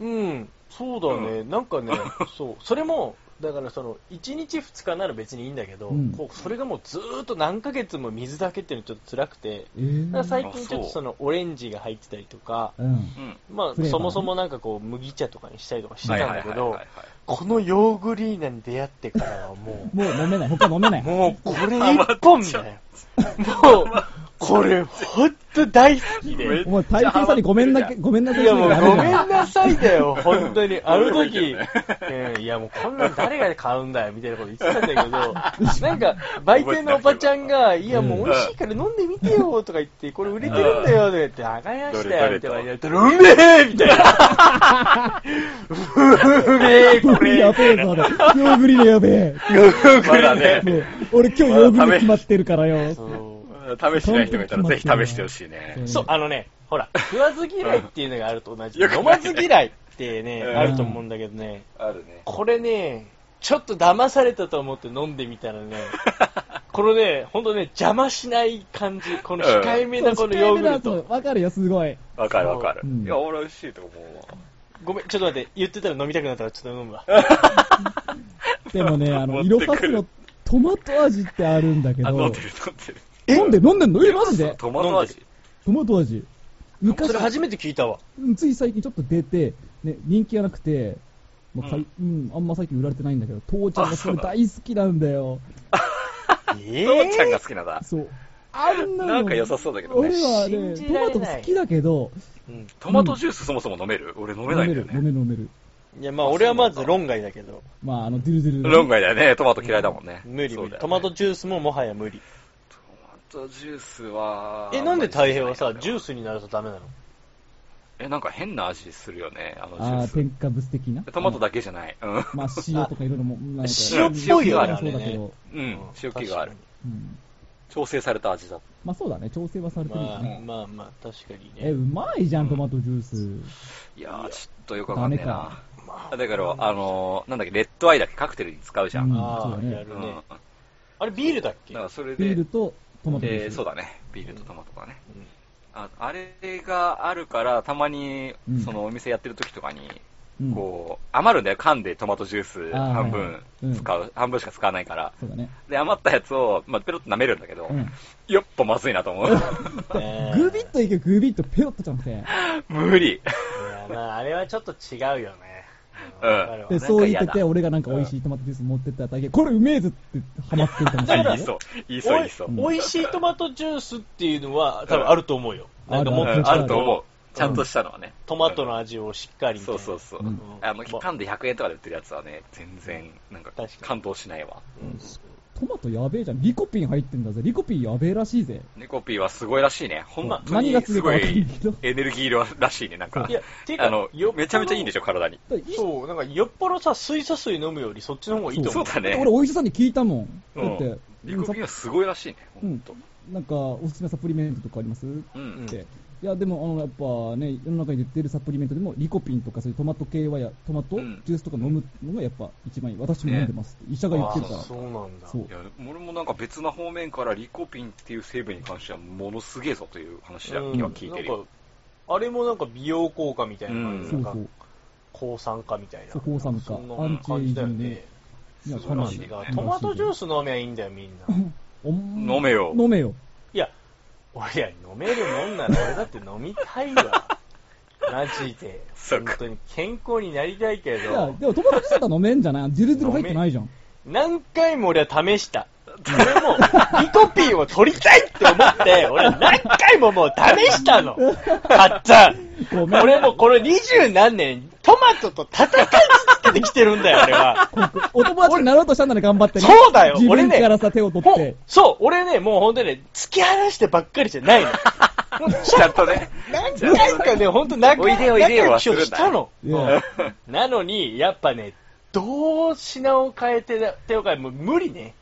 [SPEAKER 4] うん、そうだね、なん かね、そう、それも、だからその、1日2日なら別にいいんだけど、
[SPEAKER 3] うん
[SPEAKER 4] こうそれがもうずーっと何ヶ月も水だけっていうのちょっと辛くて、
[SPEAKER 3] え
[SPEAKER 4] だから
[SPEAKER 3] ー
[SPEAKER 4] 最近ちょっとその、オレンジが入ってたりとか、
[SPEAKER 3] うん。
[SPEAKER 2] うん。
[SPEAKER 4] ま
[SPEAKER 3] フレーバー
[SPEAKER 4] あ、
[SPEAKER 3] ね
[SPEAKER 4] そもそもなんかこう、麦茶とかにしたりとかしてた
[SPEAKER 2] は
[SPEAKER 4] ん
[SPEAKER 2] いはい
[SPEAKER 4] だ
[SPEAKER 2] はい
[SPEAKER 4] け
[SPEAKER 2] はい
[SPEAKER 4] ど
[SPEAKER 2] はい、。
[SPEAKER 4] このヨーグリーナに出会ってからはもう、
[SPEAKER 3] もう飲めない。他飲めない。
[SPEAKER 4] もうこれ一本だよ。もう、こ俺、ほんと大好 きで。
[SPEAKER 3] お前、大変さにごめんな、ごめんなさい
[SPEAKER 4] いやもう
[SPEAKER 3] ダメ
[SPEAKER 4] ご
[SPEAKER 3] だ
[SPEAKER 4] めん
[SPEAKER 3] よ
[SPEAKER 4] なさいだよ、 本当に。あの
[SPEAKER 2] ごめんなさい
[SPEAKER 4] 時、うんいやもうこんなん誰が買うんだよ、みたいなこと言ってたんだけ ど、なんか、売店のおばちゃんが、いやもう美味しいから飲んでみてよ、とか言って、これ売れてるんだよ、とか言って、あがやしたよ、みたいな言ったら、うめえみたいな。うめえこれ。
[SPEAKER 3] やべえぞ、 俺。ヨーグリでやべえ。
[SPEAKER 2] まだね、
[SPEAKER 3] もう俺今日ヨーグルト決まってるからよ。
[SPEAKER 4] そう
[SPEAKER 2] 試してない人がいたらぜひ試してほしいね。
[SPEAKER 4] そう、あのね、ほら、食わず嫌いっていうのがあると同じで。
[SPEAKER 2] よく
[SPEAKER 4] 飲まず嫌いってね、
[SPEAKER 2] うん
[SPEAKER 4] あると思うんだけどね、
[SPEAKER 2] あるね。
[SPEAKER 4] これね、ちょっと騙されたと思って飲んでみた らね、このね、ほんとね、邪魔しない感じ、この控えめなこのヨーグルト。
[SPEAKER 3] わかるよ、すごい。
[SPEAKER 2] わかるわかる
[SPEAKER 3] う。ん
[SPEAKER 2] いや、俺美味しいと思うわ。
[SPEAKER 4] ごめん、ちょっと待って、言ってたら飲みたくなったらちょっと飲むわ。
[SPEAKER 3] でもね、あの、イ
[SPEAKER 2] 持
[SPEAKER 3] ロ
[SPEAKER 2] って
[SPEAKER 3] フ
[SPEAKER 2] く
[SPEAKER 3] ァ
[SPEAKER 2] る
[SPEAKER 3] スのトマト味ってあるんだけ
[SPEAKER 2] あ、
[SPEAKER 3] ど
[SPEAKER 2] 飲ん、でる飲んでる。
[SPEAKER 3] 飲んで飲んでんのえ、マジで
[SPEAKER 2] トマト味。
[SPEAKER 3] トマト味。昔
[SPEAKER 4] それ、初めて聞いたわ。
[SPEAKER 3] うんつい最近ちょっと出て、ね、人気がなくて、まあか
[SPEAKER 2] う
[SPEAKER 3] い
[SPEAKER 2] ん
[SPEAKER 3] うん、あんま最近売られてないんだけど、父ちゃんがそれ大好きなんだよ。
[SPEAKER 4] え
[SPEAKER 2] 父ちゃんが好きなんだ。
[SPEAKER 3] そう。あんなの。
[SPEAKER 2] なんか良さそうだけど
[SPEAKER 3] 俺
[SPEAKER 2] ね。
[SPEAKER 3] は
[SPEAKER 4] 信
[SPEAKER 3] ね、
[SPEAKER 4] じ
[SPEAKER 3] ト
[SPEAKER 4] られな
[SPEAKER 3] マ
[SPEAKER 4] い
[SPEAKER 3] ト好きだけど、
[SPEAKER 4] うん
[SPEAKER 2] トマトジュースそもそも飲める俺飲めないんだよ
[SPEAKER 3] 飲
[SPEAKER 2] ね。
[SPEAKER 3] める飲める。
[SPEAKER 4] いや、まあ俺はまず論外だけど、
[SPEAKER 3] まあ、あの、デュルデュル。
[SPEAKER 2] 論外だよね。トマト嫌いだもんね。
[SPEAKER 4] 無理
[SPEAKER 2] そ
[SPEAKER 4] 無
[SPEAKER 2] うだ
[SPEAKER 4] 理。
[SPEAKER 2] よね
[SPEAKER 4] トマトジュースももはや無理。
[SPEAKER 2] トマトジュースは。
[SPEAKER 4] え、なんで太平はさ、ジュー
[SPEAKER 2] ス
[SPEAKER 4] スになるとダメなの
[SPEAKER 2] え、なんか変な味するよね、あのジュ
[SPEAKER 3] あ
[SPEAKER 2] ー
[SPEAKER 3] あ、
[SPEAKER 2] ス
[SPEAKER 3] 添。加物的な。
[SPEAKER 2] トマトだけじゃない。うん。
[SPEAKER 3] まあ、塩とかいろい ろも、なんか
[SPEAKER 4] 塩
[SPEAKER 2] っぽいよね
[SPEAKER 3] そうだけど。
[SPEAKER 2] うん。塩気がある。
[SPEAKER 3] うん。
[SPEAKER 2] 調整された味だ。
[SPEAKER 3] まあ、そうだね、調整はされてる
[SPEAKER 4] ま
[SPEAKER 3] よ
[SPEAKER 4] あ
[SPEAKER 3] ね。
[SPEAKER 4] まあまあ、確かに
[SPEAKER 3] え、う
[SPEAKER 4] ね。
[SPEAKER 3] まいじゃん、トマトジュース。
[SPEAKER 2] いやー、ちょっとよくわかんねえ
[SPEAKER 3] ダメ
[SPEAKER 2] な。だから、あのー、なんだっけ、レッドアイだっけカクテルに使うじゃん。
[SPEAKER 3] うん
[SPEAKER 4] あ
[SPEAKER 3] そう
[SPEAKER 4] あ、
[SPEAKER 3] だね
[SPEAKER 4] や
[SPEAKER 2] う
[SPEAKER 4] る
[SPEAKER 2] ん
[SPEAKER 4] ね。あれビールだっけ
[SPEAKER 2] だからそれ
[SPEAKER 3] ビー
[SPEAKER 2] で
[SPEAKER 3] ル、とトマトジュ
[SPEAKER 2] え
[SPEAKER 3] ー
[SPEAKER 2] ー
[SPEAKER 3] ス。
[SPEAKER 2] そうだね。ビールとトマトだね。
[SPEAKER 4] うん
[SPEAKER 2] ああれがあるから、たまに
[SPEAKER 3] うん、
[SPEAKER 2] そのお店やってる時とかに、
[SPEAKER 3] うん
[SPEAKER 2] こう、余るんだよ。噛んでトマトジュース
[SPEAKER 3] あー
[SPEAKER 2] 半
[SPEAKER 3] はいは
[SPEAKER 2] 分
[SPEAKER 3] い
[SPEAKER 2] 使う、半分しか使わないから。
[SPEAKER 3] そうだね。
[SPEAKER 2] で、余ったやつを、まあ、ペロッと舐めるんだけど
[SPEAKER 3] う、ん。
[SPEAKER 2] やっぱまずいなと 思う。
[SPEAKER 4] えー
[SPEAKER 3] グビッといけ、グビッとペロッとじゃなくて。
[SPEAKER 2] 無理。
[SPEAKER 4] いや、まあ、あれはちょっと違うよね。
[SPEAKER 2] うん
[SPEAKER 4] わかるわ
[SPEAKER 3] で、
[SPEAKER 2] か
[SPEAKER 3] そう言っ
[SPEAKER 2] 嫌
[SPEAKER 3] て
[SPEAKER 2] だ
[SPEAKER 3] て、俺がなんか美味しいトマトジュース持ってっただけ、これうめえぞってハマってるかもしれな
[SPEAKER 2] 言
[SPEAKER 3] い
[SPEAKER 2] い
[SPEAKER 3] よ。
[SPEAKER 2] そう。言いそう、言いそう。
[SPEAKER 4] おい美味しいトマトジュースっていうのは、多分あると思うよ。
[SPEAKER 3] うん
[SPEAKER 4] なんかも
[SPEAKER 2] う
[SPEAKER 4] っ
[SPEAKER 2] ん
[SPEAKER 4] と
[SPEAKER 3] ある
[SPEAKER 4] ちゃ
[SPEAKER 2] あ
[SPEAKER 4] ん
[SPEAKER 2] ると
[SPEAKER 4] と、
[SPEAKER 2] 思う。ちゃんとしたのはね。
[SPEAKER 4] トマトの味をしっかりみたい
[SPEAKER 2] そう
[SPEAKER 4] な。
[SPEAKER 2] そうそう
[SPEAKER 3] う。ん
[SPEAKER 2] あの、
[SPEAKER 4] ま
[SPEAKER 2] 缶で100円とかで売ってるやつはね、全然、なんか
[SPEAKER 4] 確かに、
[SPEAKER 2] 感動しないわ。
[SPEAKER 4] うん
[SPEAKER 3] トマトやべえじゃん。リコピン入ってんだぜ。リコピンやべえらしいぜ。
[SPEAKER 2] ネコピーはすごいらしいね。本当
[SPEAKER 3] 何が
[SPEAKER 2] に
[SPEAKER 3] す
[SPEAKER 2] す
[SPEAKER 3] ご
[SPEAKER 2] ご
[SPEAKER 3] いか分かん
[SPEAKER 2] い
[SPEAKER 3] ないけど
[SPEAKER 2] エネルギー量らしいね、なんか
[SPEAKER 4] いや。ていうか
[SPEAKER 2] あの
[SPEAKER 4] よっぽ、ど
[SPEAKER 2] めちゃめちゃいいんでしょ、体に。
[SPEAKER 3] だから
[SPEAKER 4] そう、なんか、よっぽどさ、水素水飲むよりそっちの方がいいと
[SPEAKER 2] そ
[SPEAKER 4] 思
[SPEAKER 2] う
[SPEAKER 4] う。
[SPEAKER 2] だ
[SPEAKER 3] だって
[SPEAKER 2] ね
[SPEAKER 3] 俺。お医者さんに聞いたもん。だ
[SPEAKER 2] うん
[SPEAKER 3] って、
[SPEAKER 2] ネコピーはすごいらしいね、ほんと。
[SPEAKER 3] なんかおすすめサプリメントとかあります
[SPEAKER 2] う
[SPEAKER 4] うん
[SPEAKER 2] ん。
[SPEAKER 3] って。いや、でも、あの、やっぱね、世の中に出てるサプリメントでも、リコピンとかそういうトマト系はや、トマト、
[SPEAKER 2] うん
[SPEAKER 3] ジュースとか飲むのがやっぱ一番いい。私も飲んでますって、医者が言ってるから。
[SPEAKER 4] あそうなんだ。
[SPEAKER 3] そう
[SPEAKER 2] いや、俺もなんか別な方面からリコピンっていう成分に関してはものすげえぞという話だ
[SPEAKER 4] うん
[SPEAKER 2] 今聞いてる
[SPEAKER 4] な
[SPEAKER 2] よ
[SPEAKER 4] ん。かあれもなんか美容効果みたいな感じ、
[SPEAKER 2] う
[SPEAKER 3] そう
[SPEAKER 4] な
[SPEAKER 3] そ
[SPEAKER 4] ん
[SPEAKER 3] う
[SPEAKER 4] か。抗酸化みたいな。
[SPEAKER 3] そう抗酸化
[SPEAKER 4] そんな感じだ
[SPEAKER 3] ア
[SPEAKER 4] よ
[SPEAKER 3] ンチエイジング
[SPEAKER 4] ね
[SPEAKER 3] ね。いや、
[SPEAKER 2] 素晴らしい
[SPEAKER 3] かなり
[SPEAKER 4] トマトジュース飲めばいいんだよ、みんな。
[SPEAKER 3] 飲
[SPEAKER 2] 飲めよ
[SPEAKER 3] 飲めよ。
[SPEAKER 4] いや、俺や、飲めるもんなら俺だって飲みたいわ。 マジで。
[SPEAKER 2] そう
[SPEAKER 4] 本
[SPEAKER 2] か
[SPEAKER 4] 当に健康になりたいけ
[SPEAKER 3] いや、
[SPEAKER 4] ど、
[SPEAKER 3] でも友達だったら飲めんじゃ ないジュルジュル入ってないじゃん。
[SPEAKER 4] 何回も俺は試した。俺も、リコピンを取りたいって思って、俺何回ももう試したの。たっちゃ
[SPEAKER 3] ご
[SPEAKER 4] ん。
[SPEAKER 3] めん
[SPEAKER 4] 俺もうこの二十何年、トマトと戦い続けてきてるんだよ、俺 は。
[SPEAKER 3] お友達になろうとしたんだね、頑張ってね。
[SPEAKER 4] そうだよ
[SPEAKER 3] 自分
[SPEAKER 4] 俺ね
[SPEAKER 3] からさ、手を取っ
[SPEAKER 4] ほ
[SPEAKER 3] て
[SPEAKER 4] ん。そう、俺ね、もう本当にね、突き放してばっかりじゃ ないの。もうち
[SPEAKER 2] ち
[SPEAKER 4] ゃ
[SPEAKER 2] ゃ
[SPEAKER 4] ん
[SPEAKER 2] ん
[SPEAKER 4] と
[SPEAKER 2] とね。
[SPEAKER 4] 何回かね、本当仲
[SPEAKER 2] おいでよおいでよ
[SPEAKER 4] 仲
[SPEAKER 2] は
[SPEAKER 4] 良
[SPEAKER 2] す
[SPEAKER 4] きを
[SPEAKER 2] る
[SPEAKER 4] し
[SPEAKER 2] んだ
[SPEAKER 4] たの。
[SPEAKER 3] いや、
[SPEAKER 4] なのに、やっぱね、どう品を変えてだ、手を変え、もう無理ね。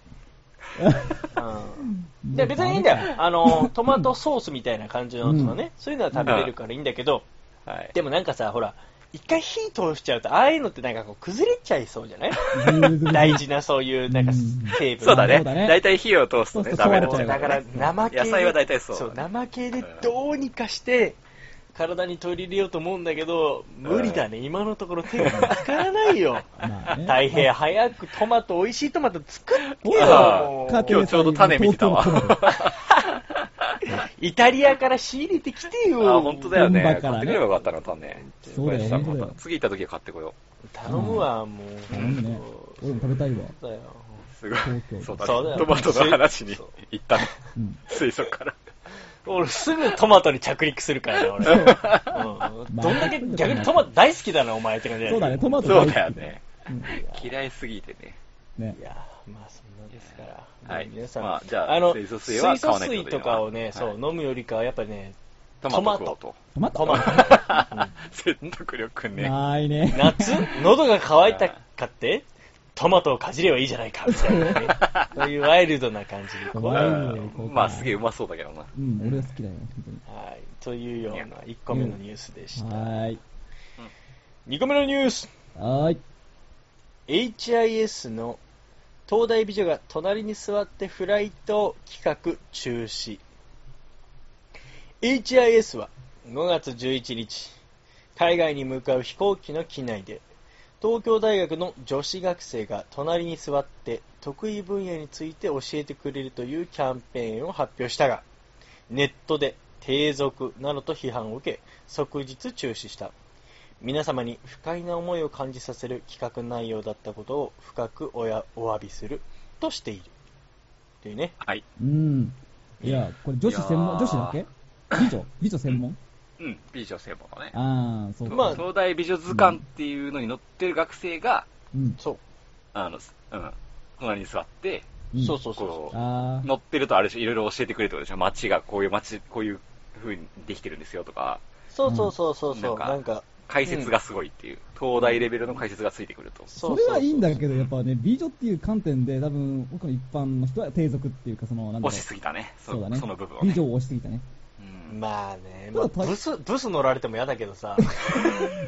[SPEAKER 4] うん、で別にいいんだよ。あの、トマトソースみたいな感じのとかね、そういうのは食べれるからいいんだけど、
[SPEAKER 2] はい。
[SPEAKER 4] でもなんかさ、ほら、一回火通しちゃうと、ああいうのってなんかこう崩れちゃいそうじゃない大事なそういう、なんか
[SPEAKER 3] うん
[SPEAKER 4] 成分
[SPEAKER 2] そうだ
[SPEAKER 3] そ
[SPEAKER 2] ね。
[SPEAKER 3] うだね
[SPEAKER 2] 大体火を通すとね、
[SPEAKER 3] そう
[SPEAKER 2] ダ
[SPEAKER 3] そう
[SPEAKER 2] メだ
[SPEAKER 3] 壊れちゃう
[SPEAKER 4] だから生系で
[SPEAKER 2] 野菜は大体そうだね
[SPEAKER 4] そう生系でどうにかして体に取り入れようと思うんだけど無理だね、今のところ手が見つからないよ
[SPEAKER 3] まあね
[SPEAKER 4] 大変早くトマト美味しいトマト作ってよ
[SPEAKER 2] ああ
[SPEAKER 4] も
[SPEAKER 3] 家庭
[SPEAKER 4] う
[SPEAKER 2] 今日ちょうど種見てたわ。
[SPEAKER 3] 東京の
[SPEAKER 2] あ、
[SPEAKER 4] イタリアから仕入れてきてよ
[SPEAKER 2] 本当だよね。
[SPEAKER 3] 本場からね
[SPEAKER 2] 買ってくればよかったな、種。
[SPEAKER 3] そうだ
[SPEAKER 2] 心配
[SPEAKER 3] よ
[SPEAKER 2] した
[SPEAKER 3] 本当だよ
[SPEAKER 2] 次行った時は買ってこよ
[SPEAKER 4] 頼むわもう
[SPEAKER 3] 頼むね俺も食べたいわ。
[SPEAKER 4] そうだよ
[SPEAKER 2] う。すごい
[SPEAKER 3] 東京。
[SPEAKER 2] そう
[SPEAKER 4] そうだ
[SPEAKER 2] だ
[SPEAKER 4] よ
[SPEAKER 2] ね。トマトの話に
[SPEAKER 4] そう
[SPEAKER 2] 行ったね。
[SPEAKER 3] うん。
[SPEAKER 2] 水素から。
[SPEAKER 4] 俺すぐトマトに着陸するから ね、俺。うんどんだけ、逆にトマト大好きだな、お前って感じよ
[SPEAKER 3] そうだね、トマト
[SPEAKER 2] そ
[SPEAKER 3] 大好
[SPEAKER 2] う
[SPEAKER 3] き
[SPEAKER 2] だよね。
[SPEAKER 3] うん
[SPEAKER 2] 嫌いすぎてね。
[SPEAKER 3] ね
[SPEAKER 4] い。やーまあそんなですから。
[SPEAKER 2] はい
[SPEAKER 4] 皆さん、
[SPEAKER 2] まあじゃあ
[SPEAKER 4] の、
[SPEAKER 2] 水素水
[SPEAKER 4] 水素
[SPEAKER 2] は買わない
[SPEAKER 4] 水とかをね、そう、飲むよりかはやっぱりね、
[SPEAKER 2] ト
[SPEAKER 4] ト
[SPEAKER 2] マ
[SPEAKER 4] マ
[SPEAKER 2] ト
[SPEAKER 4] ト
[SPEAKER 2] 食おうと。
[SPEAKER 3] トマ
[SPEAKER 4] ト
[SPEAKER 3] ト
[SPEAKER 4] マト。
[SPEAKER 2] 説得力ね。
[SPEAKER 3] ないね。
[SPEAKER 4] 夏、喉が渇いたかって、トマトをかじればいいじゃないか、みた いなね。そういうワイルドな感じで。こう
[SPEAKER 3] ワイルドにこう
[SPEAKER 2] まあすげえうまそうだけどな。
[SPEAKER 3] うん、俺は好きだよ、本
[SPEAKER 4] はい。というような1個目のニュースでし
[SPEAKER 3] 当に。
[SPEAKER 4] た。
[SPEAKER 3] はーい。
[SPEAKER 4] 2個目のニュース。
[SPEAKER 3] はーい。
[SPEAKER 4] HIS の東大美女が隣に座ってフライト企画中止 HIS は5月11日海外に向かう飛行機の機内で東京大学の女子学生が隣に座って得意分野について教えてくれるというキャンペーンを発表したがネットで低俗などと批判を受け即日中止した皆様に不快な思いを感じさせる企画内容だったことを深くおやお詫びするとしているというね
[SPEAKER 2] はい。
[SPEAKER 3] うん。いや、これ女子専
[SPEAKER 2] いや
[SPEAKER 3] 門、
[SPEAKER 2] ー
[SPEAKER 3] 女子だけ美女美女専門
[SPEAKER 2] うん。美女専門のね。
[SPEAKER 3] ああ、そうか。
[SPEAKER 4] まあ
[SPEAKER 2] 東大美女図鑑っていうのに載ってる学生が、
[SPEAKER 3] うん。
[SPEAKER 4] そう、
[SPEAKER 2] あの、うん。隣に座って、
[SPEAKER 3] ん
[SPEAKER 4] そうそうそう
[SPEAKER 2] こう、
[SPEAKER 3] ああ、
[SPEAKER 2] 乗ってるとあれでしょいろいろ教えてくれるってことでしょ街がこういう街、こういう風にできてるんですよとか、
[SPEAKER 4] そうそうそうそうそう
[SPEAKER 2] うん
[SPEAKER 4] なんか
[SPEAKER 2] 解説がすごいっていう、東大レベルの解説がついてくると。
[SPEAKER 4] そ
[SPEAKER 3] そうれ
[SPEAKER 4] そう
[SPEAKER 3] はいいんだけど、やっぱね、美女っていう観点で、多分、僕の一般の人は低俗っていうか、その、なんだろ
[SPEAKER 2] 押しすぎたね。そ
[SPEAKER 3] そうだね。
[SPEAKER 2] その部分を
[SPEAKER 3] 美
[SPEAKER 2] ね。
[SPEAKER 3] 女を押しすぎたね。
[SPEAKER 2] うん
[SPEAKER 4] まあね、
[SPEAKER 3] た
[SPEAKER 4] まあ、
[SPEAKER 3] だ
[SPEAKER 4] ブスブス乗られても嫌だけどさ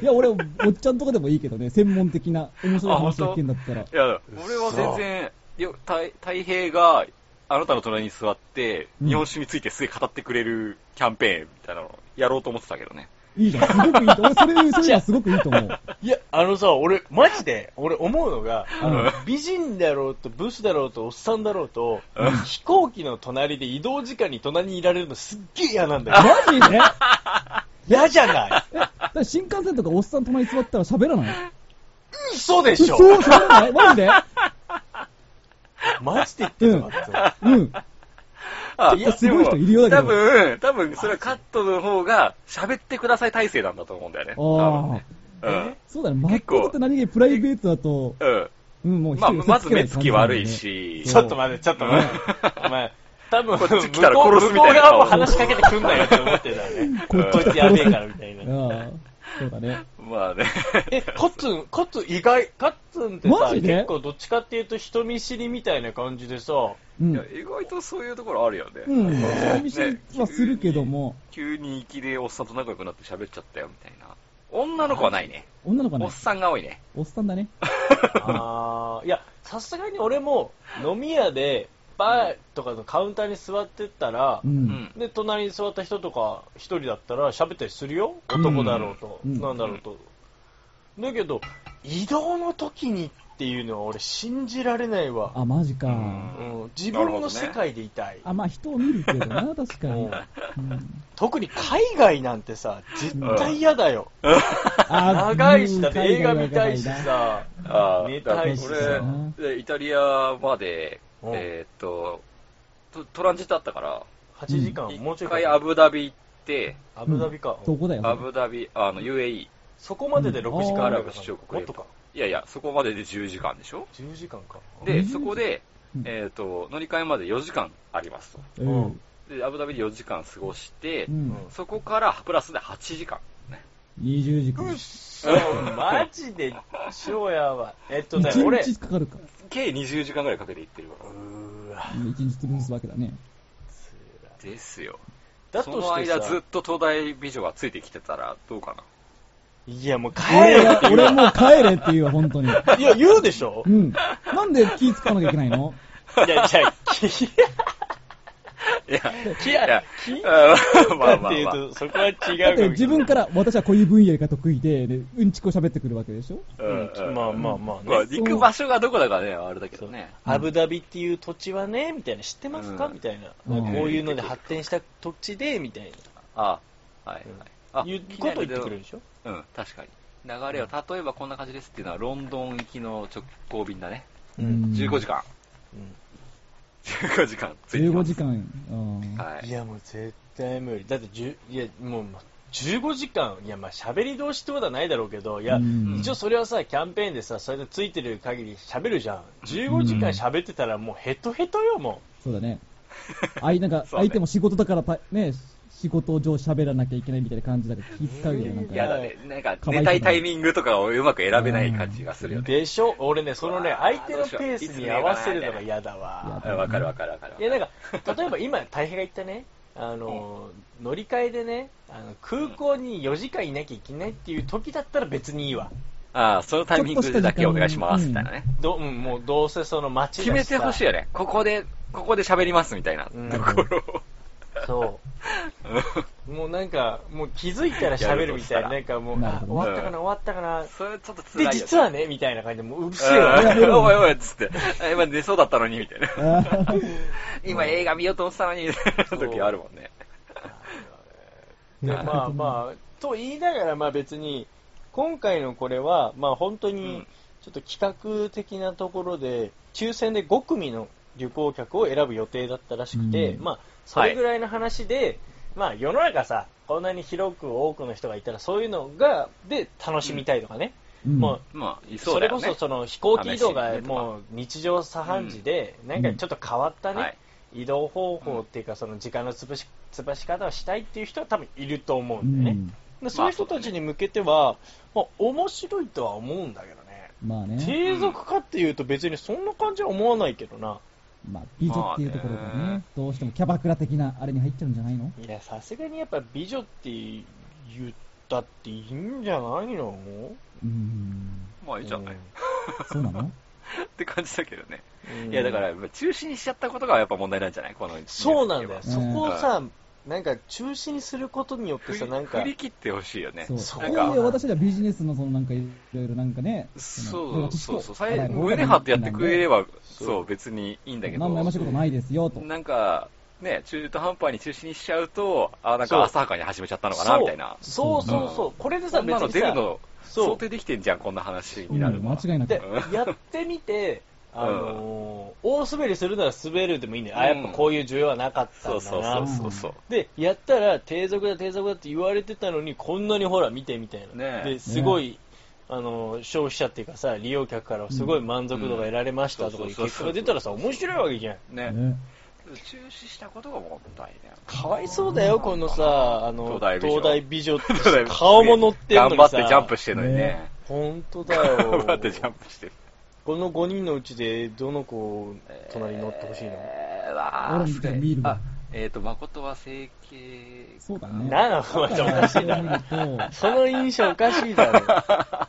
[SPEAKER 3] いや、俺、おっちゃんとかでもいいけどね、専門的な面白い話が聞けんだったら。
[SPEAKER 2] いや、俺は全然、よた太平があなたの隣に座って、
[SPEAKER 3] うん
[SPEAKER 2] 日本酒についてすげえ語ってくれるキャンペーンみたいなのやろうと思ってたけどね。
[SPEAKER 3] いいじゃん、すごくいいと思う。俺、それ、それはすごくいいと思う。
[SPEAKER 4] いやあのさ俺マジで俺思うのがあの
[SPEAKER 3] うん
[SPEAKER 4] 美人だろうとブスだろうとおっさんだろうと飛行機の隣で移動時間に隣にいられるのすっげえ嫌なんだよ
[SPEAKER 3] マジで
[SPEAKER 4] 嫌じゃない
[SPEAKER 3] え、だから新幹線とかおっさん隣に座ったら喋らない
[SPEAKER 4] 嘘でし
[SPEAKER 3] 嘘
[SPEAKER 4] ょ
[SPEAKER 3] 喋らないマジで
[SPEAKER 4] マジで言ってるの
[SPEAKER 3] うん。
[SPEAKER 2] あ
[SPEAKER 3] ちょっとすごい人いるようだ
[SPEAKER 2] 多
[SPEAKER 3] けど
[SPEAKER 2] 分、多分、それはカットの方が、喋ってください体制なんだと思うんだよね。多分
[SPEAKER 3] ああ
[SPEAKER 2] ね。うん
[SPEAKER 3] そうだね、
[SPEAKER 2] 結構
[SPEAKER 3] 真っだって何気にプライベートだと、
[SPEAKER 2] うん。
[SPEAKER 3] うん、もう
[SPEAKER 2] まあ、
[SPEAKER 3] 一人寄せ
[SPEAKER 2] まず
[SPEAKER 3] けない
[SPEAKER 2] 目
[SPEAKER 3] 感じ
[SPEAKER 2] つき悪いし、
[SPEAKER 4] ちょっと待って、ちょっと待って。お前、多分、
[SPEAKER 2] こ
[SPEAKER 4] 向
[SPEAKER 2] っ
[SPEAKER 4] こ
[SPEAKER 2] ち来たら
[SPEAKER 4] う
[SPEAKER 2] 殺すみたいな
[SPEAKER 4] 向こう側も話しかけてくんなよって思ってたよね。
[SPEAKER 3] こっ
[SPEAKER 4] こいつやべえからみたい
[SPEAKER 3] だ
[SPEAKER 4] な。
[SPEAKER 3] よね。うんそうだね。
[SPEAKER 2] まあね。
[SPEAKER 4] え、カッツン、カッツン意外、カッツンってさ、
[SPEAKER 3] マジで
[SPEAKER 4] 結構どっちかっていうと人見知りみたいな感じでさ、
[SPEAKER 3] う
[SPEAKER 2] いや
[SPEAKER 3] ん。
[SPEAKER 2] 意外とそういうところあるよね。
[SPEAKER 3] うん。寂しいはするけども、
[SPEAKER 2] 急に粋でおっさんと仲良くなって喋っちゃったよみたいな。女の子はないね。
[SPEAKER 3] 女の子は
[SPEAKER 2] おっ、
[SPEAKER 3] ね
[SPEAKER 2] さんが多いね。
[SPEAKER 3] おっさんだね。
[SPEAKER 4] あーいや、さすがに俺も飲み屋で、バーとかのカウンターに座ってったら
[SPEAKER 3] う、。
[SPEAKER 2] うんん。
[SPEAKER 4] で、隣に座った人とか、一人だったら喋ったりするよ。男だろうと、
[SPEAKER 3] うん
[SPEAKER 4] なんだろうと。だけど、移動の時にっていうのは俺信じられないわ。
[SPEAKER 3] あ、マジ
[SPEAKER 2] う
[SPEAKER 3] か。
[SPEAKER 4] うん
[SPEAKER 2] ん、
[SPEAKER 4] 自分の世界でいたい。
[SPEAKER 3] あ、まあ人を見るけど な、確かに。うん
[SPEAKER 4] 特に海外なんてさ、絶対嫌だよ。
[SPEAKER 3] あ
[SPEAKER 4] 長いし、だって
[SPEAKER 3] うん
[SPEAKER 4] 映画見たいしさ。
[SPEAKER 2] あ
[SPEAKER 4] 寝
[SPEAKER 2] ー
[SPEAKER 4] た
[SPEAKER 3] い
[SPEAKER 2] だ
[SPEAKER 3] し
[SPEAKER 2] か
[SPEAKER 3] さ
[SPEAKER 2] ら俺、でイタリアまで、
[SPEAKER 4] うん
[SPEAKER 2] えーっと、トトランジットあったから、
[SPEAKER 4] 8時間、もうち
[SPEAKER 2] 一
[SPEAKER 4] ょい
[SPEAKER 2] 回
[SPEAKER 4] か
[SPEAKER 2] ア。ブダビ行って、
[SPEAKER 4] アブダビか。
[SPEAKER 3] そこだよ。
[SPEAKER 2] アブダビ、あの、UAE。
[SPEAKER 4] そこまでで6時
[SPEAKER 3] う
[SPEAKER 4] 間
[SPEAKER 3] ん
[SPEAKER 2] アラブ首長国
[SPEAKER 4] もっとか。
[SPEAKER 2] いやいや、そこまでで10時間でしょ
[SPEAKER 4] 10時間か。
[SPEAKER 2] で、そこで
[SPEAKER 3] うん、
[SPEAKER 2] えーっと、乗り換えまで4時間あります
[SPEAKER 3] うん。
[SPEAKER 2] と。で、アブダビで4時間過ごして
[SPEAKER 3] う、ん。
[SPEAKER 2] そこからプラスで8時間。
[SPEAKER 3] 20時間。
[SPEAKER 4] うっそ、マジ で、翔やばい。えっとね、俺
[SPEAKER 3] 1、日かかるか。
[SPEAKER 2] 計20時間ぐらいかけて行ってるから。
[SPEAKER 4] うーわ、
[SPEAKER 3] 1日潰すわけだね。
[SPEAKER 2] ですよ。
[SPEAKER 4] だ
[SPEAKER 2] そ
[SPEAKER 4] と
[SPEAKER 2] の
[SPEAKER 4] して
[SPEAKER 2] 間ずっ
[SPEAKER 4] さ、
[SPEAKER 2] と東大美女がついてきてたらどうかな。
[SPEAKER 4] いやもう帰れ
[SPEAKER 3] 俺
[SPEAKER 4] よっ
[SPEAKER 3] は
[SPEAKER 4] て言う
[SPEAKER 3] 俺もう帰れって言うわ、本当に。う
[SPEAKER 4] いや、言うでしょ
[SPEAKER 3] ん。なんで気使わなきゃいけないの
[SPEAKER 4] いや、じゃあ、き、
[SPEAKER 2] いや、
[SPEAKER 4] き、
[SPEAKER 2] いや う
[SPEAKER 4] や、、き
[SPEAKER 2] ん
[SPEAKER 4] か
[SPEAKER 2] まあま
[SPEAKER 4] っ
[SPEAKER 2] あ
[SPEAKER 4] ていう
[SPEAKER 2] ま
[SPEAKER 4] と、そこは違うかもし
[SPEAKER 3] だっ
[SPEAKER 4] れな
[SPEAKER 3] て
[SPEAKER 4] い
[SPEAKER 3] 自分から、私はこういう分野が得意で、でうんちこ喋ってくるわけでしょ
[SPEAKER 2] あ。うんうん
[SPEAKER 4] まあまあまあね
[SPEAKER 2] まあ行く場所がどこだかね、あれだけどね。
[SPEAKER 4] アブダビっていう土地はね、みたいな、知ってますか
[SPEAKER 2] うん
[SPEAKER 4] みたいな。こう
[SPEAKER 3] うん
[SPEAKER 4] いうので発展した土地で、みたい
[SPEAKER 2] あはいはい。あ
[SPEAKER 4] な。いうことを言ってくれるでしょ
[SPEAKER 2] うん、確かに。流れを、例えばこんな感じですっていうのは、ロンドン行きの直行便だね。
[SPEAKER 3] うん
[SPEAKER 2] 15時間。 15時間ついて
[SPEAKER 3] 15
[SPEAKER 2] ます
[SPEAKER 3] 時間。うん
[SPEAKER 2] はいい。
[SPEAKER 4] や、もう絶対無理。だって、じゅいや、もう、15時間、いや、まあ、喋り通しってことはないだろうけど、いや、
[SPEAKER 3] うん
[SPEAKER 4] 一応それはさ、キャンペーンでさ、それでついてる限り喋るじゃん。15時間喋ってたら、もうヘトヘトよ、も
[SPEAKER 3] そうだね。あいなんか
[SPEAKER 2] そうね
[SPEAKER 3] 相手も仕事だからたね仕事上喋らなきゃいけないみたいな感じだから気使うよねなん
[SPEAKER 4] うん
[SPEAKER 2] や
[SPEAKER 3] か。
[SPEAKER 2] だね。なんか、寝たいタイミングとかをうまく選べない感じがするよ
[SPEAKER 4] う。
[SPEAKER 2] ね。
[SPEAKER 4] でしょ俺ね、そのね
[SPEAKER 2] う、わー
[SPEAKER 4] 相手のペースに合わせるのが嫌だわ。
[SPEAKER 2] うんわかるわかるわかる。
[SPEAKER 4] いや、なんか、例えば今、大平が言ったね、あの、乗り換えでね、あの空港に4時間いなきゃいけないっていう時だったら別にいいわ。
[SPEAKER 2] ああ、そのタイミングだけお願いします、みたいなね。
[SPEAKER 4] どうん、もうどうせその街だし
[SPEAKER 2] 決
[SPEAKER 4] さ
[SPEAKER 2] めてほしいよね。ここで、ここで喋ります、みたいな
[SPEAKER 4] うん
[SPEAKER 2] ところを。
[SPEAKER 4] そう。もうなんか、もう気づいたら喋るみたい
[SPEAKER 2] や
[SPEAKER 4] な、なん
[SPEAKER 2] る
[SPEAKER 4] かもう、
[SPEAKER 3] なる
[SPEAKER 4] あ
[SPEAKER 3] ほど
[SPEAKER 4] 終わったかな、終わったかな。
[SPEAKER 2] それちょっと辛い
[SPEAKER 4] で
[SPEAKER 2] よ、、ね。
[SPEAKER 4] 実はね、みたいな感じで、もううる
[SPEAKER 2] う
[SPEAKER 4] せえわ。
[SPEAKER 2] ん おいおいっつって、あ今寝そうだったのに、みたいな。
[SPEAKER 3] あー
[SPEAKER 2] 今映画見ようと思ってた のに、みたいな時あるもんね。
[SPEAKER 4] で、まあまあ、と言いながら、まあ別に、今回のこれは、まあ本当
[SPEAKER 2] う
[SPEAKER 4] に
[SPEAKER 2] ん、
[SPEAKER 4] ちょっと企画的なところで、抽選で5組の旅行客を選ぶ予定だったらしくて、
[SPEAKER 3] うん
[SPEAKER 4] まあ、それぐらいの話で、まあ世の中さ、こんなに広く多くの人がいたら、そういうのが、で、楽しみたいとかね。
[SPEAKER 3] うん
[SPEAKER 4] もう
[SPEAKER 2] まあ、いそ
[SPEAKER 4] そう
[SPEAKER 2] だ
[SPEAKER 4] れ
[SPEAKER 2] よ
[SPEAKER 4] こ
[SPEAKER 2] ね。
[SPEAKER 4] そその飛行機移動が
[SPEAKER 2] 試しにね
[SPEAKER 4] もう日常茶飯事で、なんかちょっと変わったね、
[SPEAKER 2] はい
[SPEAKER 4] 移動方法っていうか、その時間の潰し潰し方をしたいっていう人は多分いると思うんだよね、でそういう人たちに向けては、まあ、面白いとは思うんだけどね、
[SPEAKER 3] うんまあね、
[SPEAKER 4] 低俗かっていうと、別にそんな感じは思わないけどな、
[SPEAKER 3] まあ、美女っていうところが
[SPEAKER 2] まあ
[SPEAKER 3] ね
[SPEAKER 2] ね、
[SPEAKER 3] どうしてもキャバクラ的なあれに入っちゃうんじゃないの
[SPEAKER 4] いや、さすがにやっぱ美女って言ったっていいんじゃないの
[SPEAKER 3] うん、
[SPEAKER 2] まあ、いいじゃない。
[SPEAKER 3] そうなの
[SPEAKER 2] って感じだけどね。
[SPEAKER 4] うん
[SPEAKER 2] いや、だから、中止にしちゃったことがやっぱ問題なんじゃないこの
[SPEAKER 4] そうなんだよ、
[SPEAKER 3] うん
[SPEAKER 4] そこをさ、なんか中止にすることによって
[SPEAKER 2] 振
[SPEAKER 4] さ、
[SPEAKER 2] り
[SPEAKER 4] なんか
[SPEAKER 2] 振、り切ってほしいよね。
[SPEAKER 3] そう。そ
[SPEAKER 4] そ
[SPEAKER 3] うこで私たちはビジネスのそのなんかいろいろなんかね、
[SPEAKER 2] そうそうそう。さ
[SPEAKER 3] れ
[SPEAKER 2] え
[SPEAKER 3] が知識を
[SPEAKER 2] 胸張ってやってくれれば、
[SPEAKER 4] そう
[SPEAKER 2] そう、別にいいんだけど
[SPEAKER 3] 何もやましいことないですよと。
[SPEAKER 2] なんか、ね、中途半端に中止にしちゃうと、あ、なん
[SPEAKER 4] そう
[SPEAKER 2] か浅はかに始めちゃったのかな、みたいな。
[SPEAKER 4] そうそうそうそう、
[SPEAKER 2] うん
[SPEAKER 4] これでさ、
[SPEAKER 2] そん
[SPEAKER 4] 別
[SPEAKER 2] なの
[SPEAKER 4] に
[SPEAKER 2] 出る
[SPEAKER 4] さ、
[SPEAKER 2] の
[SPEAKER 4] そう
[SPEAKER 2] 想定できてんじゃん、こんな話
[SPEAKER 3] う
[SPEAKER 2] に
[SPEAKER 3] ん、
[SPEAKER 2] なるの
[SPEAKER 3] 間
[SPEAKER 2] は。
[SPEAKER 3] 違いなく
[SPEAKER 4] で。やってみて、あのー大滑りするなら滑るでもいいんだよ、あ
[SPEAKER 2] うん
[SPEAKER 4] やっぱこういう需要はなかったん
[SPEAKER 2] そう
[SPEAKER 4] だ
[SPEAKER 2] そう
[SPEAKER 4] な
[SPEAKER 2] そうそ
[SPEAKER 4] って
[SPEAKER 2] うそう。
[SPEAKER 4] で、やったら、低俗だ、低俗だって言われてたのに、こんなにほら、見てみたいな、
[SPEAKER 2] ねえ
[SPEAKER 4] ですごい、あのー消費者っていうかさ、利用客からすごい満足度が得られましたとかいう
[SPEAKER 2] うん
[SPEAKER 4] 結果が出たらさ、面白いわけじゃん。
[SPEAKER 2] ね。
[SPEAKER 3] ね
[SPEAKER 2] 中止したことが問題だよ。
[SPEAKER 4] かわいそうだよ、このさ、あの、
[SPEAKER 2] 東大美女
[SPEAKER 4] 東大美 女って顔も乗ってんの
[SPEAKER 2] 頑
[SPEAKER 4] に
[SPEAKER 2] 張
[SPEAKER 4] さ
[SPEAKER 2] ってジャンプしてるのにね。
[SPEAKER 4] 本当だ よ。
[SPEAKER 2] 頑張ってジャンプしてる。
[SPEAKER 4] この5人のうちで、どの子を隣に乗ってほしい の、
[SPEAKER 2] えーわ
[SPEAKER 3] 俺みたいに見るわ
[SPEAKER 2] あえっ、と、誠は整形。
[SPEAKER 3] そうだね。
[SPEAKER 4] なんだお前おかしいだろ
[SPEAKER 3] ろ。
[SPEAKER 4] その印象おかし いだろ。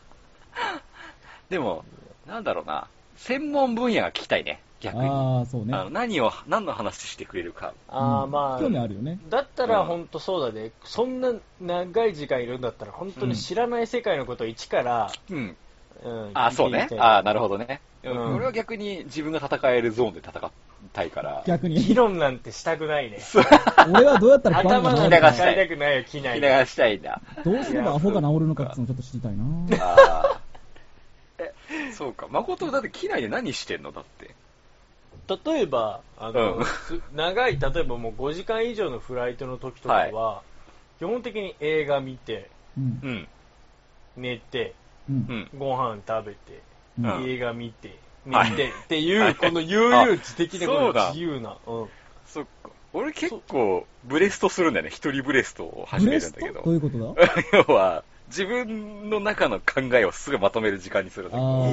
[SPEAKER 2] でも、なんだろうな。専門分野が聞きたいね。逆に。あ
[SPEAKER 3] ああ、そうね。
[SPEAKER 2] の何を、何の話してくれるか。
[SPEAKER 4] ああ、
[SPEAKER 3] うん
[SPEAKER 4] ま
[SPEAKER 3] 興味あ
[SPEAKER 4] あ、
[SPEAKER 3] るよね。
[SPEAKER 4] だったら本当そうだね。そんな長い時間いるんだったら、本当に知らない世界のことを一から、
[SPEAKER 2] うん。
[SPEAKER 4] うん、
[SPEAKER 2] あ、そうね。あ
[SPEAKER 4] あ
[SPEAKER 2] あ、なるほどね。
[SPEAKER 4] うん
[SPEAKER 2] 俺は逆に自分が戦えるゾーンで戦いたいから。
[SPEAKER 3] 逆
[SPEAKER 4] 議
[SPEAKER 3] に。
[SPEAKER 4] 論なんてしたくないね。
[SPEAKER 3] 俺はどうやったらバ
[SPEAKER 4] 頭
[SPEAKER 3] カ
[SPEAKER 4] な
[SPEAKER 3] な
[SPEAKER 4] んて
[SPEAKER 3] のか
[SPEAKER 4] 使いたくないよ、機内
[SPEAKER 2] 聞き
[SPEAKER 4] で
[SPEAKER 2] 流。したいんだ。
[SPEAKER 3] どうすればアホが治るのかっていうのをちょっと知りたいな。
[SPEAKER 2] あー え、そうか。誠だって機内で何してんのだって。
[SPEAKER 4] 例えば、あの、
[SPEAKER 2] うん
[SPEAKER 4] す 長い、例えばもう5時間以上のフライトの時とかは、基本的に映画見て、
[SPEAKER 3] うん
[SPEAKER 2] う。ん。
[SPEAKER 4] 寝て、
[SPEAKER 3] う。
[SPEAKER 2] うんん。
[SPEAKER 4] ご飯食べて、
[SPEAKER 2] うん
[SPEAKER 4] 映画見て、寝
[SPEAKER 2] はい
[SPEAKER 4] て、っていう、
[SPEAKER 2] はい
[SPEAKER 4] この悠々自適な、
[SPEAKER 2] あ
[SPEAKER 4] この
[SPEAKER 2] そうだ
[SPEAKER 4] 自由な、うん
[SPEAKER 2] そっか。俺結構、ブレストするんだよね。一人ブレストを始
[SPEAKER 3] ブ
[SPEAKER 2] め
[SPEAKER 3] レ
[SPEAKER 2] るん
[SPEAKER 3] ス
[SPEAKER 2] だ
[SPEAKER 3] ト
[SPEAKER 2] けど。
[SPEAKER 3] どういうことだ
[SPEAKER 2] 要は、自分の中の考えをすぐまとめる時間にするんだけど
[SPEAKER 3] あ
[SPEAKER 4] え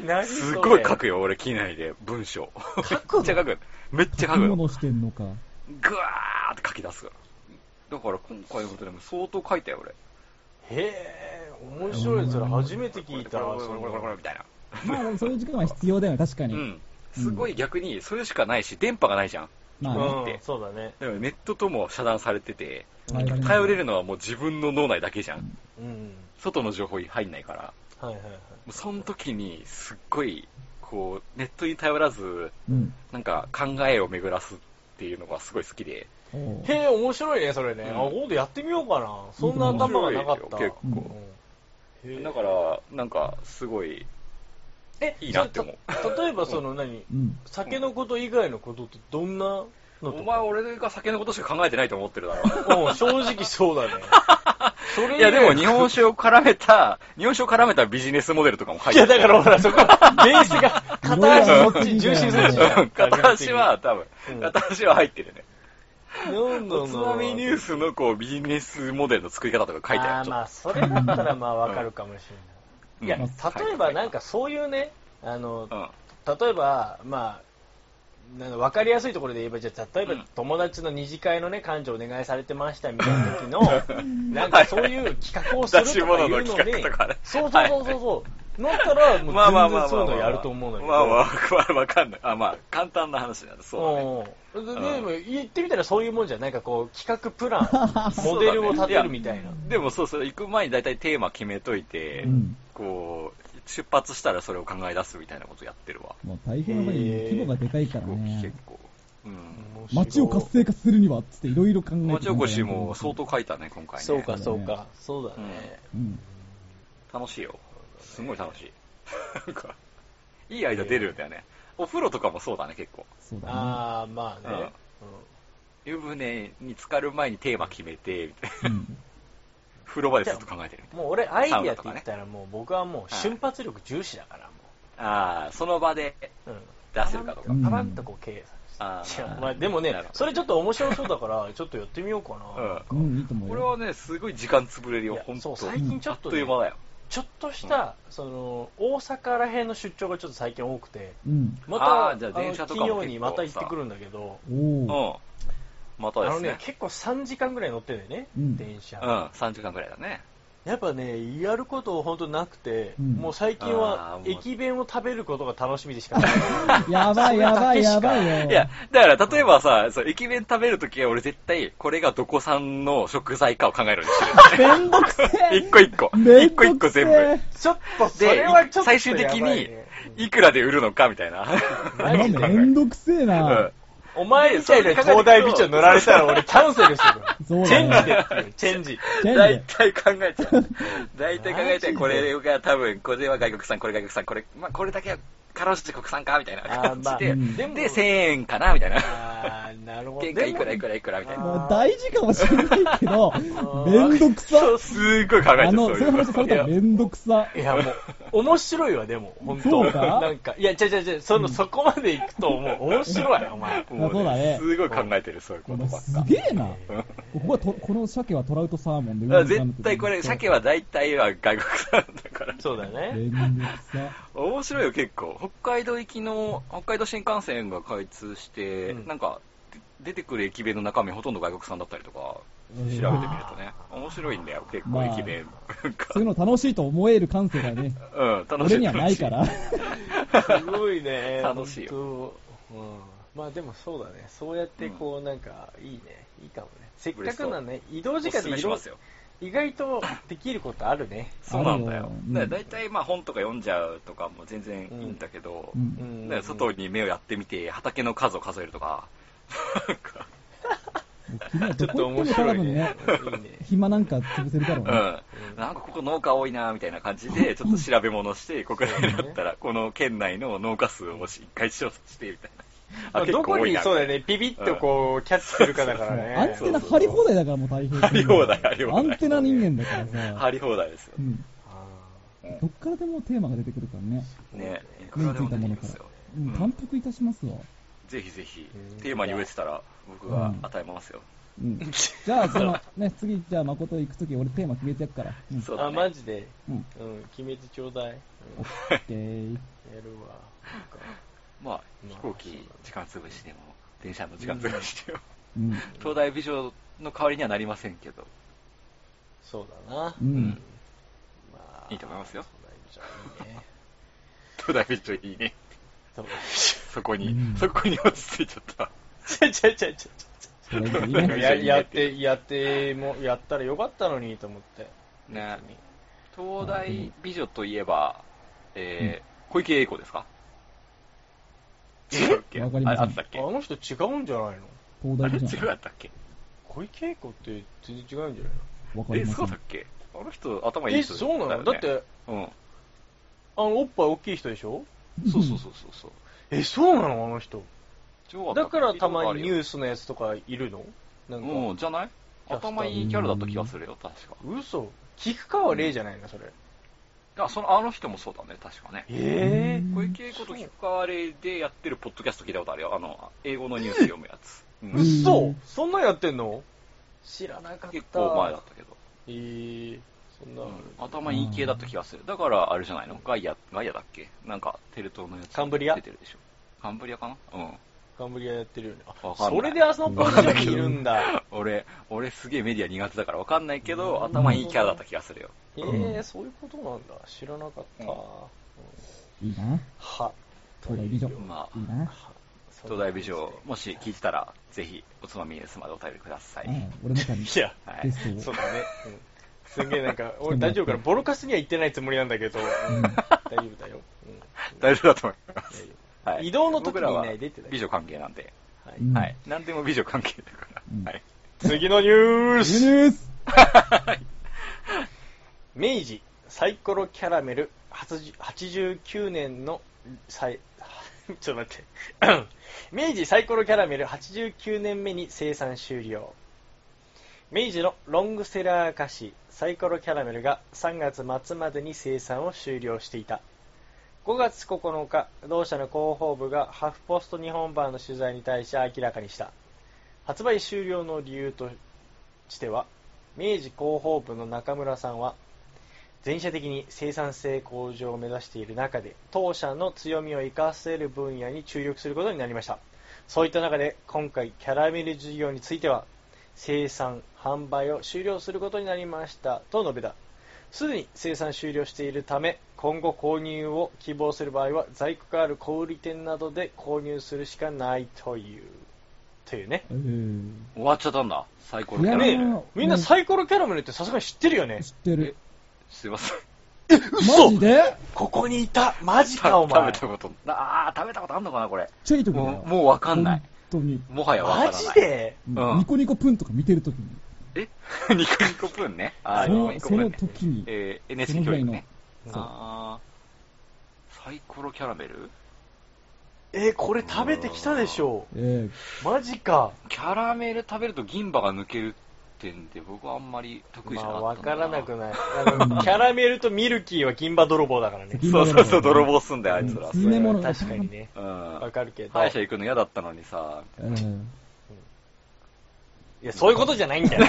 [SPEAKER 4] ー、何
[SPEAKER 2] すごい書くよ、俺、機内で文章。
[SPEAKER 4] 書く
[SPEAKER 2] めっちゃ書く。めっちゃ書く
[SPEAKER 3] 着
[SPEAKER 2] の。
[SPEAKER 3] 物してんの
[SPEAKER 2] ぐ
[SPEAKER 3] か。
[SPEAKER 2] わーって書き出すから。だから今回のことでも相当書いたよ、俺。
[SPEAKER 4] へー、面白いですよ、初めて聞いた
[SPEAKER 2] こ
[SPEAKER 4] ら、
[SPEAKER 2] れこれこれこれこれこれみたいな。
[SPEAKER 3] まあでもそういう時間は必要だよね、確か
[SPEAKER 2] う
[SPEAKER 3] に。
[SPEAKER 2] ん。すごい逆に、それしかないし、電波がないじゃん。
[SPEAKER 3] まあ
[SPEAKER 4] そ
[SPEAKER 3] ね
[SPEAKER 4] のうん、そうだね。
[SPEAKER 2] だからネットとも遮断されてて、
[SPEAKER 3] 耐えられない
[SPEAKER 2] 頼れるのはもう自分の脳内だけじゃん。
[SPEAKER 4] うん。
[SPEAKER 2] 外の情報入んないから。
[SPEAKER 4] はいはいはい。
[SPEAKER 2] もうその時に、すっごい、こう、ネットに頼らず、
[SPEAKER 3] うん。
[SPEAKER 2] なんか考えを巡らすっていうのがすごい好きで。
[SPEAKER 3] おう
[SPEAKER 4] へえ、面白いね、それね。
[SPEAKER 2] うん
[SPEAKER 4] あ、今度やってみようかな。そんな頭がなかった。
[SPEAKER 2] 面白いよ結構
[SPEAKER 4] うんへー
[SPEAKER 2] だから、なんか、すごい、
[SPEAKER 4] え
[SPEAKER 2] いいなって思う
[SPEAKER 4] それた例えばその何、
[SPEAKER 3] うん。
[SPEAKER 4] 酒のこと以外のことってどんなの
[SPEAKER 2] お前俺が酒のことしか考えてないと思ってるだろ。
[SPEAKER 4] うん正直そうだ ねそれ
[SPEAKER 2] いやでも日
[SPEAKER 4] 以外の
[SPEAKER 2] 本酒を絡めた、日本酒を絡めたビジネスモデルとかも入
[SPEAKER 4] いや
[SPEAKER 2] って
[SPEAKER 4] だからほらそこベースが片足そっち重心するじ
[SPEAKER 2] う
[SPEAKER 4] ゃ
[SPEAKER 2] んん片足は多
[SPEAKER 4] う
[SPEAKER 2] 分、
[SPEAKER 4] ん
[SPEAKER 2] 片足は入ってるね。
[SPEAKER 4] どんど
[SPEAKER 2] お
[SPEAKER 4] ん
[SPEAKER 2] つまみニュースのこうビジネスモデルの作り方とか書いてある
[SPEAKER 4] あー
[SPEAKER 2] ちょ
[SPEAKER 4] ま
[SPEAKER 2] っ
[SPEAKER 4] あそれだったらまあわかるかもし
[SPEAKER 2] と。
[SPEAKER 4] れない、
[SPEAKER 2] うん
[SPEAKER 4] いや例えばなんかそういうねあの
[SPEAKER 2] う、ん。
[SPEAKER 4] 例えばまあなんだ分かりやすいところで言えばじゃあ例えば
[SPEAKER 2] うん
[SPEAKER 4] 友達の二次会のね感情お願いされてましたみたいな時の なんかそういう企画をするとかいうの
[SPEAKER 2] 出し物の企
[SPEAKER 4] に
[SPEAKER 2] 画とかね
[SPEAKER 4] そうそうそうそうそうなったらもう
[SPEAKER 2] まあまあ
[SPEAKER 4] 全
[SPEAKER 2] まあま
[SPEAKER 4] 然
[SPEAKER 2] あ
[SPEAKER 4] そ
[SPEAKER 2] ま
[SPEAKER 4] うい
[SPEAKER 2] あま
[SPEAKER 4] う
[SPEAKER 2] あ
[SPEAKER 4] のやると思うんだけど
[SPEAKER 2] まあまあ、まあわかんない。あ、まあ、簡単な話なんで、そうだね。
[SPEAKER 4] うんで
[SPEAKER 2] うん
[SPEAKER 4] でも言ってみたらそういうもんじゃんなんかこう企画プランモデルを立てるみたいな
[SPEAKER 2] でもそうそう、行く前に大体テーマ決めといて、
[SPEAKER 3] うん
[SPEAKER 2] こう、出発したらそれを考え出すみたいなことやってるわ。
[SPEAKER 3] もう大変なことに規模がでかいからね
[SPEAKER 2] 結。構。うん。
[SPEAKER 3] 街を活性化するには、つっていろいろ考えて。
[SPEAKER 2] 町おこしも相。当書いたね、今回ね。
[SPEAKER 4] そうかそうかそうだね、
[SPEAKER 3] うん。
[SPEAKER 2] 楽しいよ。すごい楽し い。なんか、いい間出るんだよね。お風呂とかもそうだね、結構。
[SPEAKER 3] そうだ
[SPEAKER 4] ああまあね、
[SPEAKER 2] 湯船に浸かる前にテーマ決めて、みたいな。
[SPEAKER 3] ね。うん。
[SPEAKER 2] 風呂場でずっと考えてるみたい
[SPEAKER 4] もう俺アイディアって言ったらもう僕はもう瞬発力重視だから
[SPEAKER 2] な。ああ、その場で
[SPEAKER 4] もう、うん、
[SPEAKER 2] 出せるかどうか。
[SPEAKER 3] うん
[SPEAKER 4] パランとこう経営
[SPEAKER 2] あ
[SPEAKER 4] さ
[SPEAKER 2] ー
[SPEAKER 4] いやまあでもね
[SPEAKER 2] なるほど
[SPEAKER 4] それちょっと面白そうだからちょっとやってみようかな、
[SPEAKER 3] うん、いいと思
[SPEAKER 2] う。
[SPEAKER 3] うんよ。
[SPEAKER 2] これはね、すごい時間潰れる
[SPEAKER 4] い
[SPEAKER 2] よ
[SPEAKER 4] や、
[SPEAKER 2] 本
[SPEAKER 4] そう
[SPEAKER 2] 当
[SPEAKER 4] 最近ちょ
[SPEAKER 2] あっ
[SPEAKER 4] っと
[SPEAKER 2] と
[SPEAKER 4] ね、
[SPEAKER 2] いう間だよ。
[SPEAKER 4] ちょっとした、その大阪らへんの出張がちょっと最近多くて
[SPEAKER 3] うん。
[SPEAKER 4] ま
[SPEAKER 2] あ
[SPEAKER 4] た
[SPEAKER 2] ーじゃあ
[SPEAKER 4] あの
[SPEAKER 2] 電車とか
[SPEAKER 4] 金
[SPEAKER 2] も
[SPEAKER 4] 曜
[SPEAKER 2] 結構
[SPEAKER 4] にまた行ってくるんだけど
[SPEAKER 3] おー。
[SPEAKER 2] うん。また
[SPEAKER 4] あ
[SPEAKER 2] で
[SPEAKER 4] の
[SPEAKER 2] す
[SPEAKER 4] ね
[SPEAKER 2] ね。
[SPEAKER 4] 結構3時間ぐらい乗ってんだよね、
[SPEAKER 3] うん
[SPEAKER 4] 電車、
[SPEAKER 2] うん、3時間くらいだね。
[SPEAKER 4] やっぱねやること本当なくて、
[SPEAKER 3] うん
[SPEAKER 4] もう最近
[SPEAKER 2] あー
[SPEAKER 4] は
[SPEAKER 2] もう
[SPEAKER 4] 駅弁を食べることが楽しみでしか ない
[SPEAKER 3] やばいやばいやばい
[SPEAKER 2] い
[SPEAKER 3] よ。
[SPEAKER 2] や、だから例えばさ、そう駅弁食べるときは俺絶対これがどこ産の食材かを考えるよ う
[SPEAKER 3] めんどくせ
[SPEAKER 2] にしてる。
[SPEAKER 3] え。
[SPEAKER 2] 一個一個。
[SPEAKER 3] め
[SPEAKER 2] 一
[SPEAKER 3] ん
[SPEAKER 2] 個一
[SPEAKER 3] ど
[SPEAKER 2] 個
[SPEAKER 3] くせ
[SPEAKER 2] 全部。
[SPEAKER 3] え。
[SPEAKER 4] ちょっとそれ
[SPEAKER 2] で
[SPEAKER 4] はちょ、っと
[SPEAKER 2] 最終的
[SPEAKER 4] やばい
[SPEAKER 2] に
[SPEAKER 4] ね
[SPEAKER 2] いくらで売るのかみた いな。
[SPEAKER 4] マジで
[SPEAKER 3] めんどくせえな。
[SPEAKER 4] お前みたいな東大美女乗られた ら俺キャンセルする
[SPEAKER 3] そう
[SPEAKER 4] チェン
[SPEAKER 3] だ
[SPEAKER 4] ジ
[SPEAKER 3] ね。
[SPEAKER 4] でチェンジ
[SPEAKER 3] チェンジ
[SPEAKER 2] 大
[SPEAKER 3] で。
[SPEAKER 2] 体考え ちゃう。大体考えちゃ
[SPEAKER 4] マジ
[SPEAKER 2] う。
[SPEAKER 4] で
[SPEAKER 2] これが多分、これは外国産、これ外国産、これ、まあこれだけはからして国産かみたいな感じ
[SPEAKER 3] あ
[SPEAKER 2] で
[SPEAKER 3] ーまあ。
[SPEAKER 2] で、
[SPEAKER 4] うん
[SPEAKER 2] 1000円かなみたいな。
[SPEAKER 4] あーなるほど
[SPEAKER 2] 原価いくらいくらいくらみたいな。
[SPEAKER 3] まあ大事かもしれないけど、めんどくさ。
[SPEAKER 2] すっごい考えちゃ
[SPEAKER 3] あ
[SPEAKER 2] う。
[SPEAKER 3] の、
[SPEAKER 2] そ
[SPEAKER 3] そうう
[SPEAKER 2] い
[SPEAKER 3] いうう
[SPEAKER 2] の
[SPEAKER 3] 話されたら
[SPEAKER 2] い
[SPEAKER 3] めんどくさ。
[SPEAKER 4] いやもう面白いわでも本当
[SPEAKER 3] そうか
[SPEAKER 4] なんかいや違う違うそのそこまで行くともう面白いお前
[SPEAKER 2] やも
[SPEAKER 3] そうだね
[SPEAKER 2] すごい考えてる、そういう
[SPEAKER 3] お
[SPEAKER 2] こと
[SPEAKER 3] 前
[SPEAKER 2] ばっ
[SPEAKER 3] す
[SPEAKER 2] か。
[SPEAKER 3] げえな。ここはと、この鮭はトラウトサーモンで
[SPEAKER 2] だから絶対これ、鮭は大体は外国産だから。
[SPEAKER 4] そうだ
[SPEAKER 3] め
[SPEAKER 4] ね
[SPEAKER 3] んどくさ。
[SPEAKER 2] 面白いよ、結構。北海道行きの、北海道新幹線が開通して、
[SPEAKER 4] うん
[SPEAKER 2] なんか、で出てくる駅弁の中身ほとんど外国産だったりとか、調べてみるとね、面白いんだよ、結構
[SPEAKER 3] まあ
[SPEAKER 2] 駅弁。なんか
[SPEAKER 3] そういうの楽しいと思える感性がね、
[SPEAKER 2] うん、楽しい。
[SPEAKER 3] 俺にはないから。
[SPEAKER 4] すごいね
[SPEAKER 2] 楽しいよ
[SPEAKER 4] よ、うん、まあでもそうだねそうやってこうなんかいいねいいかもねせっかくなね移動
[SPEAKER 2] 楽しい。
[SPEAKER 4] 時
[SPEAKER 2] おす
[SPEAKER 4] 間
[SPEAKER 2] す
[SPEAKER 4] で
[SPEAKER 2] め
[SPEAKER 4] 移
[SPEAKER 2] しま
[SPEAKER 4] 動
[SPEAKER 2] すよ。
[SPEAKER 4] 意外とできることあるね
[SPEAKER 2] そうなんだよ。
[SPEAKER 3] うん
[SPEAKER 2] だから大体まあ本とか読んじゃうとかも全然いいんだけど、
[SPEAKER 3] うん
[SPEAKER 2] だ
[SPEAKER 4] うん
[SPEAKER 2] から外に目をやってみて、畑の数を数えるとか、 なんか
[SPEAKER 3] 君は
[SPEAKER 4] ちょ
[SPEAKER 3] ど
[SPEAKER 4] っと
[SPEAKER 3] こ行っても
[SPEAKER 4] 面白
[SPEAKER 3] 多
[SPEAKER 4] い
[SPEAKER 3] 分
[SPEAKER 4] ね
[SPEAKER 3] ね、
[SPEAKER 4] いいね
[SPEAKER 3] 暇なんか潰せるだろう
[SPEAKER 2] う
[SPEAKER 3] ね。
[SPEAKER 2] ん。なんかここ農家多いな、みたいな感じで、ちょっと調べ物して、ここら辺だったら、この県内の農家数をし一回調査して、みたいな。
[SPEAKER 4] まあ、どこにそうだよね、ピピッとこう、キャッチするかだからね。
[SPEAKER 3] アンテナ張り放題だからもう大変。
[SPEAKER 2] 張り放題張り放題
[SPEAKER 3] アンテナ人間だから さ。
[SPEAKER 2] 張り放題ですよ
[SPEAKER 3] う。ん。
[SPEAKER 4] あ
[SPEAKER 3] どっからでもテーマが出てくるからね。
[SPEAKER 2] ね。いく
[SPEAKER 3] 目
[SPEAKER 2] ら
[SPEAKER 3] に
[SPEAKER 2] で
[SPEAKER 3] つい
[SPEAKER 2] も出
[SPEAKER 3] たも
[SPEAKER 2] て
[SPEAKER 3] の
[SPEAKER 2] きま
[SPEAKER 3] か
[SPEAKER 2] す
[SPEAKER 3] ら
[SPEAKER 2] よ。。
[SPEAKER 3] うん、感服いたしますわ。
[SPEAKER 2] ぜひぜひ
[SPEAKER 4] うん、
[SPEAKER 2] テーマに飢えてたら、僕が与えますよ。
[SPEAKER 3] うん。じゃあ、その、 ね、次、じゃあ、誠行くとき、俺テーマ決めてやっから。うん。
[SPEAKER 2] そう
[SPEAKER 4] ーあ、
[SPEAKER 2] だ
[SPEAKER 4] マ
[SPEAKER 2] ね。
[SPEAKER 4] ジで。
[SPEAKER 3] うん。
[SPEAKER 4] うん、決めてちょうだい。
[SPEAKER 3] オッケー。
[SPEAKER 4] うん、やるわ。なんか
[SPEAKER 2] まあ、飛行機時間潰しでも、電車の時間潰しでも、
[SPEAKER 3] うん。
[SPEAKER 2] 東大美女の代わりにはなりませんけど、
[SPEAKER 4] そうだな。
[SPEAKER 3] う
[SPEAKER 2] うんん。。
[SPEAKER 4] ま
[SPEAKER 2] いいと思いますよ。
[SPEAKER 4] そうだ ね
[SPEAKER 2] 東大美女いいね。
[SPEAKER 4] そうだね
[SPEAKER 2] そこに
[SPEAKER 3] うん、
[SPEAKER 2] そこに落ち着いちゃった。
[SPEAKER 4] ちゃちゃちゃち
[SPEAKER 3] それでいい
[SPEAKER 4] ゃ。
[SPEAKER 3] ね。
[SPEAKER 4] ややって、やって、もやったらよかったのにと思って。
[SPEAKER 2] ね東大美女といえば、えー、小池栄子ですか違うっけ
[SPEAKER 3] わかりません
[SPEAKER 2] ああったっ
[SPEAKER 4] あ
[SPEAKER 2] けあ
[SPEAKER 4] の人違うんじゃないの
[SPEAKER 3] 東大
[SPEAKER 2] れ
[SPEAKER 3] 美
[SPEAKER 2] 違
[SPEAKER 3] じゃ
[SPEAKER 2] うあったっけ
[SPEAKER 4] 小池栄子って全然違うんじゃない
[SPEAKER 3] ん。わか
[SPEAKER 2] え、
[SPEAKER 3] りま
[SPEAKER 2] そう
[SPEAKER 3] せ
[SPEAKER 2] だっ
[SPEAKER 3] ん。
[SPEAKER 2] けあの人頭
[SPEAKER 4] の
[SPEAKER 2] いい
[SPEAKER 4] え、
[SPEAKER 2] 人
[SPEAKER 4] そうなのだ
[SPEAKER 2] よね、
[SPEAKER 4] って、
[SPEAKER 2] うん。
[SPEAKER 4] あの、おっぱい大きい人でしょ
[SPEAKER 2] そうそうそうそうそう
[SPEAKER 4] え、そうなのあの人。
[SPEAKER 2] 超
[SPEAKER 4] だからたまにニュ
[SPEAKER 2] ー
[SPEAKER 4] ースのやつとかいるのなんか、
[SPEAKER 2] うん、じゃない頭いいキャラだった気がするよ、確か。
[SPEAKER 4] 嘘。菊川霊じゃないの、それ。
[SPEAKER 2] いや、その、あの人もそうだね、確かね。
[SPEAKER 4] え
[SPEAKER 3] うん
[SPEAKER 2] 小池栄子と菊川玲でやってるポッドキャスト聞いたことあるよ。あの、英語のニュース読むやつ。う
[SPEAKER 4] え
[SPEAKER 2] ん
[SPEAKER 4] ー、嘘そんなんやってんの知らなかった。
[SPEAKER 2] 結構前だったけど。
[SPEAKER 4] えー、そんな、
[SPEAKER 2] うん頭いい系だった気がする。だから、あれじゃないのガイア、ガイアだっけなんか、テレ東のやつ。
[SPEAKER 4] カンブリア
[SPEAKER 2] 出てるでしょ。カンブリアかなうん。
[SPEAKER 4] ガンブリアやってるよね。あ
[SPEAKER 2] わかんない
[SPEAKER 4] それであのポジションにいるんだ。
[SPEAKER 2] 俺、俺すげえメディア苦手だからわかんないけど、頭いいキャラだった気がするよ。
[SPEAKER 4] え
[SPEAKER 3] ん
[SPEAKER 4] ー、そういうことなんだ。知らなかった。
[SPEAKER 2] うん
[SPEAKER 3] いいな。
[SPEAKER 4] は。
[SPEAKER 3] 東大美女。い
[SPEAKER 2] まあ
[SPEAKER 3] い、な。
[SPEAKER 2] 東大美女、もし聞いてたら、ぜひ、おつまみですまでお便りください。
[SPEAKER 3] うん俺の中に。
[SPEAKER 4] いや、
[SPEAKER 2] は
[SPEAKER 3] ベ
[SPEAKER 2] い。
[SPEAKER 3] スト
[SPEAKER 4] そう
[SPEAKER 3] を。
[SPEAKER 4] だね。うんすんげえなん か、俺大丈夫から、ボロカスには行ってないつもりなんだけど、うん大丈夫だよ。うん
[SPEAKER 2] 大丈夫だと思いま
[SPEAKER 4] 大
[SPEAKER 2] す
[SPEAKER 4] 丈。
[SPEAKER 2] はい、
[SPEAKER 4] 移動の
[SPEAKER 2] 僕
[SPEAKER 4] 時にい
[SPEAKER 2] ら
[SPEAKER 4] な
[SPEAKER 2] はい
[SPEAKER 4] でってだけ
[SPEAKER 2] 美女関係なんで。
[SPEAKER 4] 夫は
[SPEAKER 3] う
[SPEAKER 4] い
[SPEAKER 3] ん
[SPEAKER 2] はい。。何でも美女関係だから。
[SPEAKER 3] うん
[SPEAKER 2] はい。
[SPEAKER 4] 次のニュー
[SPEAKER 3] ニ
[SPEAKER 4] ス
[SPEAKER 3] ュース
[SPEAKER 4] 明治サイコロキャラメル80 89年のさい ちょっと待って 明治サイコロキャラメル89年目に生産終了明治のロングセラー菓子サイコロキャラメルが3月末までに生産を終了していた5月9日同社の広報部がハーフポスト日本版の取材に対し明らかにした発売終了の理由としては明治広報部の中村さんは全社的に生産性向上を目指している中で当社の強みを生かせる分野に注力することになりましたそういった中で今回キャラメル事業については生産販売を終了することになりましたと述べたすでに生産終了しているため今後購入を希望する場合は在庫がある小売店などで購入するしかないというというね
[SPEAKER 3] えー
[SPEAKER 2] 終わっちゃったんだ。サイコロキャラメ
[SPEAKER 4] ね
[SPEAKER 2] ル。
[SPEAKER 3] いや
[SPEAKER 4] みんなサイコロキャラメルってさすがに知ってるよね
[SPEAKER 3] 知ってる。
[SPEAKER 2] すいません。
[SPEAKER 3] マジで
[SPEAKER 4] ここにいたマジかお
[SPEAKER 2] 食
[SPEAKER 4] 前
[SPEAKER 2] べたこと、あー、食べたことあんのかな、これ。
[SPEAKER 3] ちょい時だよ
[SPEAKER 2] もう、もうわかんない。。
[SPEAKER 3] 本当に。
[SPEAKER 2] もはやわからな
[SPEAKER 4] マ
[SPEAKER 2] い。
[SPEAKER 4] ジで
[SPEAKER 2] うん
[SPEAKER 3] ニコニコプンとか見てるときに。
[SPEAKER 2] え ニコニコプーンね。あー、
[SPEAKER 3] そ
[SPEAKER 2] ニコニ
[SPEAKER 3] の、
[SPEAKER 2] コ
[SPEAKER 3] そ
[SPEAKER 2] プー
[SPEAKER 3] の
[SPEAKER 2] ンね。
[SPEAKER 3] 時に。
[SPEAKER 2] えー、
[SPEAKER 3] そ
[SPEAKER 2] NHK
[SPEAKER 3] のぐ
[SPEAKER 2] 教
[SPEAKER 3] らい
[SPEAKER 2] 育
[SPEAKER 3] の
[SPEAKER 2] ね。。
[SPEAKER 3] そう。
[SPEAKER 2] あー、サイコロキャラメル
[SPEAKER 4] えーこれ食べてきたでしょ
[SPEAKER 3] えー
[SPEAKER 4] マジか
[SPEAKER 2] キャラメル食べると銀歯が抜けるってんで、僕はあんまり得意じ
[SPEAKER 4] ま
[SPEAKER 2] ゃな
[SPEAKER 4] あ
[SPEAKER 2] かっ
[SPEAKER 4] わ
[SPEAKER 2] たん
[SPEAKER 4] か
[SPEAKER 2] だ
[SPEAKER 4] らなくないあのキャラメルとミルキーは銀歯泥棒だからね
[SPEAKER 3] 銀
[SPEAKER 2] そ
[SPEAKER 3] 歯
[SPEAKER 2] うそう
[SPEAKER 3] だろ
[SPEAKER 2] そう、泥棒すんだよ、あいつら。
[SPEAKER 3] うん詰め物
[SPEAKER 4] 確かにね
[SPEAKER 2] う
[SPEAKER 4] わ
[SPEAKER 2] ん。
[SPEAKER 4] かるけど
[SPEAKER 2] 歯医者行くの嫌だったのにさ、
[SPEAKER 3] えー
[SPEAKER 4] いやそういうことじゃない んだよ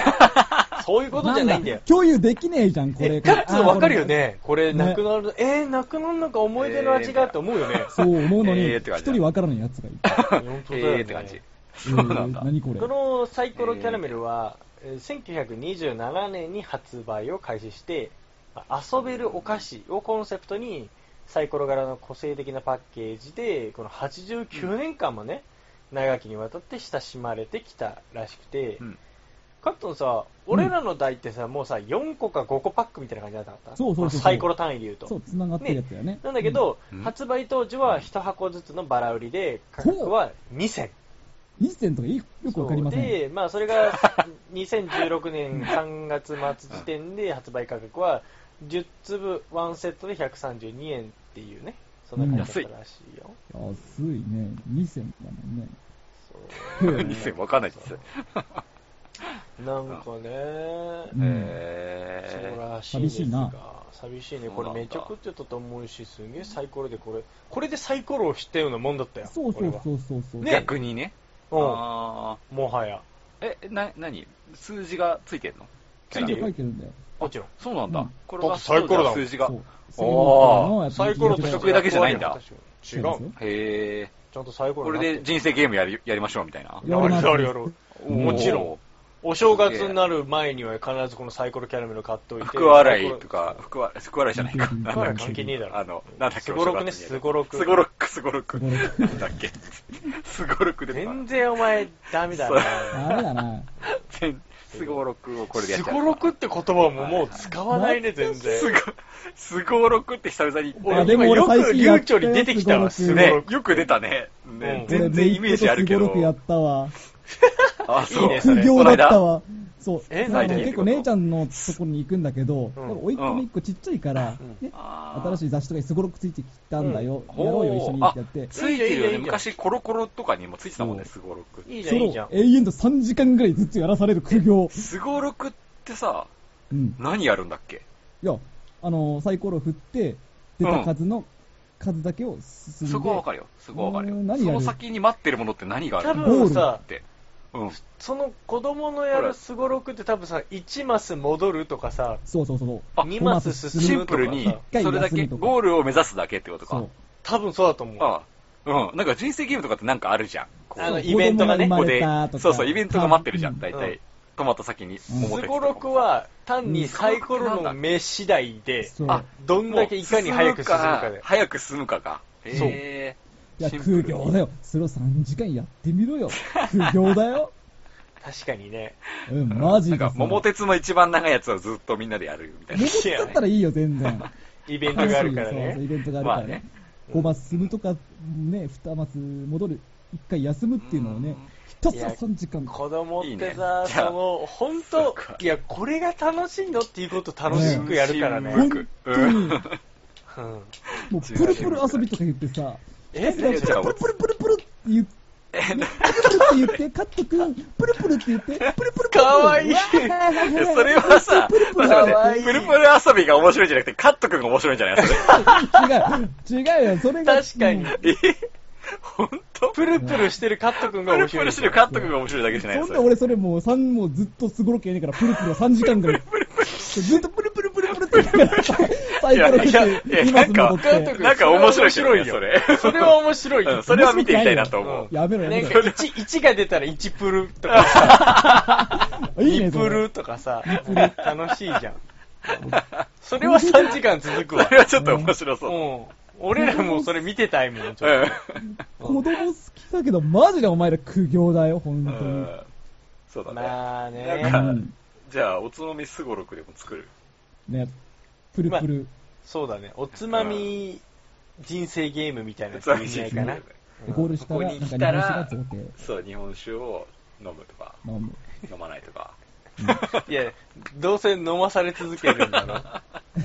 [SPEAKER 4] そういうことじゃないんだよ
[SPEAKER 3] だ共有できねえじゃん、こ
[SPEAKER 4] え
[SPEAKER 3] れ。
[SPEAKER 4] ガッツわかるよ
[SPEAKER 3] あー。
[SPEAKER 4] ねこれ
[SPEAKER 3] ね
[SPEAKER 4] なくなるえーなくなるのか思い出の味がって思うよね
[SPEAKER 3] これそう思うの
[SPEAKER 2] え
[SPEAKER 3] に、
[SPEAKER 2] ーっ
[SPEAKER 3] 一
[SPEAKER 2] て感じだ
[SPEAKER 3] 人わからないやつがいた。
[SPEAKER 4] 本当だよね
[SPEAKER 2] えーって感じ。そうなんだ
[SPEAKER 3] えー。何これ
[SPEAKER 4] こ。のサイコロキャラメルは、えー1927年に発売を開始して、まあ遊べるお菓子をコンセプトに、サイコロ柄の個性的なパッケージで、この89年間もね、長きにわたって親しまれてきたらしくて、
[SPEAKER 2] うん
[SPEAKER 4] カットンさ、俺らの代ってさ、もうさ、4個か5個パックみたいな感じじゃなかった
[SPEAKER 3] そうそうそうそう
[SPEAKER 4] まあサイコロ単位で言うと。
[SPEAKER 3] そう、繋がってるやつだよね。
[SPEAKER 4] なんだけど、
[SPEAKER 2] うん
[SPEAKER 4] 発売当時は1箱ずつのバラ売りで、価格は2000。
[SPEAKER 3] うん、一銭とかよくわかりませ。
[SPEAKER 4] そうんで、まあ、それ が2016年3月末時点で発売価格は10粒1セットで132円っていうね、そんな感じだったらしいよ。
[SPEAKER 3] 安いね。二銭だもんね。
[SPEAKER 4] そ う
[SPEAKER 3] うん
[SPEAKER 2] 2000わかんないです。
[SPEAKER 4] なんかね、
[SPEAKER 3] うん
[SPEAKER 2] え
[SPEAKER 4] そう
[SPEAKER 2] ー、
[SPEAKER 4] らしいです
[SPEAKER 3] 寂しいな
[SPEAKER 4] が、寂しいね、
[SPEAKER 2] そう
[SPEAKER 4] こ
[SPEAKER 2] な
[SPEAKER 4] れ
[SPEAKER 2] んだ
[SPEAKER 4] めちゃくちゃだと思うし、すげえサイコロでこれ、これでサイコロを知ったようなもんだったよ、
[SPEAKER 3] そうそう
[SPEAKER 4] こ
[SPEAKER 3] そうそうそう。
[SPEAKER 4] ね
[SPEAKER 2] 逆にね。
[SPEAKER 4] れは
[SPEAKER 2] あ
[SPEAKER 4] うん、もはや、
[SPEAKER 2] ーえ、な、なに数字がついてんの
[SPEAKER 4] ついてる
[SPEAKER 3] 書いてるんだよ。
[SPEAKER 4] もちろん。
[SPEAKER 2] そうなん
[SPEAKER 3] う
[SPEAKER 2] だ
[SPEAKER 3] ん。
[SPEAKER 2] これが
[SPEAKER 4] サイコロだもん
[SPEAKER 2] 数字が
[SPEAKER 3] そ。う
[SPEAKER 2] おー
[SPEAKER 4] サイコロと
[SPEAKER 2] 逆
[SPEAKER 3] そ
[SPEAKER 2] だけじゃないんだ
[SPEAKER 4] 違う。
[SPEAKER 2] へえ。
[SPEAKER 4] ちゃんとサイコ
[SPEAKER 2] これ
[SPEAKER 4] ロになってる
[SPEAKER 2] で人生ゲームやり、やりましょうみたいな。
[SPEAKER 3] やります
[SPEAKER 4] やるやるもちろん
[SPEAKER 2] おー。
[SPEAKER 4] お正月になる前には必ずこのサイコロキャラメル買っておいて。
[SPEAKER 2] 福笑いとか、福笑い、福笑いじゃないか。
[SPEAKER 3] 福
[SPEAKER 2] な
[SPEAKER 4] サイコ
[SPEAKER 2] ん
[SPEAKER 4] ロ。
[SPEAKER 2] だっ
[SPEAKER 4] 福笑い
[SPEAKER 2] け
[SPEAKER 4] 関係ねえだろ。
[SPEAKER 2] あの、なんだっけ、
[SPEAKER 4] スゴロクね、
[SPEAKER 2] お正月に
[SPEAKER 4] スゴロク。
[SPEAKER 2] スゴロク、スゴロク。
[SPEAKER 3] スゴロ
[SPEAKER 2] なんだっけ。スゴロクで。
[SPEAKER 4] 全然お前、ダメ だな。
[SPEAKER 3] ダメだな。
[SPEAKER 2] 全スゴロクをこれでや
[SPEAKER 4] ス
[SPEAKER 2] っちゃ
[SPEAKER 4] ゴロクって言葉ももう使わないね、全
[SPEAKER 2] す
[SPEAKER 4] 然。
[SPEAKER 2] ご、すごろくって久々に
[SPEAKER 3] いや
[SPEAKER 4] 俺、
[SPEAKER 3] で
[SPEAKER 4] 今
[SPEAKER 3] も
[SPEAKER 4] よ
[SPEAKER 3] 俺
[SPEAKER 4] く
[SPEAKER 3] 最近や
[SPEAKER 4] 流
[SPEAKER 3] っ
[SPEAKER 4] 暢に出てきたわ、
[SPEAKER 3] スゴ
[SPEAKER 4] スゴ
[SPEAKER 2] ね
[SPEAKER 4] ロ、ク。
[SPEAKER 2] よく出たね。ね
[SPEAKER 4] うん
[SPEAKER 2] 全然イメージあるけど
[SPEAKER 3] 俺。めっちゃすごろくやったわ。
[SPEAKER 2] あ、そう。
[SPEAKER 4] いいねそれ
[SPEAKER 3] 苦行だったわ。そう。
[SPEAKER 4] え
[SPEAKER 3] だから
[SPEAKER 4] ないで
[SPEAKER 3] 結構姉ちゃんのところに行くんだけど、多分甥っ子の一個ちっちゃいから
[SPEAKER 4] うん、
[SPEAKER 3] ね、
[SPEAKER 2] あ
[SPEAKER 3] 新しい雑誌とかにすごろくついてきたんだよ。や
[SPEAKER 2] ほう
[SPEAKER 3] ろうよ、一緒にってやって。
[SPEAKER 2] ついてるよ
[SPEAKER 4] いいじゃんいいじ
[SPEAKER 2] ね。
[SPEAKER 4] ゃん
[SPEAKER 2] 昔、コロコロとかにもついてたもんね、スゴロク。
[SPEAKER 4] いいじ
[SPEAKER 3] そ
[SPEAKER 4] ゃん、
[SPEAKER 3] れ
[SPEAKER 4] いい
[SPEAKER 3] を
[SPEAKER 4] じゃん。
[SPEAKER 3] 永遠と3時間ぐらいずっとやらされる苦行。
[SPEAKER 2] スゴロクってさ、
[SPEAKER 3] うん。
[SPEAKER 2] 何やるんだっけ
[SPEAKER 3] いや、あのーサイコロ振って、出た数の数だけを進んで。
[SPEAKER 2] そこはわかるよ。そこはわかるよ
[SPEAKER 3] うーん。何や
[SPEAKER 2] そ
[SPEAKER 3] る
[SPEAKER 2] の先に待ってるものって何があ
[SPEAKER 4] 多
[SPEAKER 2] るの
[SPEAKER 4] 分さ
[SPEAKER 2] っ、て。うん。
[SPEAKER 4] その子供のやるすごろくって多分さ、1マス戻るとかさ、
[SPEAKER 3] そうそうそうそう。
[SPEAKER 2] あ
[SPEAKER 4] 2マス進むとか
[SPEAKER 2] シンプル
[SPEAKER 4] さ、
[SPEAKER 2] に
[SPEAKER 3] 一、回
[SPEAKER 2] それだ
[SPEAKER 3] 休
[SPEAKER 2] け、
[SPEAKER 3] むとか
[SPEAKER 2] ゴールを目指すだけってこと
[SPEAKER 3] そ
[SPEAKER 2] か
[SPEAKER 3] う。。
[SPEAKER 4] 多分そうだと思う。
[SPEAKER 2] ああうん。なんか人生ゲームとかってなんかあるじゃん。こう
[SPEAKER 4] あの
[SPEAKER 3] そう
[SPEAKER 4] イベントがね
[SPEAKER 3] 子
[SPEAKER 2] ここ
[SPEAKER 3] 供生まれ
[SPEAKER 2] で
[SPEAKER 3] たと、か
[SPEAKER 2] そうそう、イベントが待ってるじゃん、大
[SPEAKER 4] うん
[SPEAKER 2] 体。止まった先に、
[SPEAKER 3] ん
[SPEAKER 2] 表
[SPEAKER 4] す
[SPEAKER 2] と
[SPEAKER 4] ご
[SPEAKER 2] かも
[SPEAKER 4] ろく、は単にサイコロの目次第で、
[SPEAKER 3] そう
[SPEAKER 2] あ
[SPEAKER 4] どんだけいかに早く進むか
[SPEAKER 2] もう
[SPEAKER 4] で。
[SPEAKER 2] 早く進むかが。
[SPEAKER 4] そう
[SPEAKER 2] へ
[SPEAKER 3] いや、
[SPEAKER 2] シンプル
[SPEAKER 3] 苦
[SPEAKER 2] に
[SPEAKER 3] 行だよ。それを3時間やってみろよ。苦 行だよ。
[SPEAKER 4] 確かにね。
[SPEAKER 3] うん、
[SPEAKER 2] ー
[SPEAKER 3] マジ
[SPEAKER 2] な
[SPEAKER 3] で
[SPEAKER 2] んか、
[SPEAKER 3] さ。
[SPEAKER 2] 桃鉄の一番長いやつをずっとみんなでやるみたいな
[SPEAKER 3] 桃。鉄だったらいいよ、全然。
[SPEAKER 4] イベントがあるから
[SPEAKER 3] そうそうイ
[SPEAKER 4] ね。
[SPEAKER 3] ベントがある
[SPEAKER 2] ま
[SPEAKER 3] か
[SPEAKER 2] あ
[SPEAKER 3] らね
[SPEAKER 2] ね。。
[SPEAKER 3] 5マス進むとか、ね、2マス戻る、1回休むっていうのをね、ひたすら3時間。
[SPEAKER 4] 子供って
[SPEAKER 2] いい
[SPEAKER 4] さ、
[SPEAKER 2] ね
[SPEAKER 4] その、本
[SPEAKER 2] そ
[SPEAKER 4] 当
[SPEAKER 2] うか
[SPEAKER 4] いや、これが楽しいのっていうこと楽しくやるからね。
[SPEAKER 3] 本
[SPEAKER 2] う
[SPEAKER 3] 当に、
[SPEAKER 2] ん
[SPEAKER 4] うん
[SPEAKER 3] もうプルプル遊びとか言ってさ、
[SPEAKER 4] え、
[SPEAKER 3] プル
[SPEAKER 2] じゃあ
[SPEAKER 3] プルプルプルって言って、プルプルって言って、カットくん、プルプルって言って、プルプルプル。
[SPEAKER 4] かわいい
[SPEAKER 3] わー
[SPEAKER 2] いやそれはさ、
[SPEAKER 3] プルプル
[SPEAKER 2] まあ
[SPEAKER 4] かわ
[SPEAKER 2] 待
[SPEAKER 4] いい
[SPEAKER 2] ってプルプル遊びが面白いんじゃなくて、カット君が面白いんじゃないそれ。
[SPEAKER 3] 違う、違うよ、それが。
[SPEAKER 4] 確かに
[SPEAKER 3] うん、
[SPEAKER 2] え本当プ
[SPEAKER 4] プルプルしてるカット君が
[SPEAKER 2] ル
[SPEAKER 4] 面
[SPEAKER 2] プ
[SPEAKER 4] 白
[SPEAKER 2] ル
[SPEAKER 4] い。
[SPEAKER 2] してるカット君が面白いだけじゃない
[SPEAKER 3] そ
[SPEAKER 2] の
[SPEAKER 3] ん
[SPEAKER 2] そ
[SPEAKER 3] な
[SPEAKER 2] れ。
[SPEAKER 3] 俺それもう3もうずっとすごろくやねえからプルプルは3時間ぐらい。ずっとプルプルプルプルって言ってから、サイコロ振
[SPEAKER 2] いやい
[SPEAKER 3] っ
[SPEAKER 2] やい
[SPEAKER 3] て、
[SPEAKER 2] や
[SPEAKER 3] 今
[SPEAKER 2] な
[SPEAKER 3] す
[SPEAKER 2] ん
[SPEAKER 3] ぐ
[SPEAKER 2] か
[SPEAKER 3] 戻っ
[SPEAKER 4] カット
[SPEAKER 3] て。
[SPEAKER 4] 君
[SPEAKER 2] なんか面白いけどね
[SPEAKER 4] それは面白いよ。それは面白いよ。
[SPEAKER 2] うんそれは見てみたいなと思う。
[SPEAKER 3] やめろや
[SPEAKER 4] な
[SPEAKER 3] め
[SPEAKER 4] ん
[SPEAKER 3] ろ
[SPEAKER 4] か。1、1が出たら1プルとかさ、
[SPEAKER 3] いいね、
[SPEAKER 4] 2
[SPEAKER 3] そ
[SPEAKER 4] プ
[SPEAKER 3] れ
[SPEAKER 4] ルとかさ、楽しいじゃん。それは3時間続くわ
[SPEAKER 2] そ。れはちょっと面白そう。
[SPEAKER 4] うん。俺らもそれ見てたいもん、ち
[SPEAKER 2] う
[SPEAKER 4] ょっ
[SPEAKER 2] ん
[SPEAKER 4] と。
[SPEAKER 3] 子供好きだけど、マジでお前ら苦行だよ、本
[SPEAKER 2] う
[SPEAKER 3] 当に。
[SPEAKER 2] ん。そうだね。
[SPEAKER 4] ま
[SPEAKER 2] な
[SPEAKER 4] あね、
[SPEAKER 2] ん
[SPEAKER 3] う
[SPEAKER 2] か
[SPEAKER 3] ん
[SPEAKER 2] じゃあ、おつまみすごろくでも作る。
[SPEAKER 3] ね、プルプル。
[SPEAKER 4] そうだね、おつまみ人生ゲームみたいなや
[SPEAKER 2] お
[SPEAKER 4] つ
[SPEAKER 2] つま
[SPEAKER 4] い
[SPEAKER 2] み
[SPEAKER 4] いんじゃ
[SPEAKER 2] 人
[SPEAKER 4] ない
[SPEAKER 2] 生
[SPEAKER 4] かな。
[SPEAKER 3] でゴールしたら、なんか日本酒が贈呈。
[SPEAKER 2] そう、日本酒を飲むとか、
[SPEAKER 3] 飲む。
[SPEAKER 2] 飲まないとか。
[SPEAKER 4] いや、どうせ飲まされ続けるんだ ろ。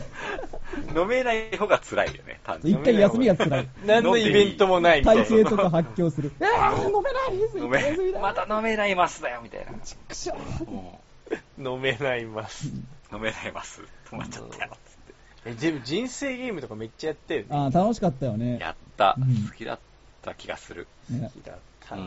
[SPEAKER 2] 飲めない方が辛いよね、単
[SPEAKER 3] 一
[SPEAKER 2] 純に。
[SPEAKER 3] 回休みが辛い。
[SPEAKER 4] 何のイベントもないみたい
[SPEAKER 3] 体
[SPEAKER 4] な。
[SPEAKER 3] 型とか発狂する。えー、飲めないです
[SPEAKER 2] 飲
[SPEAKER 3] よ、休み
[SPEAKER 2] め、
[SPEAKER 3] だ。
[SPEAKER 2] また飲めないますだよ、みたいな。
[SPEAKER 3] くしょ
[SPEAKER 2] も
[SPEAKER 4] 飲めないます。
[SPEAKER 2] う飲めないます。止まっちゃったよ、つって。
[SPEAKER 4] え、でも人生ゲームとかめっちゃやってるね。
[SPEAKER 3] あー楽しかったよね。
[SPEAKER 2] やった
[SPEAKER 3] うん。
[SPEAKER 2] 好きだった気がする。
[SPEAKER 3] ね
[SPEAKER 4] だったな、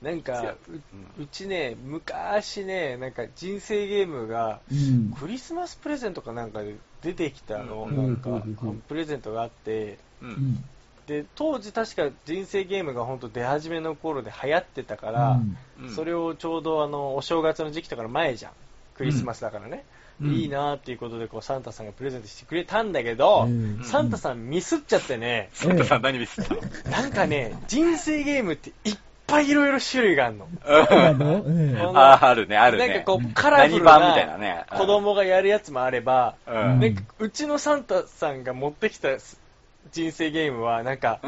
[SPEAKER 4] なんか
[SPEAKER 2] うん
[SPEAKER 4] う、うちね、昔ね、なんか人生ゲームが、
[SPEAKER 3] うん。
[SPEAKER 4] クリスマスプレゼントかなんかで出てきたの、
[SPEAKER 2] うん
[SPEAKER 4] なんか、
[SPEAKER 3] うんうんうん
[SPEAKER 4] プレゼントがあって、
[SPEAKER 2] う。
[SPEAKER 3] うんん。
[SPEAKER 4] で、当時確か人生ゲームが本当出始めの頃で流行ってたから、
[SPEAKER 3] うん
[SPEAKER 2] うん
[SPEAKER 4] それをちょうどあの、お正月の時期とかの前じゃん。クリスマスだからね。
[SPEAKER 3] うん
[SPEAKER 4] いいなーっていうことで、こう、サンタさんがプレゼントしてくれたんだけど、
[SPEAKER 3] うん
[SPEAKER 4] サンタさんミスっちゃってね、
[SPEAKER 2] サンタさん何ミスったの
[SPEAKER 4] なんかね、人生ゲームっていっぱいいろいろ種類があるの。
[SPEAKER 3] そうなのええ
[SPEAKER 4] あの
[SPEAKER 2] あー、あるね、あるね。
[SPEAKER 4] なんかこう、カラフ
[SPEAKER 2] 何
[SPEAKER 4] ル
[SPEAKER 2] 版みたいな
[SPEAKER 4] な
[SPEAKER 2] ね。
[SPEAKER 4] 子供がやるやつもあれば、
[SPEAKER 2] う。
[SPEAKER 3] うん
[SPEAKER 4] なんかうちのサンタさんが持ってきた人生ゲームは、なんか、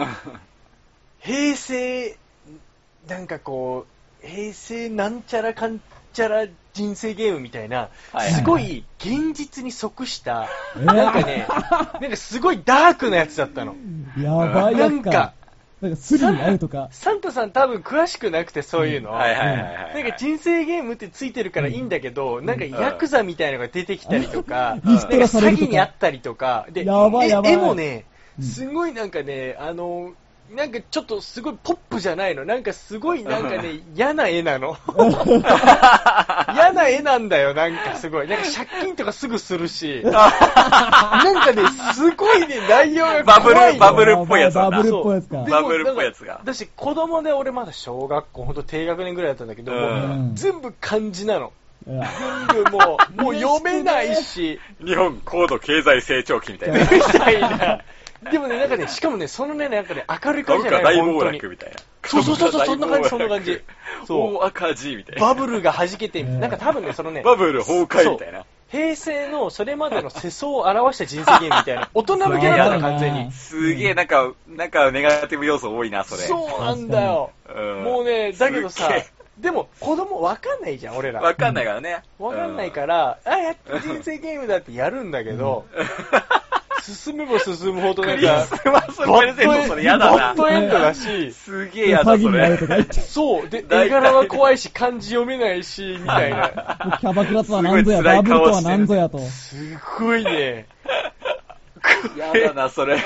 [SPEAKER 4] 平成、なんかこう、平成なんちゃらかんちゃら人生ゲームみたいな、
[SPEAKER 2] はいはい
[SPEAKER 4] すごい現実に即した、
[SPEAKER 3] えー
[SPEAKER 4] なんかね、なんかすごいダークなやつだったの。
[SPEAKER 3] やばいや
[SPEAKER 4] なん
[SPEAKER 3] つ
[SPEAKER 4] か
[SPEAKER 3] か。なんかスリに合うとか。
[SPEAKER 4] サンタさん多分詳しくなくてそういうの。
[SPEAKER 2] はいはいはいはい。
[SPEAKER 4] なんか人生ゲームってついてるからいいんだけど、なんかヤクザみたいのが出てきたりとか、
[SPEAKER 3] リストラされ
[SPEAKER 4] 詐
[SPEAKER 3] ると
[SPEAKER 4] 欺にあ
[SPEAKER 3] か
[SPEAKER 4] っ。たりとか、で、
[SPEAKER 3] やばい
[SPEAKER 4] え
[SPEAKER 3] やばい
[SPEAKER 4] 絵もね、
[SPEAKER 3] うん
[SPEAKER 4] すごいなんかね、あの、なんかちょっとすごいポップじゃないの。なんかすごいなんかね、嫌な絵 なの。嫌な絵なんだよ、なんかす ごい。なんか借金とかすぐするし、なんかね、すごいね、内容が
[SPEAKER 2] バブ
[SPEAKER 4] 怖
[SPEAKER 2] ル、
[SPEAKER 4] いの
[SPEAKER 2] バブルっぽいやつだな
[SPEAKER 3] バブ。ルっぽいやつか
[SPEAKER 4] で。
[SPEAKER 2] バブルっぽいやつが
[SPEAKER 4] なんかだし、子供で俺まだ小学校、ほんと低学年ぐらいだったんだけど、もう
[SPEAKER 3] うん
[SPEAKER 4] 全部漢字なの。
[SPEAKER 3] うん
[SPEAKER 4] 全部もう、もう読めない し、
[SPEAKER 2] 日本高度経済成長期みたいな。
[SPEAKER 4] みたいな。でもね、なんかね、しかもね、そのね、なんかね、明るい感
[SPEAKER 2] 株
[SPEAKER 4] じ
[SPEAKER 2] 価
[SPEAKER 4] じゃない
[SPEAKER 2] 大
[SPEAKER 4] 本
[SPEAKER 2] 暴
[SPEAKER 4] 当に
[SPEAKER 2] 落。みたいな。
[SPEAKER 4] そうそうそうそう、そんな感じ、そん
[SPEAKER 2] 株
[SPEAKER 4] な
[SPEAKER 2] 価大暴落
[SPEAKER 4] 感じ。そ。
[SPEAKER 2] 大赤字みたいうな。
[SPEAKER 4] バブルが弾けて、
[SPEAKER 3] うん
[SPEAKER 4] なんか多分ね、そのね、
[SPEAKER 2] バブル崩壊みたいな。
[SPEAKER 4] 平成のそれまでの世相を表した人生ゲームみた いな、大人向けだったの、完全に。
[SPEAKER 2] すげえ、なんか、なんかネガティブ要素多いな、それ。
[SPEAKER 4] そうなんだよ。
[SPEAKER 2] うん。
[SPEAKER 4] もうね、だけどさ
[SPEAKER 2] すっげえ、
[SPEAKER 4] でも、子供わかんないじゃん、俺ら。
[SPEAKER 2] わかんないからね。。
[SPEAKER 4] わかんないからら、あ、やっと人生ゲームだってやるんだけ ど、進めば進むほどな
[SPEAKER 2] ク
[SPEAKER 4] ん
[SPEAKER 2] リ
[SPEAKER 4] か、
[SPEAKER 2] スマスプレゼントそれ嫌
[SPEAKER 4] バ
[SPEAKER 2] だ
[SPEAKER 4] ッド
[SPEAKER 2] な。
[SPEAKER 4] エンドだし、
[SPEAKER 2] すげえ嫌だ
[SPEAKER 3] 詐欺
[SPEAKER 2] そ
[SPEAKER 3] になるとか
[SPEAKER 2] れ。
[SPEAKER 3] 言って、
[SPEAKER 4] そう、で、
[SPEAKER 2] 大体
[SPEAKER 4] 絵柄は怖いし、漢字読めないし、み たい
[SPEAKER 3] も
[SPEAKER 4] な。
[SPEAKER 3] うキャバクラとは何ぞや、
[SPEAKER 2] すごい辛
[SPEAKER 3] バ
[SPEAKER 2] い
[SPEAKER 3] ブル
[SPEAKER 2] 顔
[SPEAKER 3] と
[SPEAKER 2] し
[SPEAKER 3] は
[SPEAKER 2] てる
[SPEAKER 3] 何ぞやと。
[SPEAKER 4] すごいね。
[SPEAKER 2] 嫌だな、 それ。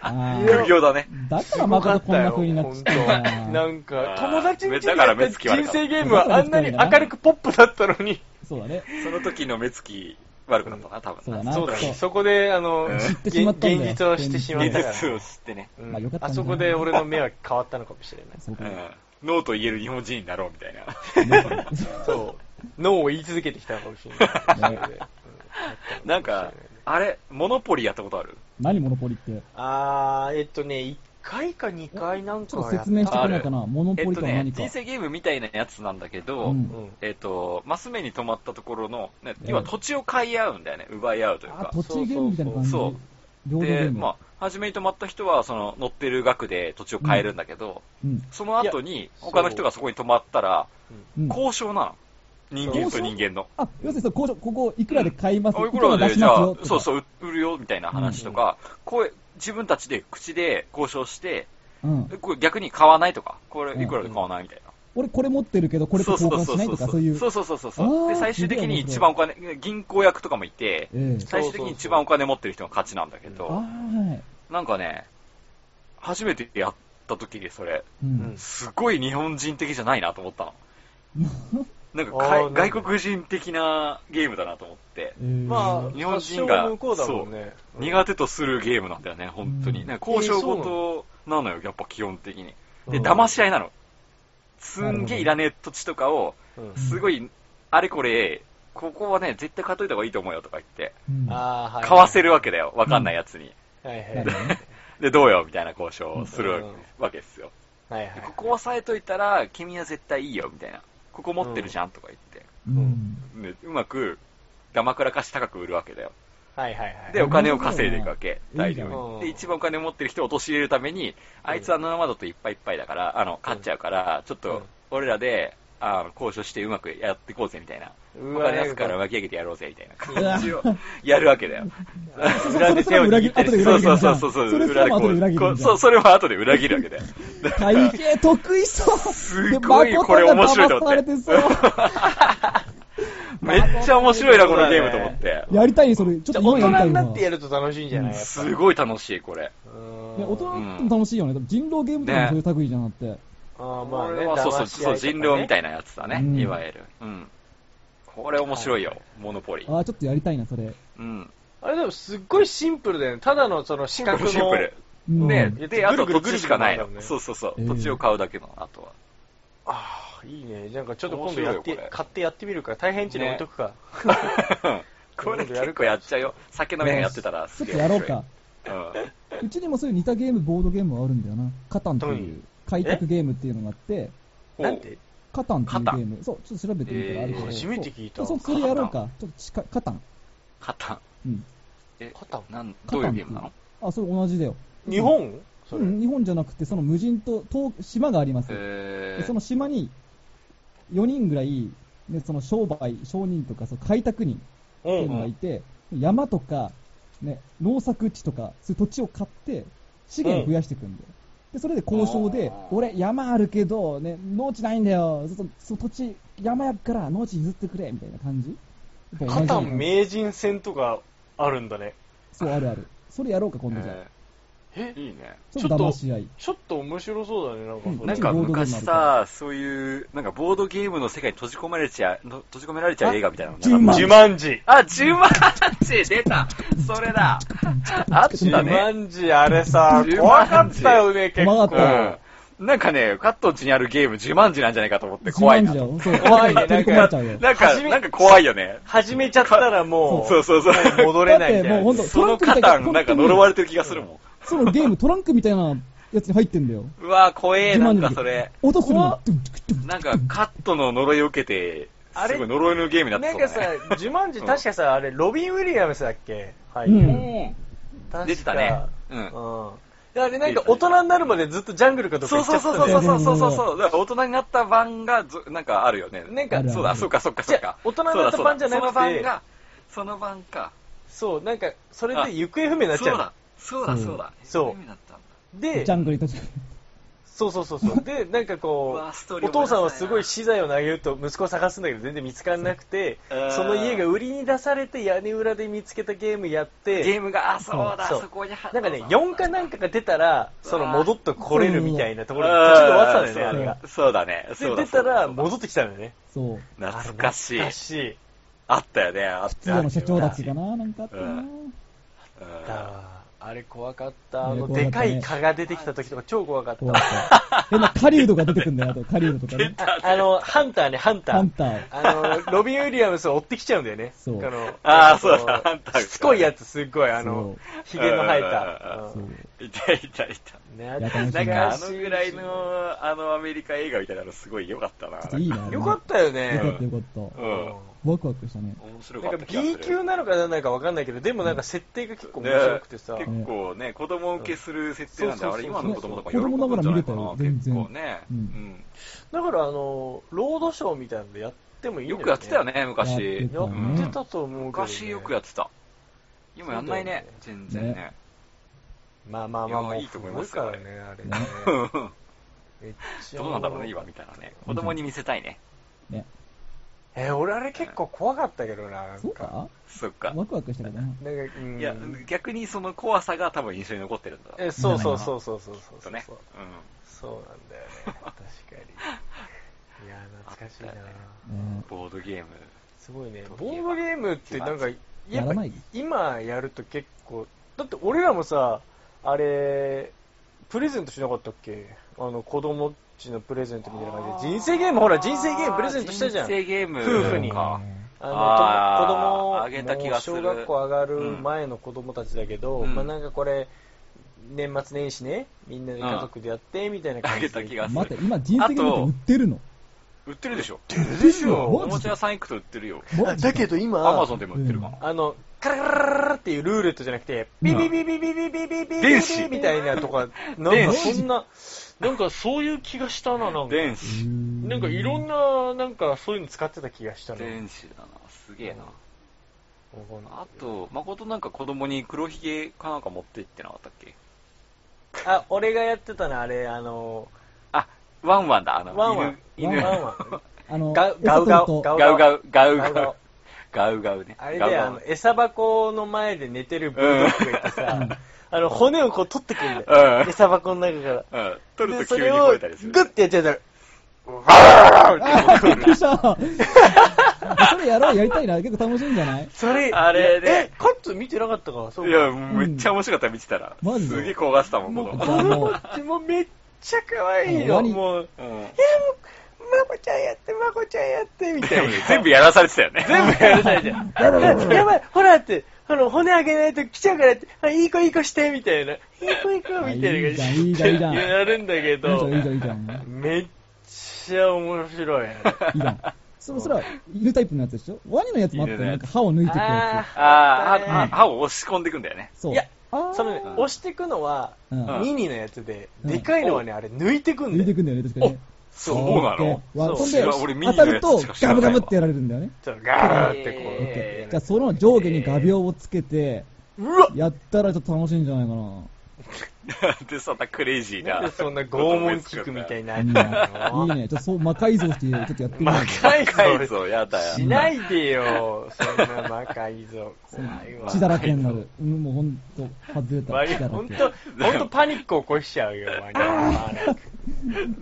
[SPEAKER 3] あー
[SPEAKER 2] 不良だね。
[SPEAKER 3] だか
[SPEAKER 4] す
[SPEAKER 3] ら
[SPEAKER 4] ご
[SPEAKER 3] ま
[SPEAKER 4] か
[SPEAKER 3] た
[SPEAKER 4] っ
[SPEAKER 3] こん
[SPEAKER 4] た
[SPEAKER 3] な
[SPEAKER 4] よ、
[SPEAKER 3] 風になっ
[SPEAKER 4] 本
[SPEAKER 3] ち
[SPEAKER 4] 当。
[SPEAKER 3] ゃったな
[SPEAKER 4] なんか、友達みた
[SPEAKER 2] だ
[SPEAKER 4] い
[SPEAKER 2] から
[SPEAKER 4] な
[SPEAKER 2] 目つき悪
[SPEAKER 4] 人
[SPEAKER 2] かった
[SPEAKER 4] 生ゲームはあんなに明るくポップだったのに。
[SPEAKER 3] そうだね。
[SPEAKER 2] その時の目つき悪くなったな、多
[SPEAKER 3] そうだ
[SPEAKER 2] 分
[SPEAKER 3] な
[SPEAKER 2] な。
[SPEAKER 4] そうだ
[SPEAKER 3] そ
[SPEAKER 4] ね。
[SPEAKER 3] う
[SPEAKER 4] そこで、あの、
[SPEAKER 2] うん
[SPEAKER 4] 現
[SPEAKER 3] てしまったんだよ
[SPEAKER 4] 現実をしてしまっ
[SPEAKER 2] 現
[SPEAKER 4] たから
[SPEAKER 2] 実を知ってね。
[SPEAKER 4] うん
[SPEAKER 3] まあよかったん
[SPEAKER 4] あ
[SPEAKER 3] だ
[SPEAKER 4] そこで俺の目は変わったのかもしれない。
[SPEAKER 3] そう
[SPEAKER 2] う
[SPEAKER 3] か。
[SPEAKER 2] ん。ノーと言える日本人になろうみたいな。
[SPEAKER 4] そう。ノーを言い続けてきたのかもしれない。
[SPEAKER 3] ね
[SPEAKER 4] う
[SPEAKER 2] なんか、あれ、モノポリやったことある
[SPEAKER 3] 何モノポリって。
[SPEAKER 4] あー、えっとね、1回か2回なん
[SPEAKER 3] ち
[SPEAKER 4] か
[SPEAKER 3] ょっ
[SPEAKER 4] は
[SPEAKER 3] と
[SPEAKER 4] やった
[SPEAKER 3] 説明してくれないかな。モノ
[SPEAKER 2] えっ
[SPEAKER 3] ポリ
[SPEAKER 2] と
[SPEAKER 3] とは
[SPEAKER 2] ね
[SPEAKER 3] 何、か。
[SPEAKER 2] 人生ゲームみたいなやつなんだけど、
[SPEAKER 3] うん
[SPEAKER 4] うん
[SPEAKER 2] えっ、と、マス目に止まったところの、ね、
[SPEAKER 3] うん
[SPEAKER 2] 要は土地を買い合うんだよね、奪い合うという
[SPEAKER 3] あ
[SPEAKER 2] か、。
[SPEAKER 3] 土地ゲームみたいな感じ。
[SPEAKER 2] そう
[SPEAKER 3] 領土ゲ
[SPEAKER 2] で、
[SPEAKER 3] ーム。
[SPEAKER 2] まあ、初めに止まった人は、その、乗ってる額で土地を買えるんだけど、
[SPEAKER 3] うん。
[SPEAKER 2] その後に、他の人がそこに止まったら、
[SPEAKER 3] うん。
[SPEAKER 2] 交渉なの。人間と人間の。
[SPEAKER 3] あ、要するにそう、こうここいくらで買います、
[SPEAKER 2] あ、い
[SPEAKER 3] い
[SPEAKER 2] く
[SPEAKER 3] くら
[SPEAKER 2] ら
[SPEAKER 3] で
[SPEAKER 2] で、
[SPEAKER 3] 出し
[SPEAKER 2] じ
[SPEAKER 3] ま
[SPEAKER 2] ゃ
[SPEAKER 3] す
[SPEAKER 2] あ
[SPEAKER 3] よ、とか。
[SPEAKER 2] そうそう、売るよ、みたいな話とか、こう、自分たちで口で交渉して、
[SPEAKER 3] うん。
[SPEAKER 2] これ逆に買わないとか、これいくらで買わないみたいな。
[SPEAKER 3] 俺これ持ってるけど、これと交換しないとか、そういう。
[SPEAKER 2] そうそうそうそうそう。
[SPEAKER 3] あ
[SPEAKER 2] で、
[SPEAKER 3] ー
[SPEAKER 2] 最終的に一番お金、銀行役とかもいて、
[SPEAKER 3] ええ
[SPEAKER 2] 最終的に一番お金持ってる人が勝ちなんだけ
[SPEAKER 3] ああ、
[SPEAKER 2] ど、
[SPEAKER 3] はい。
[SPEAKER 2] なんかね、初めてやった時にそれ、
[SPEAKER 3] う
[SPEAKER 4] うん
[SPEAKER 3] ん。
[SPEAKER 2] すごい日本人的じゃないなと思ったの。 なんか
[SPEAKER 4] あー
[SPEAKER 2] か
[SPEAKER 4] なん
[SPEAKER 2] い
[SPEAKER 4] か
[SPEAKER 2] 外国人的なゲームだなと思って、
[SPEAKER 3] ええ
[SPEAKER 4] まあ、
[SPEAKER 2] 日本人が
[SPEAKER 4] 発祥は向こうだもんね。
[SPEAKER 2] 苦手とするゲームなんだよね、本当
[SPEAKER 3] う
[SPEAKER 2] に。
[SPEAKER 3] ん
[SPEAKER 2] なんか交渉
[SPEAKER 4] えー
[SPEAKER 2] 事なのよ、やっぱ基本的に。で、
[SPEAKER 4] うん
[SPEAKER 2] 騙し合いなの。すんげえいらねえ土地とかを、
[SPEAKER 4] うん
[SPEAKER 2] すごい、あれこれ、ここはね、絶対買っといた方がいいと思うよとか言って、
[SPEAKER 3] うん
[SPEAKER 4] あーはい。
[SPEAKER 2] 買わせるわけだよ、わかんないやつに。
[SPEAKER 4] はいはい。
[SPEAKER 3] なるほどね
[SPEAKER 2] で、どうよみたいな交渉をする
[SPEAKER 4] うん
[SPEAKER 2] わけですよ。
[SPEAKER 4] はい
[SPEAKER 2] で
[SPEAKER 4] はい。
[SPEAKER 2] ここ押さえといたら、君は絶対いいよ、みたいな。ここ持ってるじゃんとか言って。
[SPEAKER 3] うん。
[SPEAKER 2] でうまく、ダマくらかし高く売るわけだよ。
[SPEAKER 4] はいはいはい。
[SPEAKER 2] で、お金を稼いでいくわけ。
[SPEAKER 3] なる
[SPEAKER 2] 大丈
[SPEAKER 3] ほどね
[SPEAKER 2] 夫
[SPEAKER 4] うん
[SPEAKER 2] で、一番お金持ってる人を陥れるために、あいつは7窓といっぱいいっぱいだから、あの、勝っちゃうから、ちょっ
[SPEAKER 4] うん
[SPEAKER 2] と、俺らで、あの、交渉してうまくやっていこうぜ、みたいな。
[SPEAKER 4] う
[SPEAKER 2] お
[SPEAKER 4] わ
[SPEAKER 2] 金安から
[SPEAKER 4] なんか
[SPEAKER 2] 巻き上げてやろうぜ、みたいな感 じをやるわけだよ。裏で
[SPEAKER 3] それ
[SPEAKER 2] 手
[SPEAKER 3] も
[SPEAKER 2] を
[SPEAKER 3] 裏
[SPEAKER 2] 握
[SPEAKER 3] 切
[SPEAKER 2] ったりして、
[SPEAKER 3] 後
[SPEAKER 2] そう
[SPEAKER 3] で
[SPEAKER 2] そ
[SPEAKER 3] 裏
[SPEAKER 2] うそうんそうそう、
[SPEAKER 3] 切るじゃそれ
[SPEAKER 2] 裏
[SPEAKER 3] さ
[SPEAKER 2] で
[SPEAKER 3] も後
[SPEAKER 2] こ
[SPEAKER 3] で裏切るじゃん
[SPEAKER 2] う、そう、それは後で裏切るわけだよ。
[SPEAKER 3] 会計得意そう
[SPEAKER 2] すごいこれ面白いと思って
[SPEAKER 3] で誠が騙されて
[SPEAKER 2] めっちゃ面白いな、このゲームと思って。
[SPEAKER 3] そうやりたいね、それ。ちょっと今
[SPEAKER 4] 大
[SPEAKER 3] やりた
[SPEAKER 4] 人
[SPEAKER 3] い
[SPEAKER 4] に
[SPEAKER 3] な。
[SPEAKER 4] なってやると楽しいんじゃないやっぱ
[SPEAKER 2] すごい楽しい、これ。
[SPEAKER 4] うん
[SPEAKER 3] ね大人でも楽しいよね。人狼ゲームとかもそういう類じゃなくて。
[SPEAKER 4] あーまあ
[SPEAKER 2] こ
[SPEAKER 4] ね
[SPEAKER 2] れはそうそう、
[SPEAKER 4] 騙し
[SPEAKER 2] そう
[SPEAKER 4] 合いとかね
[SPEAKER 2] 人狼みたいなやつだね、
[SPEAKER 3] うん
[SPEAKER 2] いわゆる。うん。これ面白いよ、モノポリ。
[SPEAKER 3] ああ、ちょっとやりたいな、それ。
[SPEAKER 2] うん。
[SPEAKER 4] あれでもすっごいシンプルだよね。ただのその
[SPEAKER 2] シ
[SPEAKER 4] 四
[SPEAKER 2] ンプ
[SPEAKER 4] 角
[SPEAKER 2] ル、シンプ
[SPEAKER 4] の。
[SPEAKER 2] ル。
[SPEAKER 3] うん
[SPEAKER 2] ね
[SPEAKER 4] うん
[SPEAKER 2] で、あと土地しかない
[SPEAKER 4] ぐるぐ
[SPEAKER 2] の
[SPEAKER 4] るぐるぐる回るもん。ね
[SPEAKER 2] そうそうそう
[SPEAKER 3] え。ー
[SPEAKER 2] 土地を買うだけの、あとは。
[SPEAKER 4] ああ、いいね。なんかちょっと今度
[SPEAKER 2] 面白
[SPEAKER 4] やっ
[SPEAKER 2] いよ
[SPEAKER 4] て
[SPEAKER 2] これ、
[SPEAKER 4] 買ってやってみるから、大変地に置いとくか。
[SPEAKER 2] これ結構やっちゃうよ。酒飲みながらやってたらす
[SPEAKER 3] ちょっ
[SPEAKER 2] げ
[SPEAKER 3] と
[SPEAKER 2] え
[SPEAKER 3] やろ
[SPEAKER 2] 面
[SPEAKER 3] う
[SPEAKER 2] 白い。
[SPEAKER 3] か。うちにもそういう似たゲーム、ボードゲームはあるんだよな。カタンっていう開拓ゲームっていうのがあって、
[SPEAKER 2] うん。
[SPEAKER 4] なんて
[SPEAKER 3] カタンっていう
[SPEAKER 2] カ
[SPEAKER 3] ゲ
[SPEAKER 2] タン
[SPEAKER 3] ーム。そう、ちょっと調べてみたらあるけど。
[SPEAKER 2] えー
[SPEAKER 4] 初めて聞いた。
[SPEAKER 3] そう、そうそれやろうか。ちょっと近い、カタン。
[SPEAKER 2] カタン。
[SPEAKER 3] うん。
[SPEAKER 2] え、
[SPEAKER 4] カタン
[SPEAKER 2] なん、
[SPEAKER 3] カ
[SPEAKER 2] ど
[SPEAKER 3] タン
[SPEAKER 2] ういうゲームなの
[SPEAKER 3] あ、それ同じだよ。
[SPEAKER 4] 日本それ
[SPEAKER 3] う。ん、日本じゃなくて、その無人島、島島があります。
[SPEAKER 2] え
[SPEAKER 3] でその島に、4人ぐらい、ね、その商売、商人とか、その開拓人
[SPEAKER 4] う
[SPEAKER 3] っていうんのがいて、山とか、ね、農作地とか、そういう土地を買って、資源を増やしていくんだよ。で、それで交渉で
[SPEAKER 2] あー、
[SPEAKER 3] 俺、山あるけど、ね、農地ないんだよ。そその土地、山やっから農地譲ってくれ、みたいな感じ。やっぱ同
[SPEAKER 4] カ
[SPEAKER 3] じ
[SPEAKER 4] タン名人戦とかあるんだね。
[SPEAKER 3] そう、あるある。それやろうか、今度じゃあ。
[SPEAKER 2] え
[SPEAKER 4] え
[SPEAKER 2] ー、いいね。
[SPEAKER 3] ちょっと騙し合い。
[SPEAKER 4] ちょっと面白そうだね、なんかそれ。
[SPEAKER 2] なんか昔さ、そういう、なんかボードゲームの世界に閉じ込められちゃう、の閉じ込められちゃう映画みたいなのなかった
[SPEAKER 3] あ10万
[SPEAKER 4] 自慢寺。
[SPEAKER 2] あ、10万字出たそれだあっ
[SPEAKER 4] 自
[SPEAKER 2] たね。
[SPEAKER 4] 慢寺、あれさ、
[SPEAKER 2] 自慢寺
[SPEAKER 4] 怖かったよね、結
[SPEAKER 3] 怖か
[SPEAKER 4] 構。
[SPEAKER 3] った
[SPEAKER 2] うん。なんかね、カットンチにあるゲーム、自慢字なんじゃないかと思って 怖いな。
[SPEAKER 3] 自
[SPEAKER 2] な
[SPEAKER 3] 慢じゃんそう、
[SPEAKER 4] 怖い ね
[SPEAKER 3] 取り込まれちゃうよ。
[SPEAKER 2] んか、
[SPEAKER 4] 初め
[SPEAKER 2] なんか怖いよね。
[SPEAKER 4] 始めちゃったらもう、
[SPEAKER 2] そうそうそう。
[SPEAKER 4] もう戻れないみたいな
[SPEAKER 3] だってもう本当
[SPEAKER 2] そのカタン、なんか呪われてる気がするもん。
[SPEAKER 3] そのゲーム、トランクみたいなやつに入ってんだよ。
[SPEAKER 2] うわ怖え、なんかそれ。
[SPEAKER 3] 音する
[SPEAKER 4] 怖
[SPEAKER 3] の
[SPEAKER 4] っ。
[SPEAKER 3] ドゥンドゥクドゥン
[SPEAKER 2] なんか、カットの呪いを受けて、
[SPEAKER 4] あれ
[SPEAKER 2] すごい呪いのゲームになっ
[SPEAKER 4] な
[SPEAKER 2] て
[SPEAKER 4] ん
[SPEAKER 2] た
[SPEAKER 4] かさ、ジュマンジ、確かさ、あれ、ロビン・ウィリアムスだっけはい。
[SPEAKER 3] うん
[SPEAKER 2] うん。
[SPEAKER 4] 確か
[SPEAKER 2] 出てたねうん
[SPEAKER 4] うんあれなんか大人になるまでずっとジャングルかどっ
[SPEAKER 2] そ
[SPEAKER 4] か行
[SPEAKER 2] う
[SPEAKER 4] っちゃ
[SPEAKER 2] そう
[SPEAKER 4] っ
[SPEAKER 2] そ
[SPEAKER 4] たん
[SPEAKER 2] う
[SPEAKER 4] だよね
[SPEAKER 2] そうそうそうそうそう。だから大人になった版がず、なんかあるよね。
[SPEAKER 4] なんか
[SPEAKER 2] そうだ、そうか、そうか、そう
[SPEAKER 4] じゃあ
[SPEAKER 2] か。
[SPEAKER 4] 大人になった版じゃなく
[SPEAKER 2] そ
[SPEAKER 4] て
[SPEAKER 2] うだそうだその版が、その版か。
[SPEAKER 4] そう、なんか、それで行方不明になっちゃ
[SPEAKER 2] そううだ、そう
[SPEAKER 4] の
[SPEAKER 2] だ、そうだ。
[SPEAKER 4] そう
[SPEAKER 2] 夢だったんだ
[SPEAKER 4] で
[SPEAKER 3] ジ、ャングルに閉じ込
[SPEAKER 4] そうそうそうそう。 で、なんか
[SPEAKER 2] う
[SPEAKER 4] こ
[SPEAKER 2] わストー
[SPEAKER 4] う、
[SPEAKER 2] リー
[SPEAKER 4] お父さんは
[SPEAKER 2] 思い出せ
[SPEAKER 4] す
[SPEAKER 2] ないな
[SPEAKER 4] ごい資材を投げると息子を探すんだけど全然見つからなくて、
[SPEAKER 2] うん
[SPEAKER 4] その家が売りに出されて屋根裏で見つけたゲームやっ
[SPEAKER 2] ゲ
[SPEAKER 4] て、
[SPEAKER 2] ームが、あ、そうだ、
[SPEAKER 4] そう
[SPEAKER 2] そこに貼っ
[SPEAKER 4] なんかね、4かなんかが出たら、その戻ってこれるみたいな
[SPEAKER 2] と
[SPEAKER 4] ところで途中で終わってたんだよね、あれが。
[SPEAKER 2] そうだね。そ
[SPEAKER 4] で、
[SPEAKER 2] うだ
[SPEAKER 4] 出たら
[SPEAKER 2] そうだ
[SPEAKER 4] 戻ってきたのよね。
[SPEAKER 3] そう。
[SPEAKER 2] 懐かしい
[SPEAKER 4] 懐。かしい。
[SPEAKER 2] あったよね、あった
[SPEAKER 3] 質屋の社長たちがな、なんかあった
[SPEAKER 2] う
[SPEAKER 3] なん
[SPEAKER 2] うん
[SPEAKER 4] だわあれ怖かった。あ
[SPEAKER 3] ね怖
[SPEAKER 4] の、
[SPEAKER 3] か
[SPEAKER 4] で
[SPEAKER 3] った
[SPEAKER 4] か
[SPEAKER 3] ね
[SPEAKER 4] い蚊が出てきた時とか超怖かっ
[SPEAKER 3] 怖
[SPEAKER 4] た。
[SPEAKER 3] かった。 変な狩人が出てくんだよ、あと狩人とかね。
[SPEAKER 4] ああの、ハンターね、ハンタ
[SPEAKER 3] ハン
[SPEAKER 4] ー。
[SPEAKER 3] ター。
[SPEAKER 4] あの、ロビン・ウィリアムスを追ってきちゃうんだよね。
[SPEAKER 3] そう
[SPEAKER 4] あの
[SPEAKER 2] あーそうだ
[SPEAKER 4] あの
[SPEAKER 2] ハンターが
[SPEAKER 4] しつこいやつ、すっごい、あの、ひげの生えた。。
[SPEAKER 3] そううん
[SPEAKER 2] いたいたいた。
[SPEAKER 4] ね
[SPEAKER 3] や楽しみ
[SPEAKER 2] なんかあのぐらい。
[SPEAKER 4] 懐か
[SPEAKER 2] の、あのアメリカ映画みたいなのすごい良かったな。なんか
[SPEAKER 3] いいな。
[SPEAKER 4] しいよかったよ
[SPEAKER 3] よかったよ
[SPEAKER 4] ね。
[SPEAKER 3] かった
[SPEAKER 2] う。ん。
[SPEAKER 3] ワクワクしたね。
[SPEAKER 2] 面白か
[SPEAKER 4] な
[SPEAKER 2] っ
[SPEAKER 4] ん
[SPEAKER 2] た
[SPEAKER 4] か
[SPEAKER 2] 気がする。
[SPEAKER 4] B 級なのかなんなのかわかんないけど、でもなんか設定が結構
[SPEAKER 2] ね
[SPEAKER 4] 面白くてさ。
[SPEAKER 2] 結構ね、子供受けする設定なんで、
[SPEAKER 4] うん
[SPEAKER 2] あれ今の子供とか喜
[SPEAKER 3] そうそうそう
[SPEAKER 2] ぶんじゃないかな
[SPEAKER 3] 子供ながら見れたよ全
[SPEAKER 2] 結
[SPEAKER 3] 然
[SPEAKER 2] 構ね。
[SPEAKER 3] うん
[SPEAKER 4] だからあの、ロードショーみたいなのやっても
[SPEAKER 2] う
[SPEAKER 4] い
[SPEAKER 2] ん
[SPEAKER 4] いんだ
[SPEAKER 2] よくやってたよ。ね、昔。
[SPEAKER 4] や
[SPEAKER 2] うん
[SPEAKER 4] ってたと思うけど。
[SPEAKER 2] 昔よくやってた。今やんないね、全然ね。
[SPEAKER 4] まあまあまあ、もう
[SPEAKER 2] いやいいと思います
[SPEAKER 4] すご
[SPEAKER 2] よ
[SPEAKER 4] いからね、あれね。めっち ゃ
[SPEAKER 2] どうなんだろうね、今みたいなね。子供に見せたいね。
[SPEAKER 3] ね。
[SPEAKER 4] えー俺あれ結構怖かったけどな、なん
[SPEAKER 3] そう
[SPEAKER 4] か。
[SPEAKER 3] か
[SPEAKER 2] そっか。
[SPEAKER 3] ワクワクしたけどな。
[SPEAKER 4] なんか、うん。
[SPEAKER 2] いや、逆にその怖さが多分印象に残ってるんだろうね
[SPEAKER 4] え、そうそうそうそうそうそう
[SPEAKER 2] きっ
[SPEAKER 4] そ
[SPEAKER 2] と
[SPEAKER 4] う、
[SPEAKER 2] ね。
[SPEAKER 4] そうなんだよね。確かに。いや、懐かしいな
[SPEAKER 2] あったね
[SPEAKER 3] ね
[SPEAKER 2] うん。ボードゲーム。
[SPEAKER 4] すごいね。ボードゲームってなんか、や
[SPEAKER 3] や
[SPEAKER 4] っ
[SPEAKER 3] ら
[SPEAKER 4] ぱ
[SPEAKER 3] ない
[SPEAKER 4] 今やると結構、だって俺らもさ、あれ、プレゼントしなかったっけあの、子供っちのプレゼントみたいな感じで。人生ゲーム、ほら、人生ゲームプレゼントしたじゃん。
[SPEAKER 2] 人生ゲーム。
[SPEAKER 4] 夫婦に
[SPEAKER 2] か
[SPEAKER 4] あのと
[SPEAKER 2] あー
[SPEAKER 4] 子供
[SPEAKER 2] あげた気がする
[SPEAKER 4] もう小学校上がる前の子供たちだけど、
[SPEAKER 2] うん
[SPEAKER 4] まあ、なんかこれ年末年始ねみんなで家族でやってみたいな
[SPEAKER 2] あ
[SPEAKER 4] 感じ
[SPEAKER 2] げ
[SPEAKER 4] で、
[SPEAKER 2] た気がす
[SPEAKER 3] 待って
[SPEAKER 2] る。、
[SPEAKER 3] 今人生ゲームって売ってるの
[SPEAKER 2] 売ってるでしょ。
[SPEAKER 4] でし
[SPEAKER 2] お
[SPEAKER 4] ょ
[SPEAKER 2] もちゃ屋さん行くと売ってるよ。
[SPEAKER 3] マジ
[SPEAKER 4] だけど今
[SPEAKER 2] アマゾンでも売ってるかな。
[SPEAKER 4] あのカラカラカラカラっていうルーレットじゃなくてビビビビビビビビビビビ
[SPEAKER 2] 電子
[SPEAKER 4] みたいなとかなん
[SPEAKER 2] 電
[SPEAKER 4] か
[SPEAKER 2] 子
[SPEAKER 4] そんななんかそういう気がしたななんか
[SPEAKER 2] 電子。
[SPEAKER 4] なんかいろんななんかそういうの使ってた気がしたな
[SPEAKER 2] 電子だな。すげえな。
[SPEAKER 4] わかんない
[SPEAKER 2] あと、誠なんか子供に黒ひげかなんか持って行ってなかったっけ
[SPEAKER 4] あ俺がやってたのあれあの
[SPEAKER 2] あ、ワンワンだ。あの、
[SPEAKER 4] ワンワン
[SPEAKER 2] 犬。犬
[SPEAKER 4] ワンワン
[SPEAKER 3] あの、
[SPEAKER 4] ガウガウガウ
[SPEAKER 3] エサと
[SPEAKER 4] ガウ
[SPEAKER 2] ガウガウ、ガウ
[SPEAKER 4] ガウガ
[SPEAKER 2] ガ
[SPEAKER 4] ウ
[SPEAKER 2] ウ。ガウガウね。
[SPEAKER 4] あれ
[SPEAKER 2] ガウ
[SPEAKER 4] で、
[SPEAKER 2] ガウ
[SPEAKER 4] あの、餌箱の前で寝てるブルドッグがいてさ、あの、骨をこう取ってくるんだよ。
[SPEAKER 2] う
[SPEAKER 4] 餌箱の中から。
[SPEAKER 2] ん。うん。取
[SPEAKER 4] で
[SPEAKER 2] る
[SPEAKER 4] そ
[SPEAKER 2] と急
[SPEAKER 4] れ
[SPEAKER 2] に
[SPEAKER 4] を
[SPEAKER 2] 吠
[SPEAKER 4] グ
[SPEAKER 2] えたりする。
[SPEAKER 4] ッてやっちゃったら、
[SPEAKER 3] あーびっくりした。 それやろう、やりたいな。結構楽しいんじゃない
[SPEAKER 4] それ、
[SPEAKER 2] あれね
[SPEAKER 4] え、カッツ見てなかったかそう
[SPEAKER 2] い
[SPEAKER 4] か。
[SPEAKER 2] や、めっちゃ面白かった、見てたら。
[SPEAKER 3] マジ
[SPEAKER 2] すげえ怖がってたもん、
[SPEAKER 4] も
[SPEAKER 2] こ
[SPEAKER 4] う、
[SPEAKER 2] の
[SPEAKER 4] 子供たちもめっちゃ可愛いよ。
[SPEAKER 3] もう
[SPEAKER 4] もう、
[SPEAKER 2] うん。
[SPEAKER 4] いや、もう、まこちゃんやって、まこちゃんやって、みたいな。
[SPEAKER 2] 全部やらされてたよね。
[SPEAKER 4] 全部やるたいじゃん。やばい、やばい、ほらって、あの、骨あげないと来ちゃうからって、あいい子いい子して、みたいな。いい子いい子、みたいな感
[SPEAKER 3] いい
[SPEAKER 4] じ
[SPEAKER 3] じゃんいいじゃんいいじゃん
[SPEAKER 4] やるんだけ
[SPEAKER 3] いいじゃ
[SPEAKER 4] ど
[SPEAKER 3] ん、いいじゃん、いいじゃん。
[SPEAKER 4] めっちゃ面白い。
[SPEAKER 3] いいじゃん。そそれは、犬タイプのやつでしょワニのやつもあったよ。
[SPEAKER 2] 犬の
[SPEAKER 3] な
[SPEAKER 2] や
[SPEAKER 3] ん
[SPEAKER 2] つ
[SPEAKER 3] か歯を抜いていくや
[SPEAKER 2] ああ、
[SPEAKER 4] ね
[SPEAKER 2] 歯、歯を押し込んでいくんだよね。
[SPEAKER 3] つ。そう。
[SPEAKER 4] いや
[SPEAKER 3] あー
[SPEAKER 4] そのね、
[SPEAKER 2] うん
[SPEAKER 4] 押してくのは、
[SPEAKER 3] うん。
[SPEAKER 2] うん
[SPEAKER 4] ミニのやつで、
[SPEAKER 3] うん
[SPEAKER 4] でかいのはね、あれ抜いてくん
[SPEAKER 3] 抜い
[SPEAKER 4] だ
[SPEAKER 3] て
[SPEAKER 4] よ。
[SPEAKER 3] くんだよね、確かにね。
[SPEAKER 2] そう
[SPEAKER 3] こ
[SPEAKER 2] なの
[SPEAKER 3] やってわ
[SPEAKER 4] そう
[SPEAKER 3] そんで
[SPEAKER 2] いや俺ミ、
[SPEAKER 3] 当
[SPEAKER 2] ニ
[SPEAKER 3] た
[SPEAKER 2] のや
[SPEAKER 3] る
[SPEAKER 2] つ
[SPEAKER 3] と
[SPEAKER 2] しか、知
[SPEAKER 3] ガ
[SPEAKER 2] ら
[SPEAKER 3] ブ
[SPEAKER 2] ないわ
[SPEAKER 3] ガブってやられるんだよね。
[SPEAKER 4] そうガー
[SPEAKER 2] え
[SPEAKER 4] ってこ
[SPEAKER 2] ー
[SPEAKER 4] う。
[SPEAKER 2] えー
[SPEAKER 3] じゃあ、その上下に画鋲をつけて、
[SPEAKER 4] うわ
[SPEAKER 3] やったらちょっと楽しいんじゃないかな。
[SPEAKER 2] で、そんなクレイジーな。
[SPEAKER 4] なんでそんな拷問聞くみたい
[SPEAKER 2] な。
[SPEAKER 4] な。
[SPEAKER 3] うん いいね。ちょっとそう、魔改造して、ちょっとやってみよう
[SPEAKER 4] 魔改
[SPEAKER 2] 高い
[SPEAKER 4] 造
[SPEAKER 2] ぞ、やだ
[SPEAKER 4] し
[SPEAKER 2] よ。
[SPEAKER 4] ないでよ、そんな魔改造。怖いわ。
[SPEAKER 3] 血だらけになる。うん、もうほんと、外れた
[SPEAKER 4] ワ
[SPEAKER 3] ら
[SPEAKER 4] ニ
[SPEAKER 3] 血だら
[SPEAKER 4] 本
[SPEAKER 3] け。
[SPEAKER 4] 当本当パニック起こしちゃうよ、ワニは。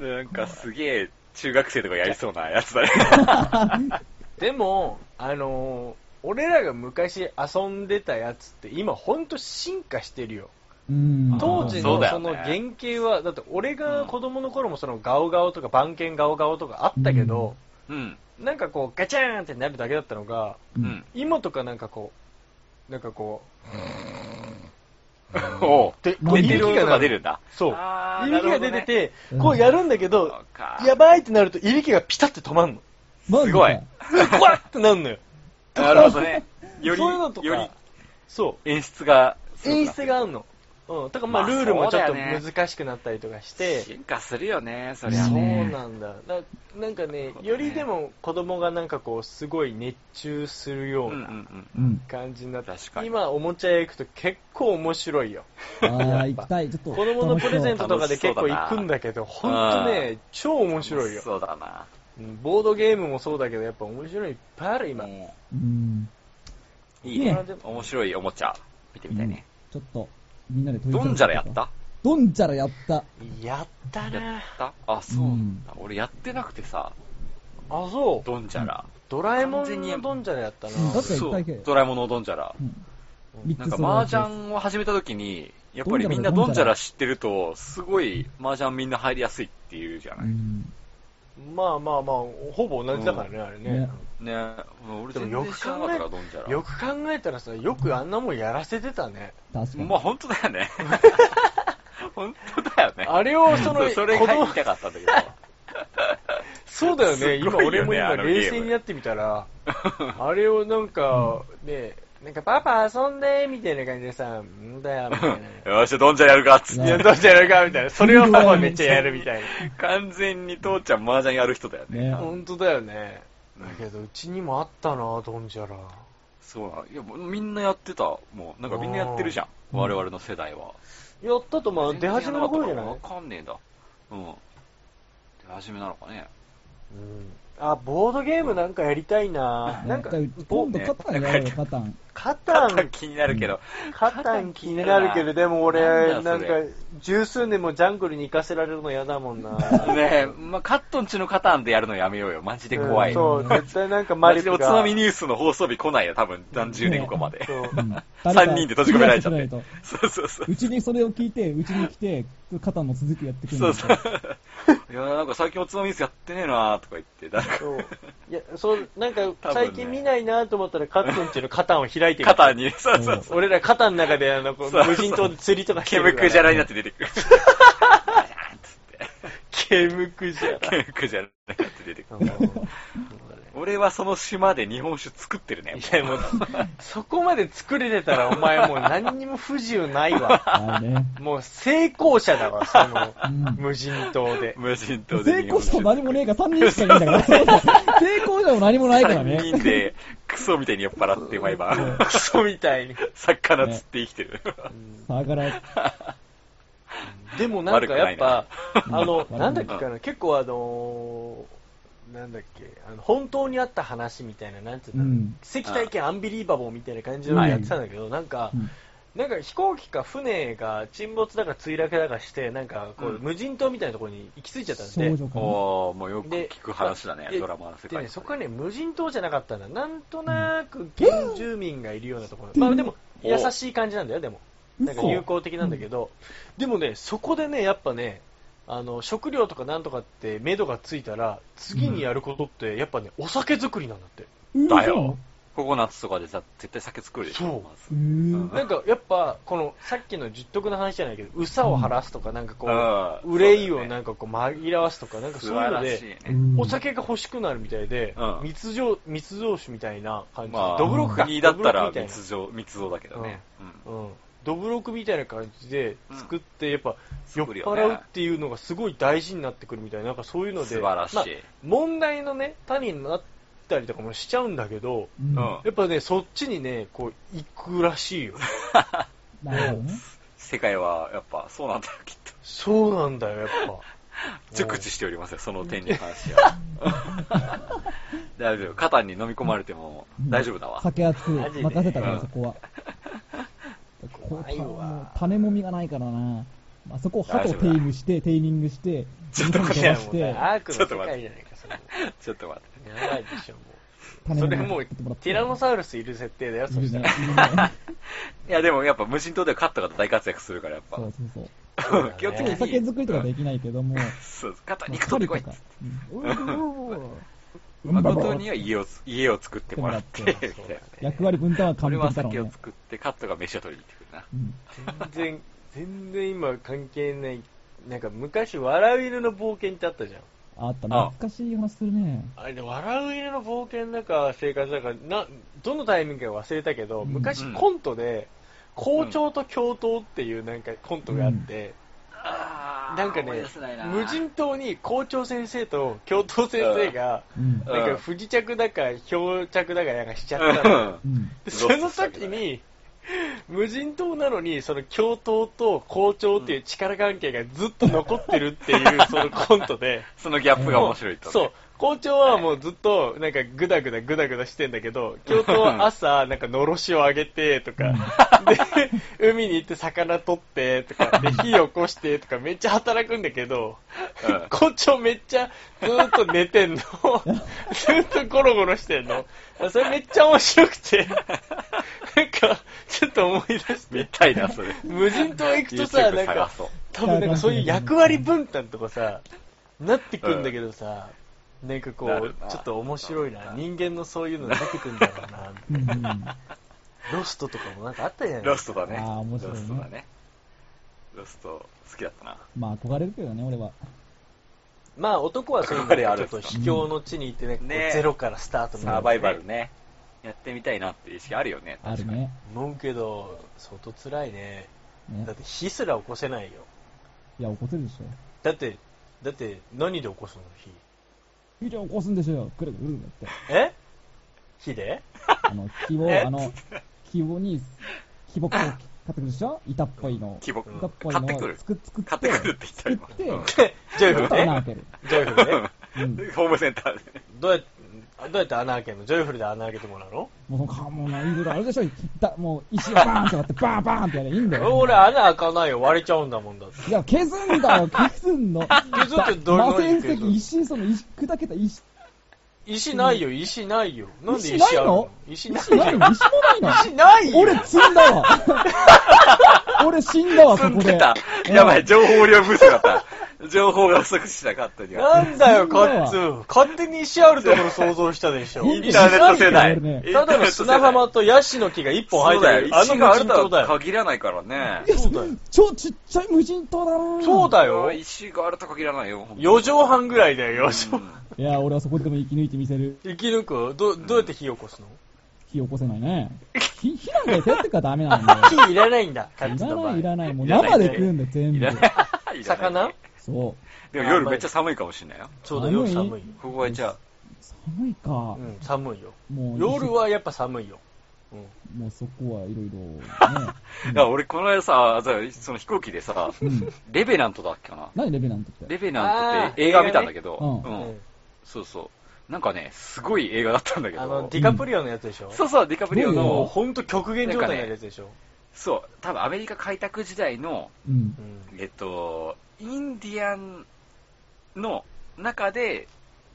[SPEAKER 2] なんかすげえ、中学生とかやりそうなやつだね。
[SPEAKER 4] でも、あのー俺らが昔遊んでたやつって今本当進化してるよ。
[SPEAKER 3] うん。
[SPEAKER 4] 当時
[SPEAKER 2] そう
[SPEAKER 4] の
[SPEAKER 2] だ
[SPEAKER 4] そ
[SPEAKER 2] よね
[SPEAKER 4] の原型は、だって俺が子供の頃もそのガオガオとか番犬ガオガオとかあったけど、
[SPEAKER 2] うん。
[SPEAKER 4] なんかこうガチャーンってなるだけだったのが、
[SPEAKER 2] う
[SPEAKER 3] うんん。
[SPEAKER 4] 今とかなんかこう、なんかこ
[SPEAKER 2] おう。
[SPEAKER 4] う、で、
[SPEAKER 3] まあ
[SPEAKER 2] 出て
[SPEAKER 4] いび
[SPEAKER 2] る
[SPEAKER 4] きが
[SPEAKER 2] 音
[SPEAKER 4] な
[SPEAKER 2] が出るんだ。
[SPEAKER 4] そう。
[SPEAKER 2] あー
[SPEAKER 4] いびきが出
[SPEAKER 3] なる
[SPEAKER 4] てて、
[SPEAKER 3] ほどね
[SPEAKER 4] こうやるんだけど、
[SPEAKER 2] そうか
[SPEAKER 4] やばいってなるといびきがピタッて止ま んの。
[SPEAKER 3] マジです
[SPEAKER 2] ごい
[SPEAKER 4] ぐわってなるのよ。
[SPEAKER 2] なるほどね。よ
[SPEAKER 4] そういうのと
[SPEAKER 2] り、
[SPEAKER 4] か
[SPEAKER 2] より
[SPEAKER 4] そう。
[SPEAKER 2] 演出が、
[SPEAKER 4] 演出があんの。うん、だからまあ
[SPEAKER 2] まあ
[SPEAKER 4] ルールもちょっ
[SPEAKER 2] そ
[SPEAKER 4] と
[SPEAKER 2] うだよね
[SPEAKER 4] 難しくなったりとかして、
[SPEAKER 2] 進化するよね、そ
[SPEAKER 4] そう
[SPEAKER 2] りゃね。
[SPEAKER 4] なんだだなん
[SPEAKER 2] そうだ
[SPEAKER 4] かね
[SPEAKER 2] ね
[SPEAKER 4] よりでも子供がなんかこうすごい熱中するよ
[SPEAKER 2] う
[SPEAKER 4] うん
[SPEAKER 2] うんう。
[SPEAKER 4] なん
[SPEAKER 3] うん。
[SPEAKER 4] 感じになって、
[SPEAKER 2] 確かに
[SPEAKER 4] 今おもちゃ屋行くと結構面白いよ
[SPEAKER 3] ああ、行きたい。ちょっと。
[SPEAKER 4] 子供のプレゼン
[SPEAKER 3] ト。
[SPEAKER 4] トとかで結構行くんだけど本当ね超面白いよ
[SPEAKER 2] そうだな。
[SPEAKER 4] うんボードゲームもそうだけどやっぱ面白いのいっぱいある今、
[SPEAKER 2] も
[SPEAKER 3] うん。
[SPEAKER 2] ういいね
[SPEAKER 4] ね。
[SPEAKER 2] 面白いおもちゃ。見てみたいね。
[SPEAKER 3] ちょっと、みんなで問い
[SPEAKER 2] ド
[SPEAKER 3] かけて
[SPEAKER 2] ンジャラやった
[SPEAKER 3] ドンジャラやった。
[SPEAKER 4] やった
[SPEAKER 2] や
[SPEAKER 4] な
[SPEAKER 2] ったあ、そうなんだ。俺やってなくてさ、
[SPEAKER 4] あそう
[SPEAKER 2] ドンジャラ。
[SPEAKER 4] ドラえも
[SPEAKER 2] 完
[SPEAKER 4] ん
[SPEAKER 2] 全に
[SPEAKER 4] のドンジャラやったな
[SPEAKER 3] うんだって
[SPEAKER 2] そ
[SPEAKER 3] 一
[SPEAKER 2] う
[SPEAKER 3] 回け。
[SPEAKER 2] ドラえもんのドンジャラ。
[SPEAKER 3] うん
[SPEAKER 4] うん
[SPEAKER 3] ミッ
[SPEAKER 2] な
[SPEAKER 3] ク
[SPEAKER 2] ん
[SPEAKER 3] ス
[SPEAKER 2] か
[SPEAKER 3] のや
[SPEAKER 2] 麻
[SPEAKER 3] つ
[SPEAKER 2] 雀を始めた時に、やっぱりみんなドンジャラ知ってると、すごい麻雀みんな入りやすいっていうじゃ
[SPEAKER 3] う
[SPEAKER 2] ない。
[SPEAKER 3] ん。
[SPEAKER 4] まあまあまあほぼ同じだからね、あれね
[SPEAKER 2] ね
[SPEAKER 3] ね
[SPEAKER 2] 俺
[SPEAKER 4] でも
[SPEAKER 2] 全
[SPEAKER 4] よ
[SPEAKER 2] 然
[SPEAKER 4] く
[SPEAKER 2] 知らな
[SPEAKER 4] 考
[SPEAKER 2] かった
[SPEAKER 4] え
[SPEAKER 2] から、ドンジャラ。
[SPEAKER 4] よく考えたらさよくあんなもんやらせてたね
[SPEAKER 3] 確かに。
[SPEAKER 2] まあ本当だよ ね。本当だよね。
[SPEAKER 4] あれを その
[SPEAKER 2] そうそれ
[SPEAKER 4] 子
[SPEAKER 2] が言
[SPEAKER 4] 供
[SPEAKER 2] いたかったんだけど。
[SPEAKER 4] そうだよ
[SPEAKER 2] す
[SPEAKER 4] ね
[SPEAKER 2] ごいよね
[SPEAKER 4] 今俺も今
[SPEAKER 2] あのゲーム
[SPEAKER 4] 冷静になってみたらあれをなんか、ねなんかパパ遊んでみたいな感じでさんだよみた いな
[SPEAKER 2] よし、ドンジャラやるかっつっ
[SPEAKER 4] いや
[SPEAKER 2] て。
[SPEAKER 4] どうじゃやるかみたいなそれをパパめっちゃやるみたい
[SPEAKER 2] 完全に父ちゃん麻雀やる人だよね。
[SPEAKER 4] な
[SPEAKER 3] ね
[SPEAKER 4] 本当だよねだけどうちにもあったなドンジャラ
[SPEAKER 2] そうなの。いや、もうみんなやってた。もう、なんかみんなやってるじゃん。
[SPEAKER 3] うん
[SPEAKER 2] 我々の世代は。
[SPEAKER 4] やったとまあ出始めの頃じゃない
[SPEAKER 2] わかんねえんだ。うん。出始めなのかね。
[SPEAKER 4] うんあ、ボードゲームなんかやりたいな。なんか
[SPEAKER 3] 一回、
[SPEAKER 4] ボ
[SPEAKER 3] 今度カタンやろうよ、カタン。
[SPEAKER 4] カタ
[SPEAKER 2] なんか
[SPEAKER 4] ン、
[SPEAKER 2] 気になるけど。
[SPEAKER 4] カタン気になるけど、でも俺、
[SPEAKER 2] なんだ
[SPEAKER 4] な
[SPEAKER 2] そ
[SPEAKER 4] んか
[SPEAKER 2] れ、
[SPEAKER 4] 十数年もジャングルに行かせられるの嫌だもんな。
[SPEAKER 2] ねえ、まあ、カットンチのカタンでやるのやめようよ。マジで怖
[SPEAKER 4] うん
[SPEAKER 2] い。
[SPEAKER 4] そう、絶対なんかマ
[SPEAKER 2] マ
[SPEAKER 4] リ
[SPEAKER 2] ジで
[SPEAKER 4] プ
[SPEAKER 2] おつ
[SPEAKER 4] が。
[SPEAKER 2] まみニュースの放送日来ないよ、多分。何十年後まで。
[SPEAKER 4] そう
[SPEAKER 3] うん
[SPEAKER 2] 3人で閉じ込められちゃっ
[SPEAKER 3] 誰
[SPEAKER 2] て
[SPEAKER 3] か。
[SPEAKER 2] そうそうそう。
[SPEAKER 3] うちにそれを聞いて、うちに来て、カタンの続きやってくるん
[SPEAKER 2] そう
[SPEAKER 3] だ
[SPEAKER 2] そう。いや、なんか最近おつまみニュースやってねえなとか言って、誰か
[SPEAKER 4] そ、う。いや、そう、なんか、
[SPEAKER 2] 多分ね
[SPEAKER 4] 最近見ないなと思ったら、カットンちのカタンを開いてみる
[SPEAKER 2] カタンに、そうそうそう。
[SPEAKER 4] 俺らカタンの中で、あの、こ
[SPEAKER 2] そう
[SPEAKER 4] う
[SPEAKER 2] そう
[SPEAKER 4] 無人島で釣りとかして
[SPEAKER 2] ケ
[SPEAKER 4] るか
[SPEAKER 2] ム
[SPEAKER 4] ら
[SPEAKER 2] クジャラになって出てくる。
[SPEAKER 4] ケムクジャラ。
[SPEAKER 2] ケムクジャラになって出てくる。
[SPEAKER 4] うんそうだね
[SPEAKER 2] 俺はその島で日本酒作ってるね。
[SPEAKER 4] いやもう、そこまで作れてたらお前もう何にも不自由ないわ。
[SPEAKER 3] あれね。
[SPEAKER 4] もう成功者だわ、その
[SPEAKER 3] うん
[SPEAKER 4] 無人島で。
[SPEAKER 2] 無人島で
[SPEAKER 3] 成
[SPEAKER 2] 日
[SPEAKER 3] 功
[SPEAKER 2] 本
[SPEAKER 3] 者
[SPEAKER 2] 酒
[SPEAKER 3] も何もねえから、3人しかいないんだから。成功者も何もないからね。
[SPEAKER 2] 3人でクソみたいに酔っ払って毎晩、
[SPEAKER 4] クソみたいに。
[SPEAKER 2] 魚釣って生きてる。
[SPEAKER 3] だから、
[SPEAKER 4] でもなんかやっぱ、
[SPEAKER 3] な
[SPEAKER 4] あの、
[SPEAKER 3] うん
[SPEAKER 4] なんだっけかな、結構あのーなんだっけあの本当にあった話みたいな、なんていうの、
[SPEAKER 3] うん
[SPEAKER 4] 奇跡体験アンビリーバボーみたいな感じのやってたんだけど、なんか、
[SPEAKER 3] うん
[SPEAKER 4] なんか飛行機か船が沈没だか墜落だかして、なんかこう、
[SPEAKER 2] うん
[SPEAKER 4] 無人島みたいなところに行き着いちゃったんで
[SPEAKER 3] 少、女かな。
[SPEAKER 2] おー、もうよく
[SPEAKER 4] で
[SPEAKER 2] 聞く話だね、
[SPEAKER 4] で
[SPEAKER 2] ドラマの世
[SPEAKER 4] で
[SPEAKER 2] 界
[SPEAKER 4] ね、そこはね、無人島じゃなかったんだ。なんとなく原住民がいるようなところ。
[SPEAKER 3] うん
[SPEAKER 4] まあでも、
[SPEAKER 2] お
[SPEAKER 4] 優しい感じなんだよ、でも。なんか
[SPEAKER 3] 嘘
[SPEAKER 4] 友好的なんだけど。でもね、そこでね、やっぱね、あの、食料とかなんとかって、目処がついたら、次にやることって、やっぱね、お酒作りなんだって。
[SPEAKER 3] 嘘
[SPEAKER 2] だよ。ココナッツとかでさ絶対酒作るでしょ
[SPEAKER 4] そう、
[SPEAKER 2] ま
[SPEAKER 3] う
[SPEAKER 2] ず
[SPEAKER 3] ーん。
[SPEAKER 4] なんか、やっぱ、この、さっきの十徳の話じゃないけど、うさを晴らすとか、なんかこ
[SPEAKER 2] ああ
[SPEAKER 4] う、憂い
[SPEAKER 2] そうだ
[SPEAKER 4] を
[SPEAKER 2] よね
[SPEAKER 4] なんかこう、紛らわすとか、なんかそう
[SPEAKER 2] 素
[SPEAKER 4] いう
[SPEAKER 2] 晴
[SPEAKER 4] の
[SPEAKER 2] ら
[SPEAKER 4] で
[SPEAKER 2] しい、ね。
[SPEAKER 3] うん
[SPEAKER 4] お酒が欲しくなるみたいで、
[SPEAKER 2] うん
[SPEAKER 4] 密造密造酒みたいな感じ、
[SPEAKER 2] まあ、
[SPEAKER 4] ドブロクか
[SPEAKER 2] 国だったら
[SPEAKER 4] ドブロクみたい
[SPEAKER 2] 密造、密造だけどね。うん
[SPEAKER 4] な、うん、ドブロクみたいな感じで作って、やっぱ酔っ
[SPEAKER 2] 作るよね
[SPEAKER 4] 払うっていうのがすごい大事になってくるみたいな、なんかそういうので、
[SPEAKER 2] 素晴らしい
[SPEAKER 4] まあ問題のね、種になったりとかもしちゃうんだけど、
[SPEAKER 3] うん
[SPEAKER 2] うん
[SPEAKER 4] やっぱね、そっちにね、こう、行くらしい よ。
[SPEAKER 3] なるほどね。
[SPEAKER 2] 世界はやっぱそうなんだよ、きっと。
[SPEAKER 4] そうなん だよ、やっぱ。
[SPEAKER 2] 熟知しておりますよ、その点に関しては。大丈夫。肩に飲み込まれても大丈夫だわ。
[SPEAKER 3] 酒熱
[SPEAKER 4] マジで
[SPEAKER 3] 任せたか
[SPEAKER 2] う
[SPEAKER 3] ら、
[SPEAKER 2] ん
[SPEAKER 3] そこは。こ
[SPEAKER 4] 怖いわ
[SPEAKER 3] う種もみがないからな。あそこを鳩をテイムして、テイミングして、
[SPEAKER 2] ちょっとこれ
[SPEAKER 3] 飛ば
[SPEAKER 4] いや、も
[SPEAKER 3] し
[SPEAKER 4] うね
[SPEAKER 3] て、
[SPEAKER 4] アークの世界じゃないか、それも
[SPEAKER 2] ちょっと待っ
[SPEAKER 4] やばいでしょ、もう。
[SPEAKER 3] 種
[SPEAKER 4] そ
[SPEAKER 3] も
[SPEAKER 4] れ
[SPEAKER 3] み
[SPEAKER 4] もう、
[SPEAKER 3] 作ってもらって
[SPEAKER 4] ティラノサウルスいる設定だよ、そ
[SPEAKER 3] いる
[SPEAKER 4] した
[SPEAKER 3] ね
[SPEAKER 4] ら。
[SPEAKER 3] いる ね
[SPEAKER 2] て。いや、でもやっぱ無人島ではカットが大活躍するから、やっぱ。
[SPEAKER 3] そうそうそう。
[SPEAKER 4] そうだね
[SPEAKER 2] 気をつ
[SPEAKER 3] ちょ
[SPEAKER 2] け
[SPEAKER 3] っと
[SPEAKER 2] て。
[SPEAKER 3] お酒作りとかで
[SPEAKER 2] うん
[SPEAKER 3] きないけど も、
[SPEAKER 2] そう、肩
[SPEAKER 3] まあ
[SPEAKER 2] 肉取ってこい。
[SPEAKER 3] 狩りとかうんおーうんばば
[SPEAKER 2] 誠には家を、家を作ってもらって、みたい
[SPEAKER 4] そうだね
[SPEAKER 2] な。
[SPEAKER 3] 役割分担は
[SPEAKER 2] 俺
[SPEAKER 3] 完
[SPEAKER 2] は
[SPEAKER 3] 璧だろ
[SPEAKER 2] 酒
[SPEAKER 3] う
[SPEAKER 2] を
[SPEAKER 3] ね。
[SPEAKER 2] 作って、カットが飯を取りに行ってくるな。
[SPEAKER 3] うん
[SPEAKER 4] 全然、全然今関係ない。なんか昔、笑う犬の冒険ってあったじゃん。
[SPEAKER 3] あった、
[SPEAKER 2] あ
[SPEAKER 3] 懐かしい話するね。
[SPEAKER 4] あれで、笑う犬の冒険だか、生活だか、な、どのタイミングか忘れたけど、
[SPEAKER 3] うん
[SPEAKER 4] 昔
[SPEAKER 2] うん
[SPEAKER 4] コントで、校長と教頭っていうなんかコントがあって、
[SPEAKER 2] あー
[SPEAKER 4] なんか
[SPEAKER 2] 思い
[SPEAKER 4] ね
[SPEAKER 2] 出せないな
[SPEAKER 4] 無人島に校長先生と教頭先生が、
[SPEAKER 3] うん。
[SPEAKER 2] うん
[SPEAKER 4] なんか不時着だか漂着だかなんかしちゃったの
[SPEAKER 2] うん
[SPEAKER 3] うん。
[SPEAKER 4] でその時に、無人島なのに、その教頭と校長っていう力関係がずっと残ってるって いう、そのコントで、
[SPEAKER 2] そのギャップが面白いと、
[SPEAKER 4] そう、校長はもうずっと、なんか、ぐだぐだぐだぐだしてんだけど、教頭は朝、なんか、のろしをあげて、とか、で、海に行って魚取って、とか、で、火起こして、とか、めっちゃ働くんだけど、
[SPEAKER 2] うん
[SPEAKER 4] 校長めっちゃ、ずーっと寝て んの。ずーっとゴロゴロしてんの。それめっちゃ面白くて、なんか、ちょっと思い出して
[SPEAKER 2] 見。たいな、それ。
[SPEAKER 4] 無人島行くと
[SPEAKER 2] YouTube
[SPEAKER 4] さ、なん
[SPEAKER 2] 探
[SPEAKER 4] か、
[SPEAKER 2] そう。
[SPEAKER 4] 多分なんかそういう役割分担とかさ、なってくんだけどさ、なんかこ
[SPEAKER 2] なる
[SPEAKER 4] う
[SPEAKER 2] な、
[SPEAKER 4] ちょっと面白いな。人間のそういうの出てくんだろうな。
[SPEAKER 3] うんうん。あ
[SPEAKER 4] ロストとかもなんかあったじゃない
[SPEAKER 2] ロストだね。
[SPEAKER 3] あー面白い
[SPEAKER 2] ロ
[SPEAKER 3] ね
[SPEAKER 2] ストだね。ロスト、好きだったな。
[SPEAKER 3] まあ、憧れるけどね、俺は。
[SPEAKER 4] まあ男はそういうの
[SPEAKER 2] 彼
[SPEAKER 4] ち
[SPEAKER 2] あ
[SPEAKER 4] ょ
[SPEAKER 2] る
[SPEAKER 4] っと秘境の地に行ってね、こう
[SPEAKER 2] ね
[SPEAKER 4] ゼロからスタートみたいな
[SPEAKER 2] サバイバル。ね。やってみたいなっていう意識あるよね。
[SPEAKER 3] ある
[SPEAKER 2] 確かに。
[SPEAKER 3] ね。
[SPEAKER 4] 思うけど、相当辛いね。
[SPEAKER 3] ね
[SPEAKER 4] だって火すら起こせないよ。
[SPEAKER 3] いや、起こせるでしょ。
[SPEAKER 4] だって、だって何で起こすの火。
[SPEAKER 3] ゆうちゃん起こすんでしょよ。くるくるくるって。
[SPEAKER 4] え 火で
[SPEAKER 3] あの、木
[SPEAKER 4] え
[SPEAKER 3] を、あの、木をに、木木を買ってくるでしょ板っぽいの。
[SPEAKER 2] 木木
[SPEAKER 3] 板っぽいの
[SPEAKER 2] 買ってく
[SPEAKER 3] を
[SPEAKER 2] る
[SPEAKER 3] 作っ作って。
[SPEAKER 2] 買ってくるって言った
[SPEAKER 3] 作って、
[SPEAKER 2] 今
[SPEAKER 3] ち
[SPEAKER 4] ジョイ
[SPEAKER 3] ょ
[SPEAKER 4] フ
[SPEAKER 3] っ
[SPEAKER 4] ル
[SPEAKER 3] と穴開
[SPEAKER 4] ね。
[SPEAKER 3] ける。
[SPEAKER 4] ジョイフルね。
[SPEAKER 3] うん。
[SPEAKER 2] ホームセンターで。
[SPEAKER 4] どうやって、どうやって穴開けるのジョイフルで穴開けてもらうの
[SPEAKER 3] もうそのか、もうないろいろあるでしょ。だもう石をバーンって割って、バーンバーンってやればいいんだよ。
[SPEAKER 4] 俺、穴開かないよ。割れちゃうんだもんだって。
[SPEAKER 3] いや、削んだよ、削んの。
[SPEAKER 4] 削ってどれ
[SPEAKER 3] 螺
[SPEAKER 4] ぐらい
[SPEAKER 3] 旋
[SPEAKER 4] 削る
[SPEAKER 3] 石、石、その石、砕けた石、
[SPEAKER 4] 石ないよ、石ないよ。なんで石
[SPEAKER 3] 石ない
[SPEAKER 4] あるの
[SPEAKER 3] の
[SPEAKER 4] 石ない
[SPEAKER 3] 石ない
[SPEAKER 4] よ
[SPEAKER 3] の、。石もないの。
[SPEAKER 4] 石ないよ。
[SPEAKER 3] 俺、積んだわ。俺、死んだわ、そ
[SPEAKER 2] 住ん
[SPEAKER 3] こ
[SPEAKER 2] で
[SPEAKER 3] で。
[SPEAKER 2] た。
[SPEAKER 3] うん
[SPEAKER 2] やばい、情報量不足だった。情報が不足しなかったには。
[SPEAKER 4] なんだ
[SPEAKER 3] そ
[SPEAKER 4] よ、
[SPEAKER 3] んな
[SPEAKER 4] カ
[SPEAKER 3] わ
[SPEAKER 4] ッツン。勝手に石あるところ想像したでしょ。
[SPEAKER 3] いい
[SPEAKER 2] インターネット世代。
[SPEAKER 3] 俺ね
[SPEAKER 4] ただの砂浜とヤシの木が一本
[SPEAKER 2] そう
[SPEAKER 4] 生
[SPEAKER 2] だ
[SPEAKER 4] え
[SPEAKER 2] よ
[SPEAKER 4] て。る。あの
[SPEAKER 2] 石があると
[SPEAKER 4] 無人島だ
[SPEAKER 2] は
[SPEAKER 4] よ。
[SPEAKER 2] 限らないからね。
[SPEAKER 4] そうだよ。
[SPEAKER 3] 超ちっちゃい無人島だな
[SPEAKER 4] そうだよ。
[SPEAKER 2] 石があるとは限らないよ。
[SPEAKER 4] 4畳半ぐらいだよ、4畳半。
[SPEAKER 3] いや、俺はそこでも生き抜いてみせる。
[SPEAKER 4] 生き抜くど、どうやって火起こすの
[SPEAKER 3] 火起こせな いね。火、火なんかやってからダメなんだよ。
[SPEAKER 4] 火いらないんだ、カッ
[SPEAKER 3] い
[SPEAKER 4] ツン
[SPEAKER 3] ら
[SPEAKER 4] の場
[SPEAKER 3] な
[SPEAKER 4] 合
[SPEAKER 3] い、いらない。もう
[SPEAKER 2] いらない
[SPEAKER 3] 生で食うんだよ、全
[SPEAKER 2] い
[SPEAKER 3] 部
[SPEAKER 2] ら。ない。
[SPEAKER 4] 魚
[SPEAKER 3] そ
[SPEAKER 2] でも夜めっちゃ寒いかもしれないよ。
[SPEAKER 4] そうだ
[SPEAKER 3] 寒
[SPEAKER 4] よ、
[SPEAKER 3] い
[SPEAKER 4] 寒いよ。
[SPEAKER 2] ここはじゃあ、
[SPEAKER 3] う。寒いか
[SPEAKER 4] う。ん、寒いよ。
[SPEAKER 3] もう、
[SPEAKER 4] 夜はやっぱ寒いよ。うん。
[SPEAKER 3] もうそこはいろいろ。ね。
[SPEAKER 2] いや俺この間さ、その飛行機でさ、
[SPEAKER 3] うん。
[SPEAKER 2] レベナントだっけかな。
[SPEAKER 3] 何レベナントって。
[SPEAKER 2] レベナントって
[SPEAKER 4] あー
[SPEAKER 2] 映画見たんだけ
[SPEAKER 3] 映
[SPEAKER 2] ど、う
[SPEAKER 3] 画
[SPEAKER 2] ん、
[SPEAKER 4] うん
[SPEAKER 2] そうそう。なんかね、すごい映画だったんだけ
[SPEAKER 4] あの、
[SPEAKER 2] ど
[SPEAKER 4] デ、ィカプリオのやつでしょ
[SPEAKER 2] そうそう、ディカプリオ
[SPEAKER 3] どういう
[SPEAKER 4] もう
[SPEAKER 2] の、
[SPEAKER 4] ほんと極限状態のやつでしょ、
[SPEAKER 2] そう、多分アメリカ開拓時代の、
[SPEAKER 3] うん。
[SPEAKER 4] うん
[SPEAKER 2] えっと、インディアンの中で、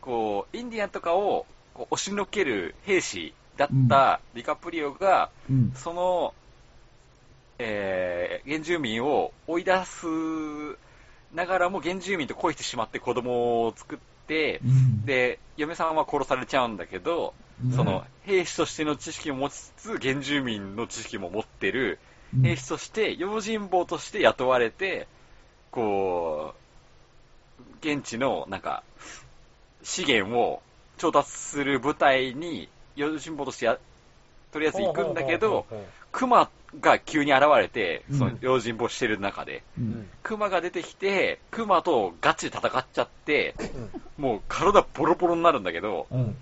[SPEAKER 2] こう、インディアンとかをこう押しのける兵士だったディカプリオが、
[SPEAKER 3] うん。
[SPEAKER 2] その、えー原住民を追い出すながらも原住民と恋してしまって子供を作って、
[SPEAKER 3] うん、
[SPEAKER 2] で、嫁さんは殺されちゃうんだけど、
[SPEAKER 3] うん
[SPEAKER 2] その、兵士としての知識も持ちつつ、原住民の知識も持ってる、
[SPEAKER 3] うん
[SPEAKER 2] 兵士として、用心棒として雇われて、こう、現地の、なんか、資源を調達する部隊に、用心棒としてや、とりあえず行くんだけど、
[SPEAKER 4] ほうほう
[SPEAKER 2] 熊が急に現れて、
[SPEAKER 3] うん
[SPEAKER 2] その用心棒してる中で、
[SPEAKER 3] う。
[SPEAKER 4] ほうん
[SPEAKER 2] 熊が出てきて、熊とガチで戦っちゃって、
[SPEAKER 4] ほううん
[SPEAKER 2] もう体ボロボロになるんだけど、
[SPEAKER 3] うん。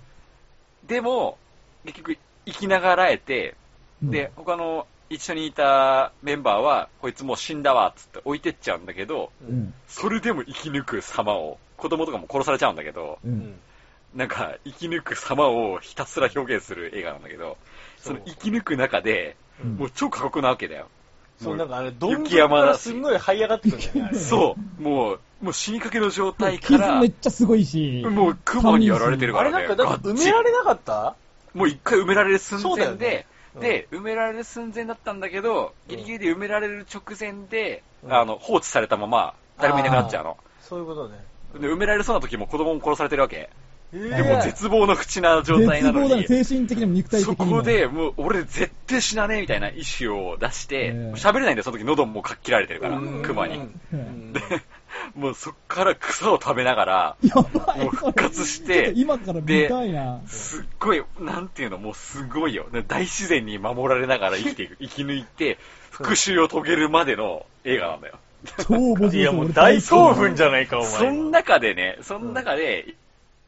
[SPEAKER 2] でも、結局、生きながらえて、
[SPEAKER 3] うん
[SPEAKER 2] で、、他の一緒にいたメンバーは、こいつもう死んだわ、つって置いてっちゃうんだけど、
[SPEAKER 4] う
[SPEAKER 3] うんん。
[SPEAKER 2] それでも生き抜く様を、子供とかも殺されちゃうんだけど、
[SPEAKER 3] う。
[SPEAKER 4] うんん
[SPEAKER 2] なんか、生き抜く様をひたすら表現する映画なんだけど、その生き抜く中で、
[SPEAKER 3] うん
[SPEAKER 2] もう超過酷なわけだよ。
[SPEAKER 4] そう
[SPEAKER 2] も
[SPEAKER 4] なんかあれどん
[SPEAKER 2] 雪
[SPEAKER 4] 底か
[SPEAKER 2] 山
[SPEAKER 4] ら
[SPEAKER 2] だし
[SPEAKER 4] すんごい這い上がってくるんだよねあれ
[SPEAKER 2] そう、もう、もう死にかけの状態か
[SPEAKER 3] 傷
[SPEAKER 2] ら
[SPEAKER 3] め、っちゃすごいし。
[SPEAKER 2] もう雲にやられてる
[SPEAKER 4] あ
[SPEAKER 2] か
[SPEAKER 4] れ
[SPEAKER 2] らね。
[SPEAKER 4] なんかだって
[SPEAKER 2] ガッ
[SPEAKER 4] 埋
[SPEAKER 2] チ
[SPEAKER 4] められなかった
[SPEAKER 2] もう一回埋められる寸
[SPEAKER 4] そうだよ
[SPEAKER 2] 前で、
[SPEAKER 4] ねうん
[SPEAKER 2] で、埋められる寸前だったんだけど、ギリギリで埋められる直前で、
[SPEAKER 4] うん
[SPEAKER 2] あの、放置されたまま、誰もいなくなっちゃうの。
[SPEAKER 4] そういうことね
[SPEAKER 2] で、埋められるそうな時も子供も殺されてるわけ。
[SPEAKER 4] え
[SPEAKER 2] でもう絶望の口な状態なの
[SPEAKER 3] 絶望だね
[SPEAKER 2] に、
[SPEAKER 3] 精神的にも肉体的
[SPEAKER 2] そ
[SPEAKER 3] にも。
[SPEAKER 2] こでもう俺絶対死なねえみたいな意思を出して
[SPEAKER 3] え、え
[SPEAKER 2] 喋、れないんだよ、その時喉もかっ切られてるから、
[SPEAKER 4] うん
[SPEAKER 2] 熊に。
[SPEAKER 4] うん
[SPEAKER 3] う。
[SPEAKER 4] うんん
[SPEAKER 2] もうそっから草を食べながら、
[SPEAKER 3] やばい。
[SPEAKER 2] もう復活し
[SPEAKER 3] そ
[SPEAKER 2] て
[SPEAKER 3] れちょっと今から見たいな。
[SPEAKER 2] すっごい、なんていうの、もうすごいよ。大自然に守られながら生きてい く、生き抜いて、復讐を遂げるまでの映画なんだよ。
[SPEAKER 3] 超面白そう。
[SPEAKER 4] いや、もう
[SPEAKER 3] 俺
[SPEAKER 4] 大興奮じゃないか、お前。
[SPEAKER 2] そん、中でね、そん中で、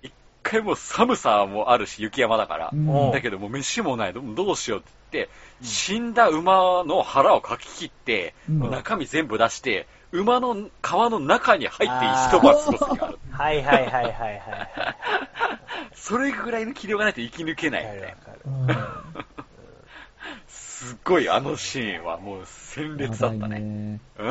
[SPEAKER 2] 一回もう寒さもあるし、雪山だから
[SPEAKER 3] う、ん
[SPEAKER 4] お
[SPEAKER 2] だけどもう飯もない、どどうしようって言って、死んだ馬の腹をかき切って、
[SPEAKER 3] うん
[SPEAKER 2] もう中身全部出して、馬の皮の中に入って一晩過ごす時がある。
[SPEAKER 4] はいはいはいはいはいは。
[SPEAKER 2] それぐらいの気量がないと生き抜けないい
[SPEAKER 4] わか
[SPEAKER 2] み
[SPEAKER 4] る
[SPEAKER 2] たい
[SPEAKER 4] わ
[SPEAKER 2] な。
[SPEAKER 4] か
[SPEAKER 3] う
[SPEAKER 4] る。
[SPEAKER 3] ん
[SPEAKER 2] すっごいあのシーンはもう鮮烈だった
[SPEAKER 3] やばい
[SPEAKER 2] ね。
[SPEAKER 3] ね
[SPEAKER 2] うん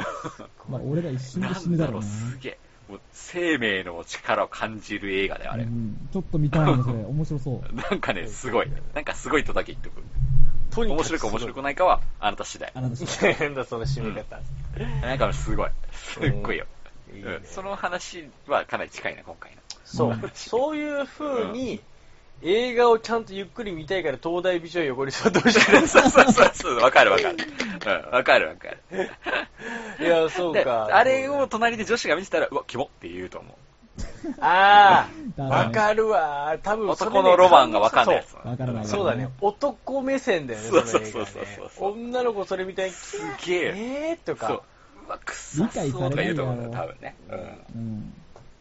[SPEAKER 3] まあ、俺ら一瞬
[SPEAKER 2] な
[SPEAKER 3] で死ぬ
[SPEAKER 2] ん
[SPEAKER 3] だ
[SPEAKER 2] だろ
[SPEAKER 3] ろう
[SPEAKER 2] う、
[SPEAKER 3] な。
[SPEAKER 2] すげえ。もう生命の力を感じる映画だよ、あれ
[SPEAKER 3] う。んちょっと見たいね、そ れ。面白そう。
[SPEAKER 2] なんかね、すごい。なんかすごいとだけ言っておく。
[SPEAKER 4] とに
[SPEAKER 2] 面
[SPEAKER 4] かくす
[SPEAKER 2] 白いか
[SPEAKER 4] ご
[SPEAKER 2] 面白くないかは、あなた次第。
[SPEAKER 3] あなたしか。、
[SPEAKER 4] い。変だ、その締め方。
[SPEAKER 2] なんかすごい。すっごいよ。
[SPEAKER 4] いい
[SPEAKER 2] うん
[SPEAKER 4] ね
[SPEAKER 2] その話はかなり近いな、今回の。
[SPEAKER 4] そううんそういう風に、映画をちゃんとゆっくり見たいから、東大美女を汚りそうどうして く
[SPEAKER 2] そうそうそうそう、わかるわかる。うん、わかるわかる。
[SPEAKER 4] いや、そう
[SPEAKER 2] で
[SPEAKER 4] か。
[SPEAKER 2] あれを隣で女子が見てたら、うわ、キモって言うと思
[SPEAKER 4] ああ、
[SPEAKER 3] だ
[SPEAKER 4] わかるわ。多
[SPEAKER 2] う。
[SPEAKER 4] 分それね
[SPEAKER 2] 男のロマンがわかんないやつ。
[SPEAKER 3] わからない。
[SPEAKER 4] そうだね。男目線だよね、
[SPEAKER 2] そう
[SPEAKER 4] そ
[SPEAKER 2] そ
[SPEAKER 4] の
[SPEAKER 2] う
[SPEAKER 4] 映画
[SPEAKER 2] そう
[SPEAKER 4] ね
[SPEAKER 2] そうそうそう
[SPEAKER 4] 女の子それみたいに、
[SPEAKER 2] すげえ。
[SPEAKER 4] えーと
[SPEAKER 2] そ
[SPEAKER 4] か
[SPEAKER 2] う。。うわ、くさそうとか言うと思うんだよ、多分ね。うん。
[SPEAKER 3] うん。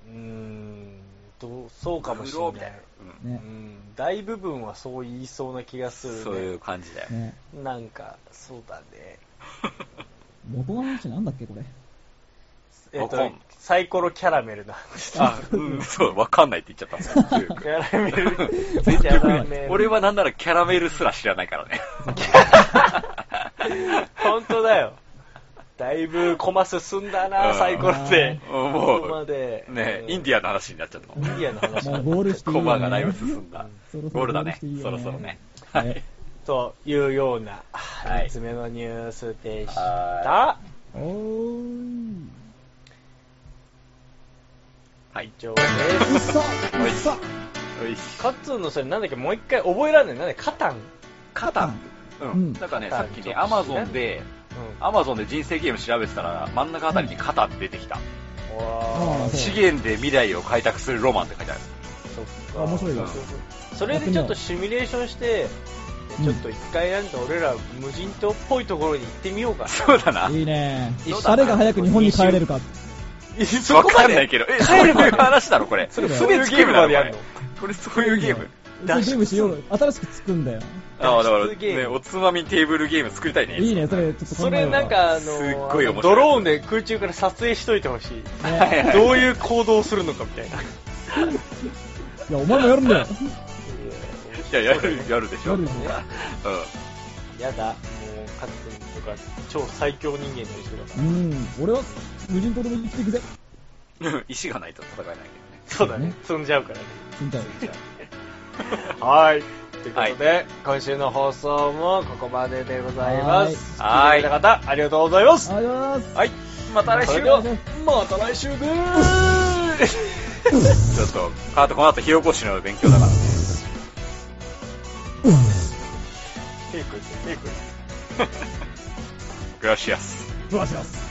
[SPEAKER 4] うーんと、そうかもし
[SPEAKER 2] 黒
[SPEAKER 4] れ
[SPEAKER 2] み
[SPEAKER 4] な
[SPEAKER 2] たい
[SPEAKER 4] い
[SPEAKER 2] な。。
[SPEAKER 4] う
[SPEAKER 3] ね。
[SPEAKER 4] ん、大部分はそう言いそうな気がす
[SPEAKER 2] う
[SPEAKER 4] る、
[SPEAKER 2] ん。
[SPEAKER 4] ね。
[SPEAKER 2] そういう感じだよ。
[SPEAKER 3] ね。
[SPEAKER 4] なんか、そうだね。
[SPEAKER 3] 元の話なんだっけ、これ。
[SPEAKER 4] えっ、
[SPEAKER 2] わかん
[SPEAKER 4] と
[SPEAKER 2] ない、
[SPEAKER 4] サイコロキャラメルな話
[SPEAKER 2] あ、うん、そう、わかんないって言っちゃった。
[SPEAKER 4] キャラメル。
[SPEAKER 2] 全
[SPEAKER 4] キ
[SPEAKER 2] 然
[SPEAKER 4] ャ
[SPEAKER 2] わか
[SPEAKER 4] ラ
[SPEAKER 2] んない
[SPEAKER 4] メ
[SPEAKER 2] 俺
[SPEAKER 4] ル。
[SPEAKER 2] はなんならキャラメルすら知らないからね。
[SPEAKER 4] 本当だよ。だいぶコマ進んだな、
[SPEAKER 2] うん
[SPEAKER 4] サイコロって。
[SPEAKER 2] うん
[SPEAKER 4] こ
[SPEAKER 2] も
[SPEAKER 4] こま
[SPEAKER 2] う、
[SPEAKER 4] で。
[SPEAKER 2] ね
[SPEAKER 4] う、ん
[SPEAKER 2] インディアンの話になっちゃったの。
[SPEAKER 4] インディアンの話
[SPEAKER 3] もうゴールして
[SPEAKER 2] コ
[SPEAKER 3] いいよ、ね。
[SPEAKER 2] マがだいぶ進んだ。
[SPEAKER 3] そろそろ
[SPEAKER 2] ゴールだね
[SPEAKER 3] ゴールしていい。よ
[SPEAKER 2] そ
[SPEAKER 3] ね
[SPEAKER 2] ろそろね。
[SPEAKER 3] はい。
[SPEAKER 4] というような、
[SPEAKER 2] い
[SPEAKER 4] 3つ目のニュースでした。
[SPEAKER 2] は
[SPEAKER 3] おーい。
[SPEAKER 2] はい。
[SPEAKER 4] 以上です。
[SPEAKER 3] うっさうっさ
[SPEAKER 2] よいし
[SPEAKER 4] カッツンのそれなんだっけもう一回覚えらんねん。なんでカタン
[SPEAKER 2] カタン。う
[SPEAKER 3] う
[SPEAKER 2] ん。
[SPEAKER 3] ん
[SPEAKER 2] なんかね、さっきね、アマゾンで、アマゾンで人生ゲーム調べてたら、真ん中あたりにカタンって出てきた。
[SPEAKER 4] うん。わ
[SPEAKER 3] あ
[SPEAKER 4] ー
[SPEAKER 3] そ
[SPEAKER 2] 資源で未来を開拓するロマンって書いてある。
[SPEAKER 4] そっか。
[SPEAKER 3] あ面白いよ。
[SPEAKER 4] それでちょっとシミュレーションして、
[SPEAKER 3] うん
[SPEAKER 4] ちょっと一回なんか俺ら無人島っぽいところに行ってみよ うか
[SPEAKER 2] そうだな。
[SPEAKER 3] いいね
[SPEAKER 2] 一緒。だな
[SPEAKER 3] 誰が早く日本に帰れるか。
[SPEAKER 4] な。そ
[SPEAKER 2] わ
[SPEAKER 4] こま
[SPEAKER 2] かんな
[SPEAKER 4] で
[SPEAKER 2] いけど。え、そういう話なのこれ。
[SPEAKER 4] それ
[SPEAKER 3] そう
[SPEAKER 4] す
[SPEAKER 3] だ
[SPEAKER 4] べ
[SPEAKER 3] よ
[SPEAKER 4] てゲームまでやるの
[SPEAKER 2] これそういうゲーム。
[SPEAKER 3] そうゲームしようよ。新しく作るんだよ。
[SPEAKER 2] ああ、だか
[SPEAKER 4] 脱出ゲーム
[SPEAKER 2] ら、ね、おつまみテーブルゲーム作りたいね。
[SPEAKER 3] いいね、それ、ちょっと考
[SPEAKER 4] そ
[SPEAKER 3] えよ
[SPEAKER 4] れ
[SPEAKER 3] う
[SPEAKER 4] なん、かあ
[SPEAKER 2] すっ
[SPEAKER 4] の
[SPEAKER 2] ごい面白い
[SPEAKER 4] ドローンで空中から撮影しといてほしい。
[SPEAKER 2] はいはい
[SPEAKER 4] どういう行動をするのかみたいな。
[SPEAKER 3] いや、お前もやるん だよ。
[SPEAKER 2] いや、やる、やるでしょ。
[SPEAKER 3] やる
[SPEAKER 2] うん
[SPEAKER 3] でし。
[SPEAKER 4] やだ、もうカズ君とか超最強人間になりそうだか
[SPEAKER 3] うん。俺は、無人島でも生きていくぜ。
[SPEAKER 2] 石がないと戦えないけどね。
[SPEAKER 4] ら。そうだね、積んじゃうからね。
[SPEAKER 3] みたい
[SPEAKER 4] はい。ということで、今週の放送もここまででございます。
[SPEAKER 2] は
[SPEAKER 4] 聞
[SPEAKER 2] ー
[SPEAKER 4] い
[SPEAKER 2] い
[SPEAKER 4] てくれた 方、ありがとうございます。
[SPEAKER 3] ありがとうございます。
[SPEAKER 2] はい。また来
[SPEAKER 4] そ
[SPEAKER 2] 週
[SPEAKER 4] れでは、また来週で ーす。
[SPEAKER 2] ちょっと、あとこの後、火起こしの勉強だから。
[SPEAKER 4] テイクテイク
[SPEAKER 2] グラシアス。
[SPEAKER 3] どうします。